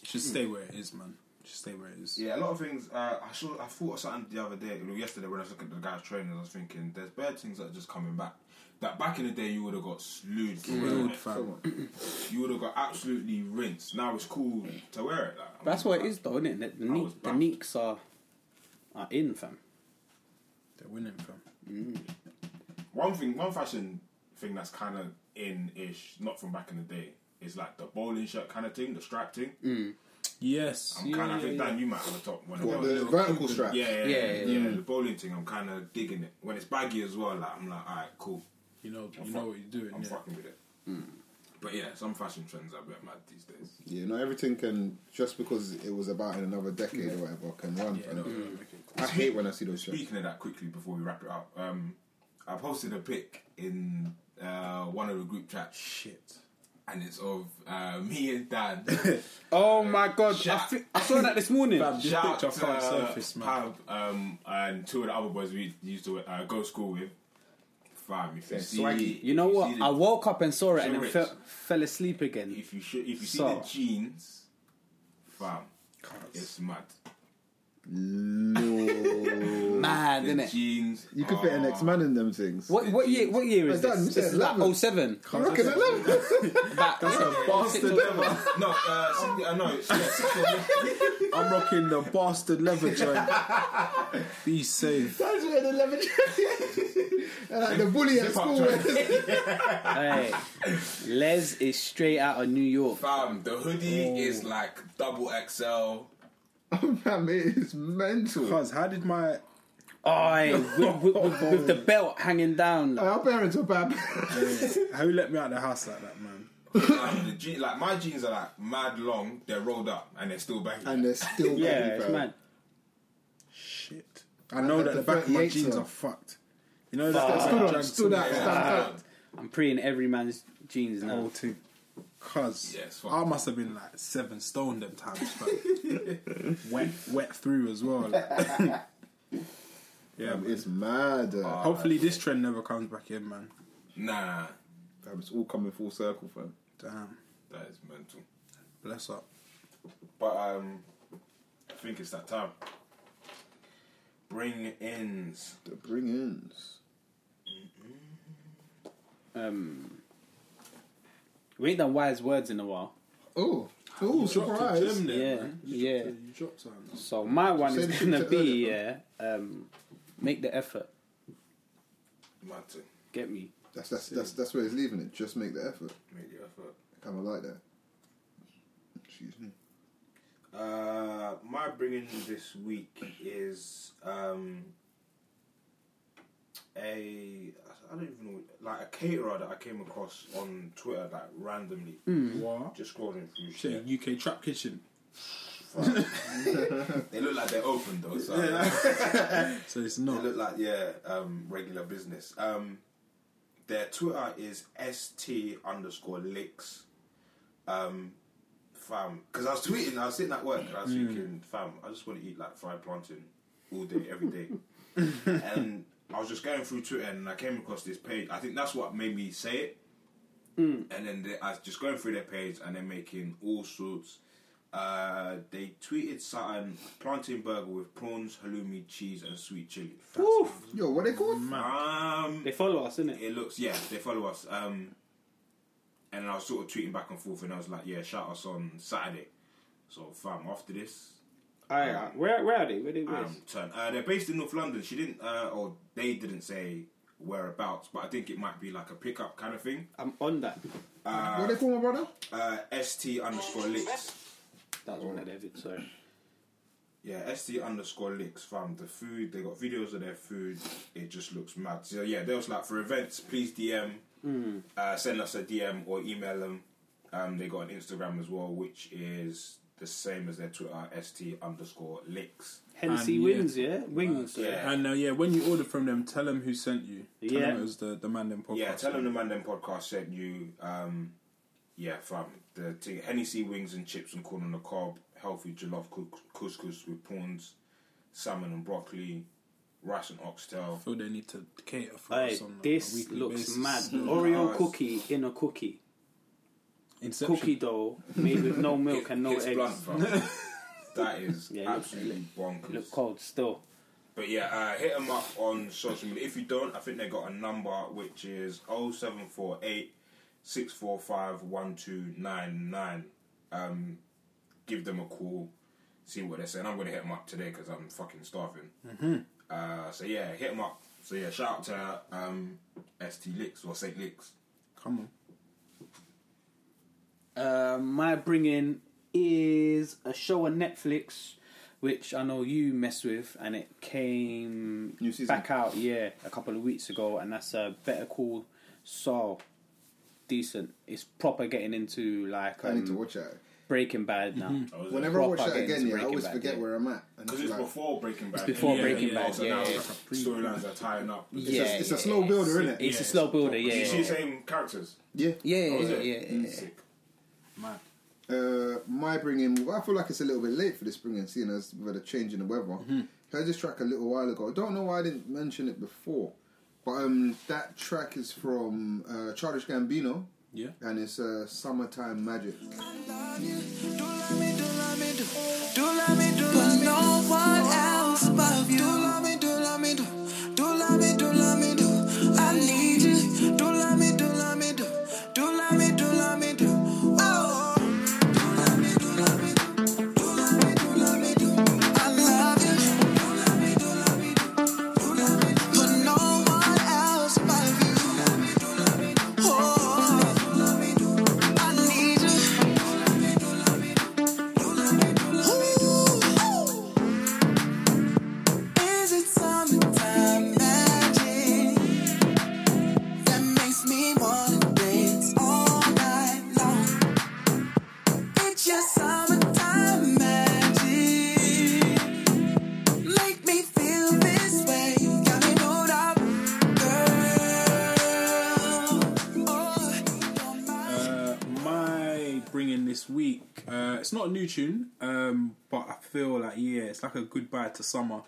Speaker 5: It should stay where it is, man. It should stay where it is.
Speaker 6: Hmm. Yeah, a lot of things. Uh, I saw. I thought of something the other day, well, yesterday when I was looking at the guys' trainers. I was thinking, there's bad things that are just coming back. That back in the day, you would have got slewed. for wearing
Speaker 5: Good,
Speaker 6: it.
Speaker 5: fam.
Speaker 6: You would have got absolutely rinsed. Now it's cool to wear it. Like,
Speaker 8: That's what it is, though, isn't it? The,
Speaker 6: I
Speaker 8: ne-
Speaker 6: was
Speaker 8: the
Speaker 6: baffled.
Speaker 8: Neeks are, are in, fam.
Speaker 5: They're winning, fam.
Speaker 6: One thing, one fashion thing that's kind of in-ish, not from back in the day, is like the bowling shirt kind of thing, the strap thing.
Speaker 5: Yes.
Speaker 6: I'm kind of. I think Dan, you might have the top one. of
Speaker 7: What,
Speaker 6: those.
Speaker 7: the vertical strap.
Speaker 6: Yeah, yeah,
Speaker 8: Yeah,
Speaker 6: yeah,
Speaker 8: yeah,
Speaker 6: yeah, The bowling thing, I'm kind of digging it. When it's baggy as well, like I'm like, all right, cool.
Speaker 5: You know,
Speaker 6: I'm
Speaker 5: you know what you're doing.
Speaker 6: I'm
Speaker 5: yeah.
Speaker 6: fucking with it. Mm. But yeah, some fashion trends are a bit mad these days.
Speaker 7: Yeah, not everything can just because it was about in another decade or whatever can run. fam. I hate when I see those shows.
Speaker 6: Speaking of that, quickly before we wrap it up, um, I posted a pic in uh, one of the group chats. Shit. And it's of uh, me and Dan.
Speaker 8: Oh my god! I,
Speaker 6: Shaq.
Speaker 8: fi- I saw that this morning.
Speaker 5: Fam, this
Speaker 6: Shout
Speaker 5: picture
Speaker 6: out
Speaker 5: can't
Speaker 6: to
Speaker 5: surface, man.
Speaker 6: Pab, um, and two of the other boys we used to uh, go to school with. Fam, if you
Speaker 7: Yeah,
Speaker 6: see,
Speaker 7: swaggy.
Speaker 8: you know
Speaker 6: if you
Speaker 8: what?
Speaker 6: see the-
Speaker 8: I woke up and saw it, and
Speaker 6: Show
Speaker 8: then
Speaker 6: it.
Speaker 8: fell, fell asleep again.
Speaker 6: If you should, if you see
Speaker 8: So-
Speaker 6: the jeans, fam, it's mad.
Speaker 8: Mad,
Speaker 6: The
Speaker 8: innit?
Speaker 6: jeans,
Speaker 7: You could fit an X Man in them things.
Speaker 8: What what year? What year is
Speaker 7: Like that,
Speaker 8: this?
Speaker 7: you
Speaker 8: This
Speaker 7: said
Speaker 8: is like
Speaker 7: 11.
Speaker 8: 07.
Speaker 7: I'm rocking it, love it.
Speaker 8: About- yeah, 06, 07.
Speaker 6: no, uh, some- uh, no, it's- it's-
Speaker 5: I'm rocking the bastard leather joint. Be safe.
Speaker 7: That's where the leather And like the bully at
Speaker 6: Hip-hop
Speaker 7: school.
Speaker 6: joint.
Speaker 7: wears-
Speaker 8: Hey, Les is straight out of New York.
Speaker 6: Fam, Um, the hoodie is like double XL.
Speaker 7: Fam, it is mental.
Speaker 5: Cuz, how did my.
Speaker 8: Oh, hey, with, with, with, with the belt hanging down. like,
Speaker 7: Our parents were bad.
Speaker 5: Who let me out the house like that, man?
Speaker 6: Fam, the je- like my jeans are like mad long. They're rolled up and they're still baggy.
Speaker 7: and they're still
Speaker 8: yeah,
Speaker 7: baggy,
Speaker 8: it's
Speaker 7: fam.
Speaker 8: mad.
Speaker 5: Shit. I know that the back of my
Speaker 7: 38
Speaker 5: jeans
Speaker 7: son.
Speaker 5: are fucked. You know that
Speaker 7: Stood up, stood up, stand up.
Speaker 8: I'm preying every man's jeans now.
Speaker 5: whole thing. Cause
Speaker 6: Yes, fuck.
Speaker 5: I must have been like seven stone them times, but wet, wet through as well. like. yeah,
Speaker 7: Fam,
Speaker 5: man.
Speaker 7: It's mad.
Speaker 8: Ah.
Speaker 7: uh,
Speaker 5: Hopefully this trend never comes back in, man.
Speaker 6: Nah,
Speaker 7: fam, it's all coming full circle, fam.
Speaker 5: Damn,
Speaker 6: that is mental.
Speaker 5: bless up.
Speaker 6: But um, I think it's that time. Bring ins.
Speaker 7: The bring ins.
Speaker 8: We ain't done wise words in a while.
Speaker 7: Oh, oh, surprise.
Speaker 8: Yeah, yeah.
Speaker 5: You dropped something.
Speaker 8: So my one
Speaker 7: Said
Speaker 8: is
Speaker 7: it
Speaker 8: gonna
Speaker 7: earlier,
Speaker 8: be yeah. Um, make the effort.
Speaker 6: Matter.
Speaker 8: Get me.
Speaker 7: That's, that's, that's, that's where he's leaving it. Just make the effort.
Speaker 6: Make the effort.
Speaker 7: Kind of like that. Excuse me.
Speaker 6: Uh, my bringing this week is um, a I don't even know like a caterer that I came across on Twitter like randomly,
Speaker 5: What?
Speaker 6: just scrolling through
Speaker 5: Shit,
Speaker 6: shit.
Speaker 5: UK trap kitchen.
Speaker 6: They look like they're open though, so
Speaker 5: So it's
Speaker 6: they
Speaker 5: not.
Speaker 6: look like yeah, um, regular business. Um, their Twitter is st underscore licks. Um, fam, because I was tweeting, I was sitting at work, and I was thinking, fam, I just want to eat like fried plantain all day, every day. and I was just going through Twitter, and I came across this page. I think that's what made me say it. And then they, I was just going through their page, and they're making all sorts Uh, they tweeted something plantain burger with prawns, halloumi, cheese, and sweet chili.
Speaker 7: Yo, what they called?
Speaker 6: Um,
Speaker 8: They follow us, innit?
Speaker 6: it looks yeah, they follow us. Um, and I was sort of tweeting back and forth, and I was like, yeah, shout us on Saturday. So fam, after this,
Speaker 8: Alright, uh, where where are they? Where they
Speaker 6: um,
Speaker 8: based?
Speaker 6: turn. Uh, they're based in North London. She didn't, uh, or they didn't say whereabouts, but I think it might be like a pickup kind of thing.
Speaker 8: I'm on that.
Speaker 7: what they called, my brother?
Speaker 6: Uh, ST underscore licks.
Speaker 8: That was one of their vids, sorry.
Speaker 6: Yeah, ST underscore licks, fam. The food, they got videos of their food. It just looks mad. So, yeah, there was like, for events, please DM, uh, send us a DM or email them. Um, they got an Instagram as well, which is the same as their Twitter, ST underscore licks.
Speaker 8: Hennessy
Speaker 11: yeah.
Speaker 8: wins, yeah? Wings. sorry.
Speaker 6: Yeah.
Speaker 11: And uh, yeah, when you order from them, tell them who sent you. Tell
Speaker 8: Yeah.
Speaker 11: them it was the, the man them podcast.
Speaker 6: Yeah, tell them the Man Them podcast sent you. Um, yeah, fam. The thing, Hennessy wings and chips and corn on the cob, healthy jollof cous- couscous with prawns, salmon and broccoli, rice and oxtail.
Speaker 11: feel they need to cater for
Speaker 8: Aye,
Speaker 11: us on a- a
Speaker 8: this
Speaker 11: weekly
Speaker 8: looks
Speaker 11: basis.
Speaker 8: mad. Oreo
Speaker 6: Nice.
Speaker 8: cookie in a cookie.
Speaker 11: Inception.
Speaker 8: Cookie dough made with no milk and no
Speaker 6: It's
Speaker 8: eggs.
Speaker 6: blunt, fam. that is
Speaker 8: Yeah, it looks-
Speaker 6: absolutely bonkers.
Speaker 8: Look cold still.
Speaker 6: But yeah, uh, hit them up on social media. If you don't, I think they got a number which is 0748 645 1299. Um, give them a call, see what they're saying. I'm going to hit them up today because I'm fucking starving.
Speaker 8: Mm-hmm.
Speaker 6: Uh, so yeah, hit them up. So yeah, shout out to um, ST Licks or St. Licks.
Speaker 11: Come on.
Speaker 8: Uh, my bringing is a show on Netflix, which I know you mess with, and it came
Speaker 7: New season.
Speaker 8: back out, yeah, a couple of weeks ago, and that's a Better Call Saul. Decent. It's proper getting into like
Speaker 7: I need to
Speaker 8: um,
Speaker 7: watch that.
Speaker 8: Breaking Bad now.
Speaker 7: Whenever I watch
Speaker 8: Proper
Speaker 7: that
Speaker 8: getting
Speaker 7: again,
Speaker 8: to
Speaker 7: yeah, I
Speaker 8: Breaking
Speaker 7: always
Speaker 8: Bad,
Speaker 7: forget
Speaker 8: yeah.
Speaker 7: where I'm at. And
Speaker 6: Because
Speaker 7: it's
Speaker 6: it's
Speaker 7: like,
Speaker 6: before Breaking Bad.
Speaker 8: before
Speaker 11: Yeah,
Speaker 8: Breaking
Speaker 11: yeah,
Speaker 8: Bad,
Speaker 6: So
Speaker 8: yeah.
Speaker 6: now
Speaker 8: yeah.
Speaker 6: it's like a pre- storylines are tying up.
Speaker 8: yeah,
Speaker 7: a- it's a slow builder,
Speaker 8: it's-
Speaker 7: innit?
Speaker 8: It's a slow builder, yeah.
Speaker 6: You see the
Speaker 8: Yeah,
Speaker 6: same characters.
Speaker 7: yeah.
Speaker 8: yeah, yeah,
Speaker 6: it?
Speaker 8: yeah, yeah.
Speaker 6: Sick.
Speaker 11: Mad.
Speaker 7: Uh, my bringing, I feel like it's a little bit late for this bringing, seeing as we've had a change in the weather.
Speaker 8: Mm-hmm.
Speaker 7: Heard this track a little while ago. Don't know why I didn't mention it before, but um, that track is from uh, Childish Gambino,
Speaker 11: Yeah.
Speaker 7: and it's uh, "Summertime Magic."
Speaker 11: Uh, my bringing this week, uh, it's not a new tune, um, but I feel like yeah, it's like a goodbye to summer.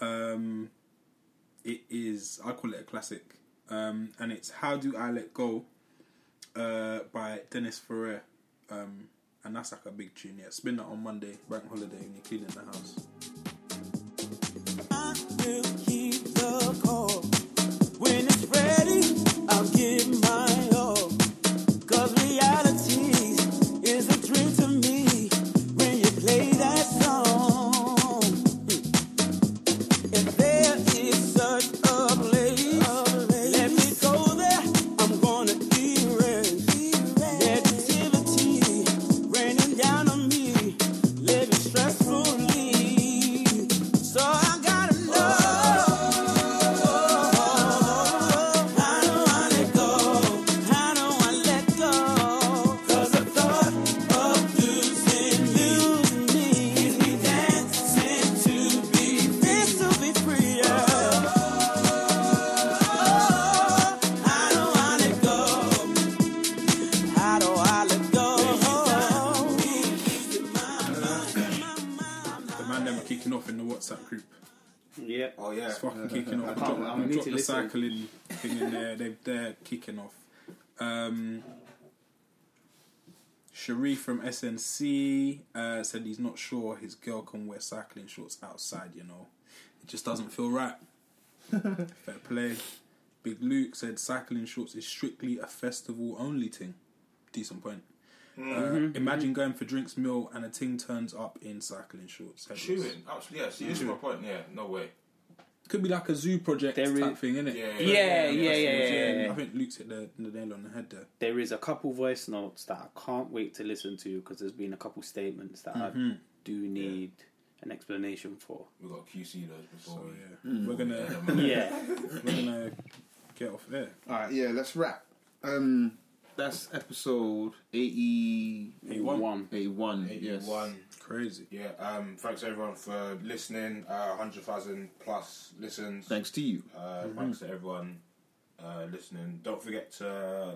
Speaker 11: Um, it is, I call it a classic, um, and it's "How Do I Let Go" uh, by Dennis Ferrer, um, and that's like a big tune. Yeah, spin that on Monday, bank holiday, when you're cleaning the house. The man them are kicking off in the WhatsApp group.
Speaker 8: yeah.
Speaker 6: Oh yeah.
Speaker 11: It's fucking kicking off.
Speaker 8: can't- I
Speaker 11: Drop-
Speaker 8: need
Speaker 11: drop
Speaker 8: to
Speaker 11: the
Speaker 8: listen.
Speaker 11: cycling thing in there. They, they're kicking off. Um,
Speaker 5: Sharif from SNC uh, said he's not sure his girl can wear cycling shorts outside, you know. It just doesn't feel right. Fair play. Big Luke said cycling shorts is strictly a festival only thing. Decent point.
Speaker 8: Mm-hmm.
Speaker 5: Uh, imagine going for drinks, meal, and a ting turns up in cycling shorts.
Speaker 6: Chewing. Actually, yeah, see, this
Speaker 8: Mm.
Speaker 6: is my point. Yeah, no way.
Speaker 5: Could be like a zoo project
Speaker 8: There
Speaker 5: type
Speaker 8: is-
Speaker 5: thing, innit?
Speaker 6: Yeah,
Speaker 8: Yeah, yeah, yeah, yeah, yeah,
Speaker 5: I
Speaker 8: yeah.
Speaker 5: think Luke's hit the, the nail on the head there.
Speaker 8: There is a couple voice notes that I can't wait to listen to because there's been a couple statements that I do need an explanation for.
Speaker 6: We got QC those before.
Speaker 5: So
Speaker 6: we-
Speaker 5: yeah, we're gonna
Speaker 8: Mm. Yeah.
Speaker 5: we're gonna get off there.
Speaker 7: All right, yeah, let's wrap. Um, that's episode 80,
Speaker 8: One.
Speaker 7: 81. yes.
Speaker 6: One.
Speaker 5: Crazy.
Speaker 6: Yeah. Um. Thanks everyone for listening. Uh, hundred thousand plus listens.
Speaker 7: Thanks to you.
Speaker 6: Uh, Thanks to everyone uh, listening. Don't forget to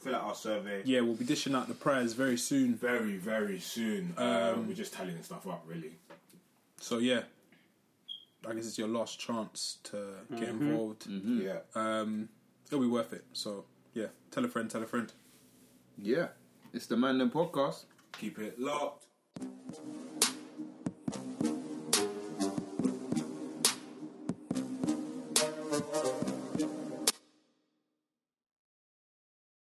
Speaker 6: fill out our survey.
Speaker 5: Yeah, we'll be dishing out the prize very soon.
Speaker 6: Very, very
Speaker 8: Mm.
Speaker 6: soon. Uh, we're just tallying stuff up, really.
Speaker 5: So yeah, I guess it's your last chance to get
Speaker 8: Mm-hmm.
Speaker 5: involved.
Speaker 8: Mm.
Speaker 6: Yeah.
Speaker 8: Uh,
Speaker 5: Um, it'll be worth it. So yeah, tell a friend, tell a friend.
Speaker 7: Yeah. It's the Man Them Podcast.
Speaker 6: Keep it locked.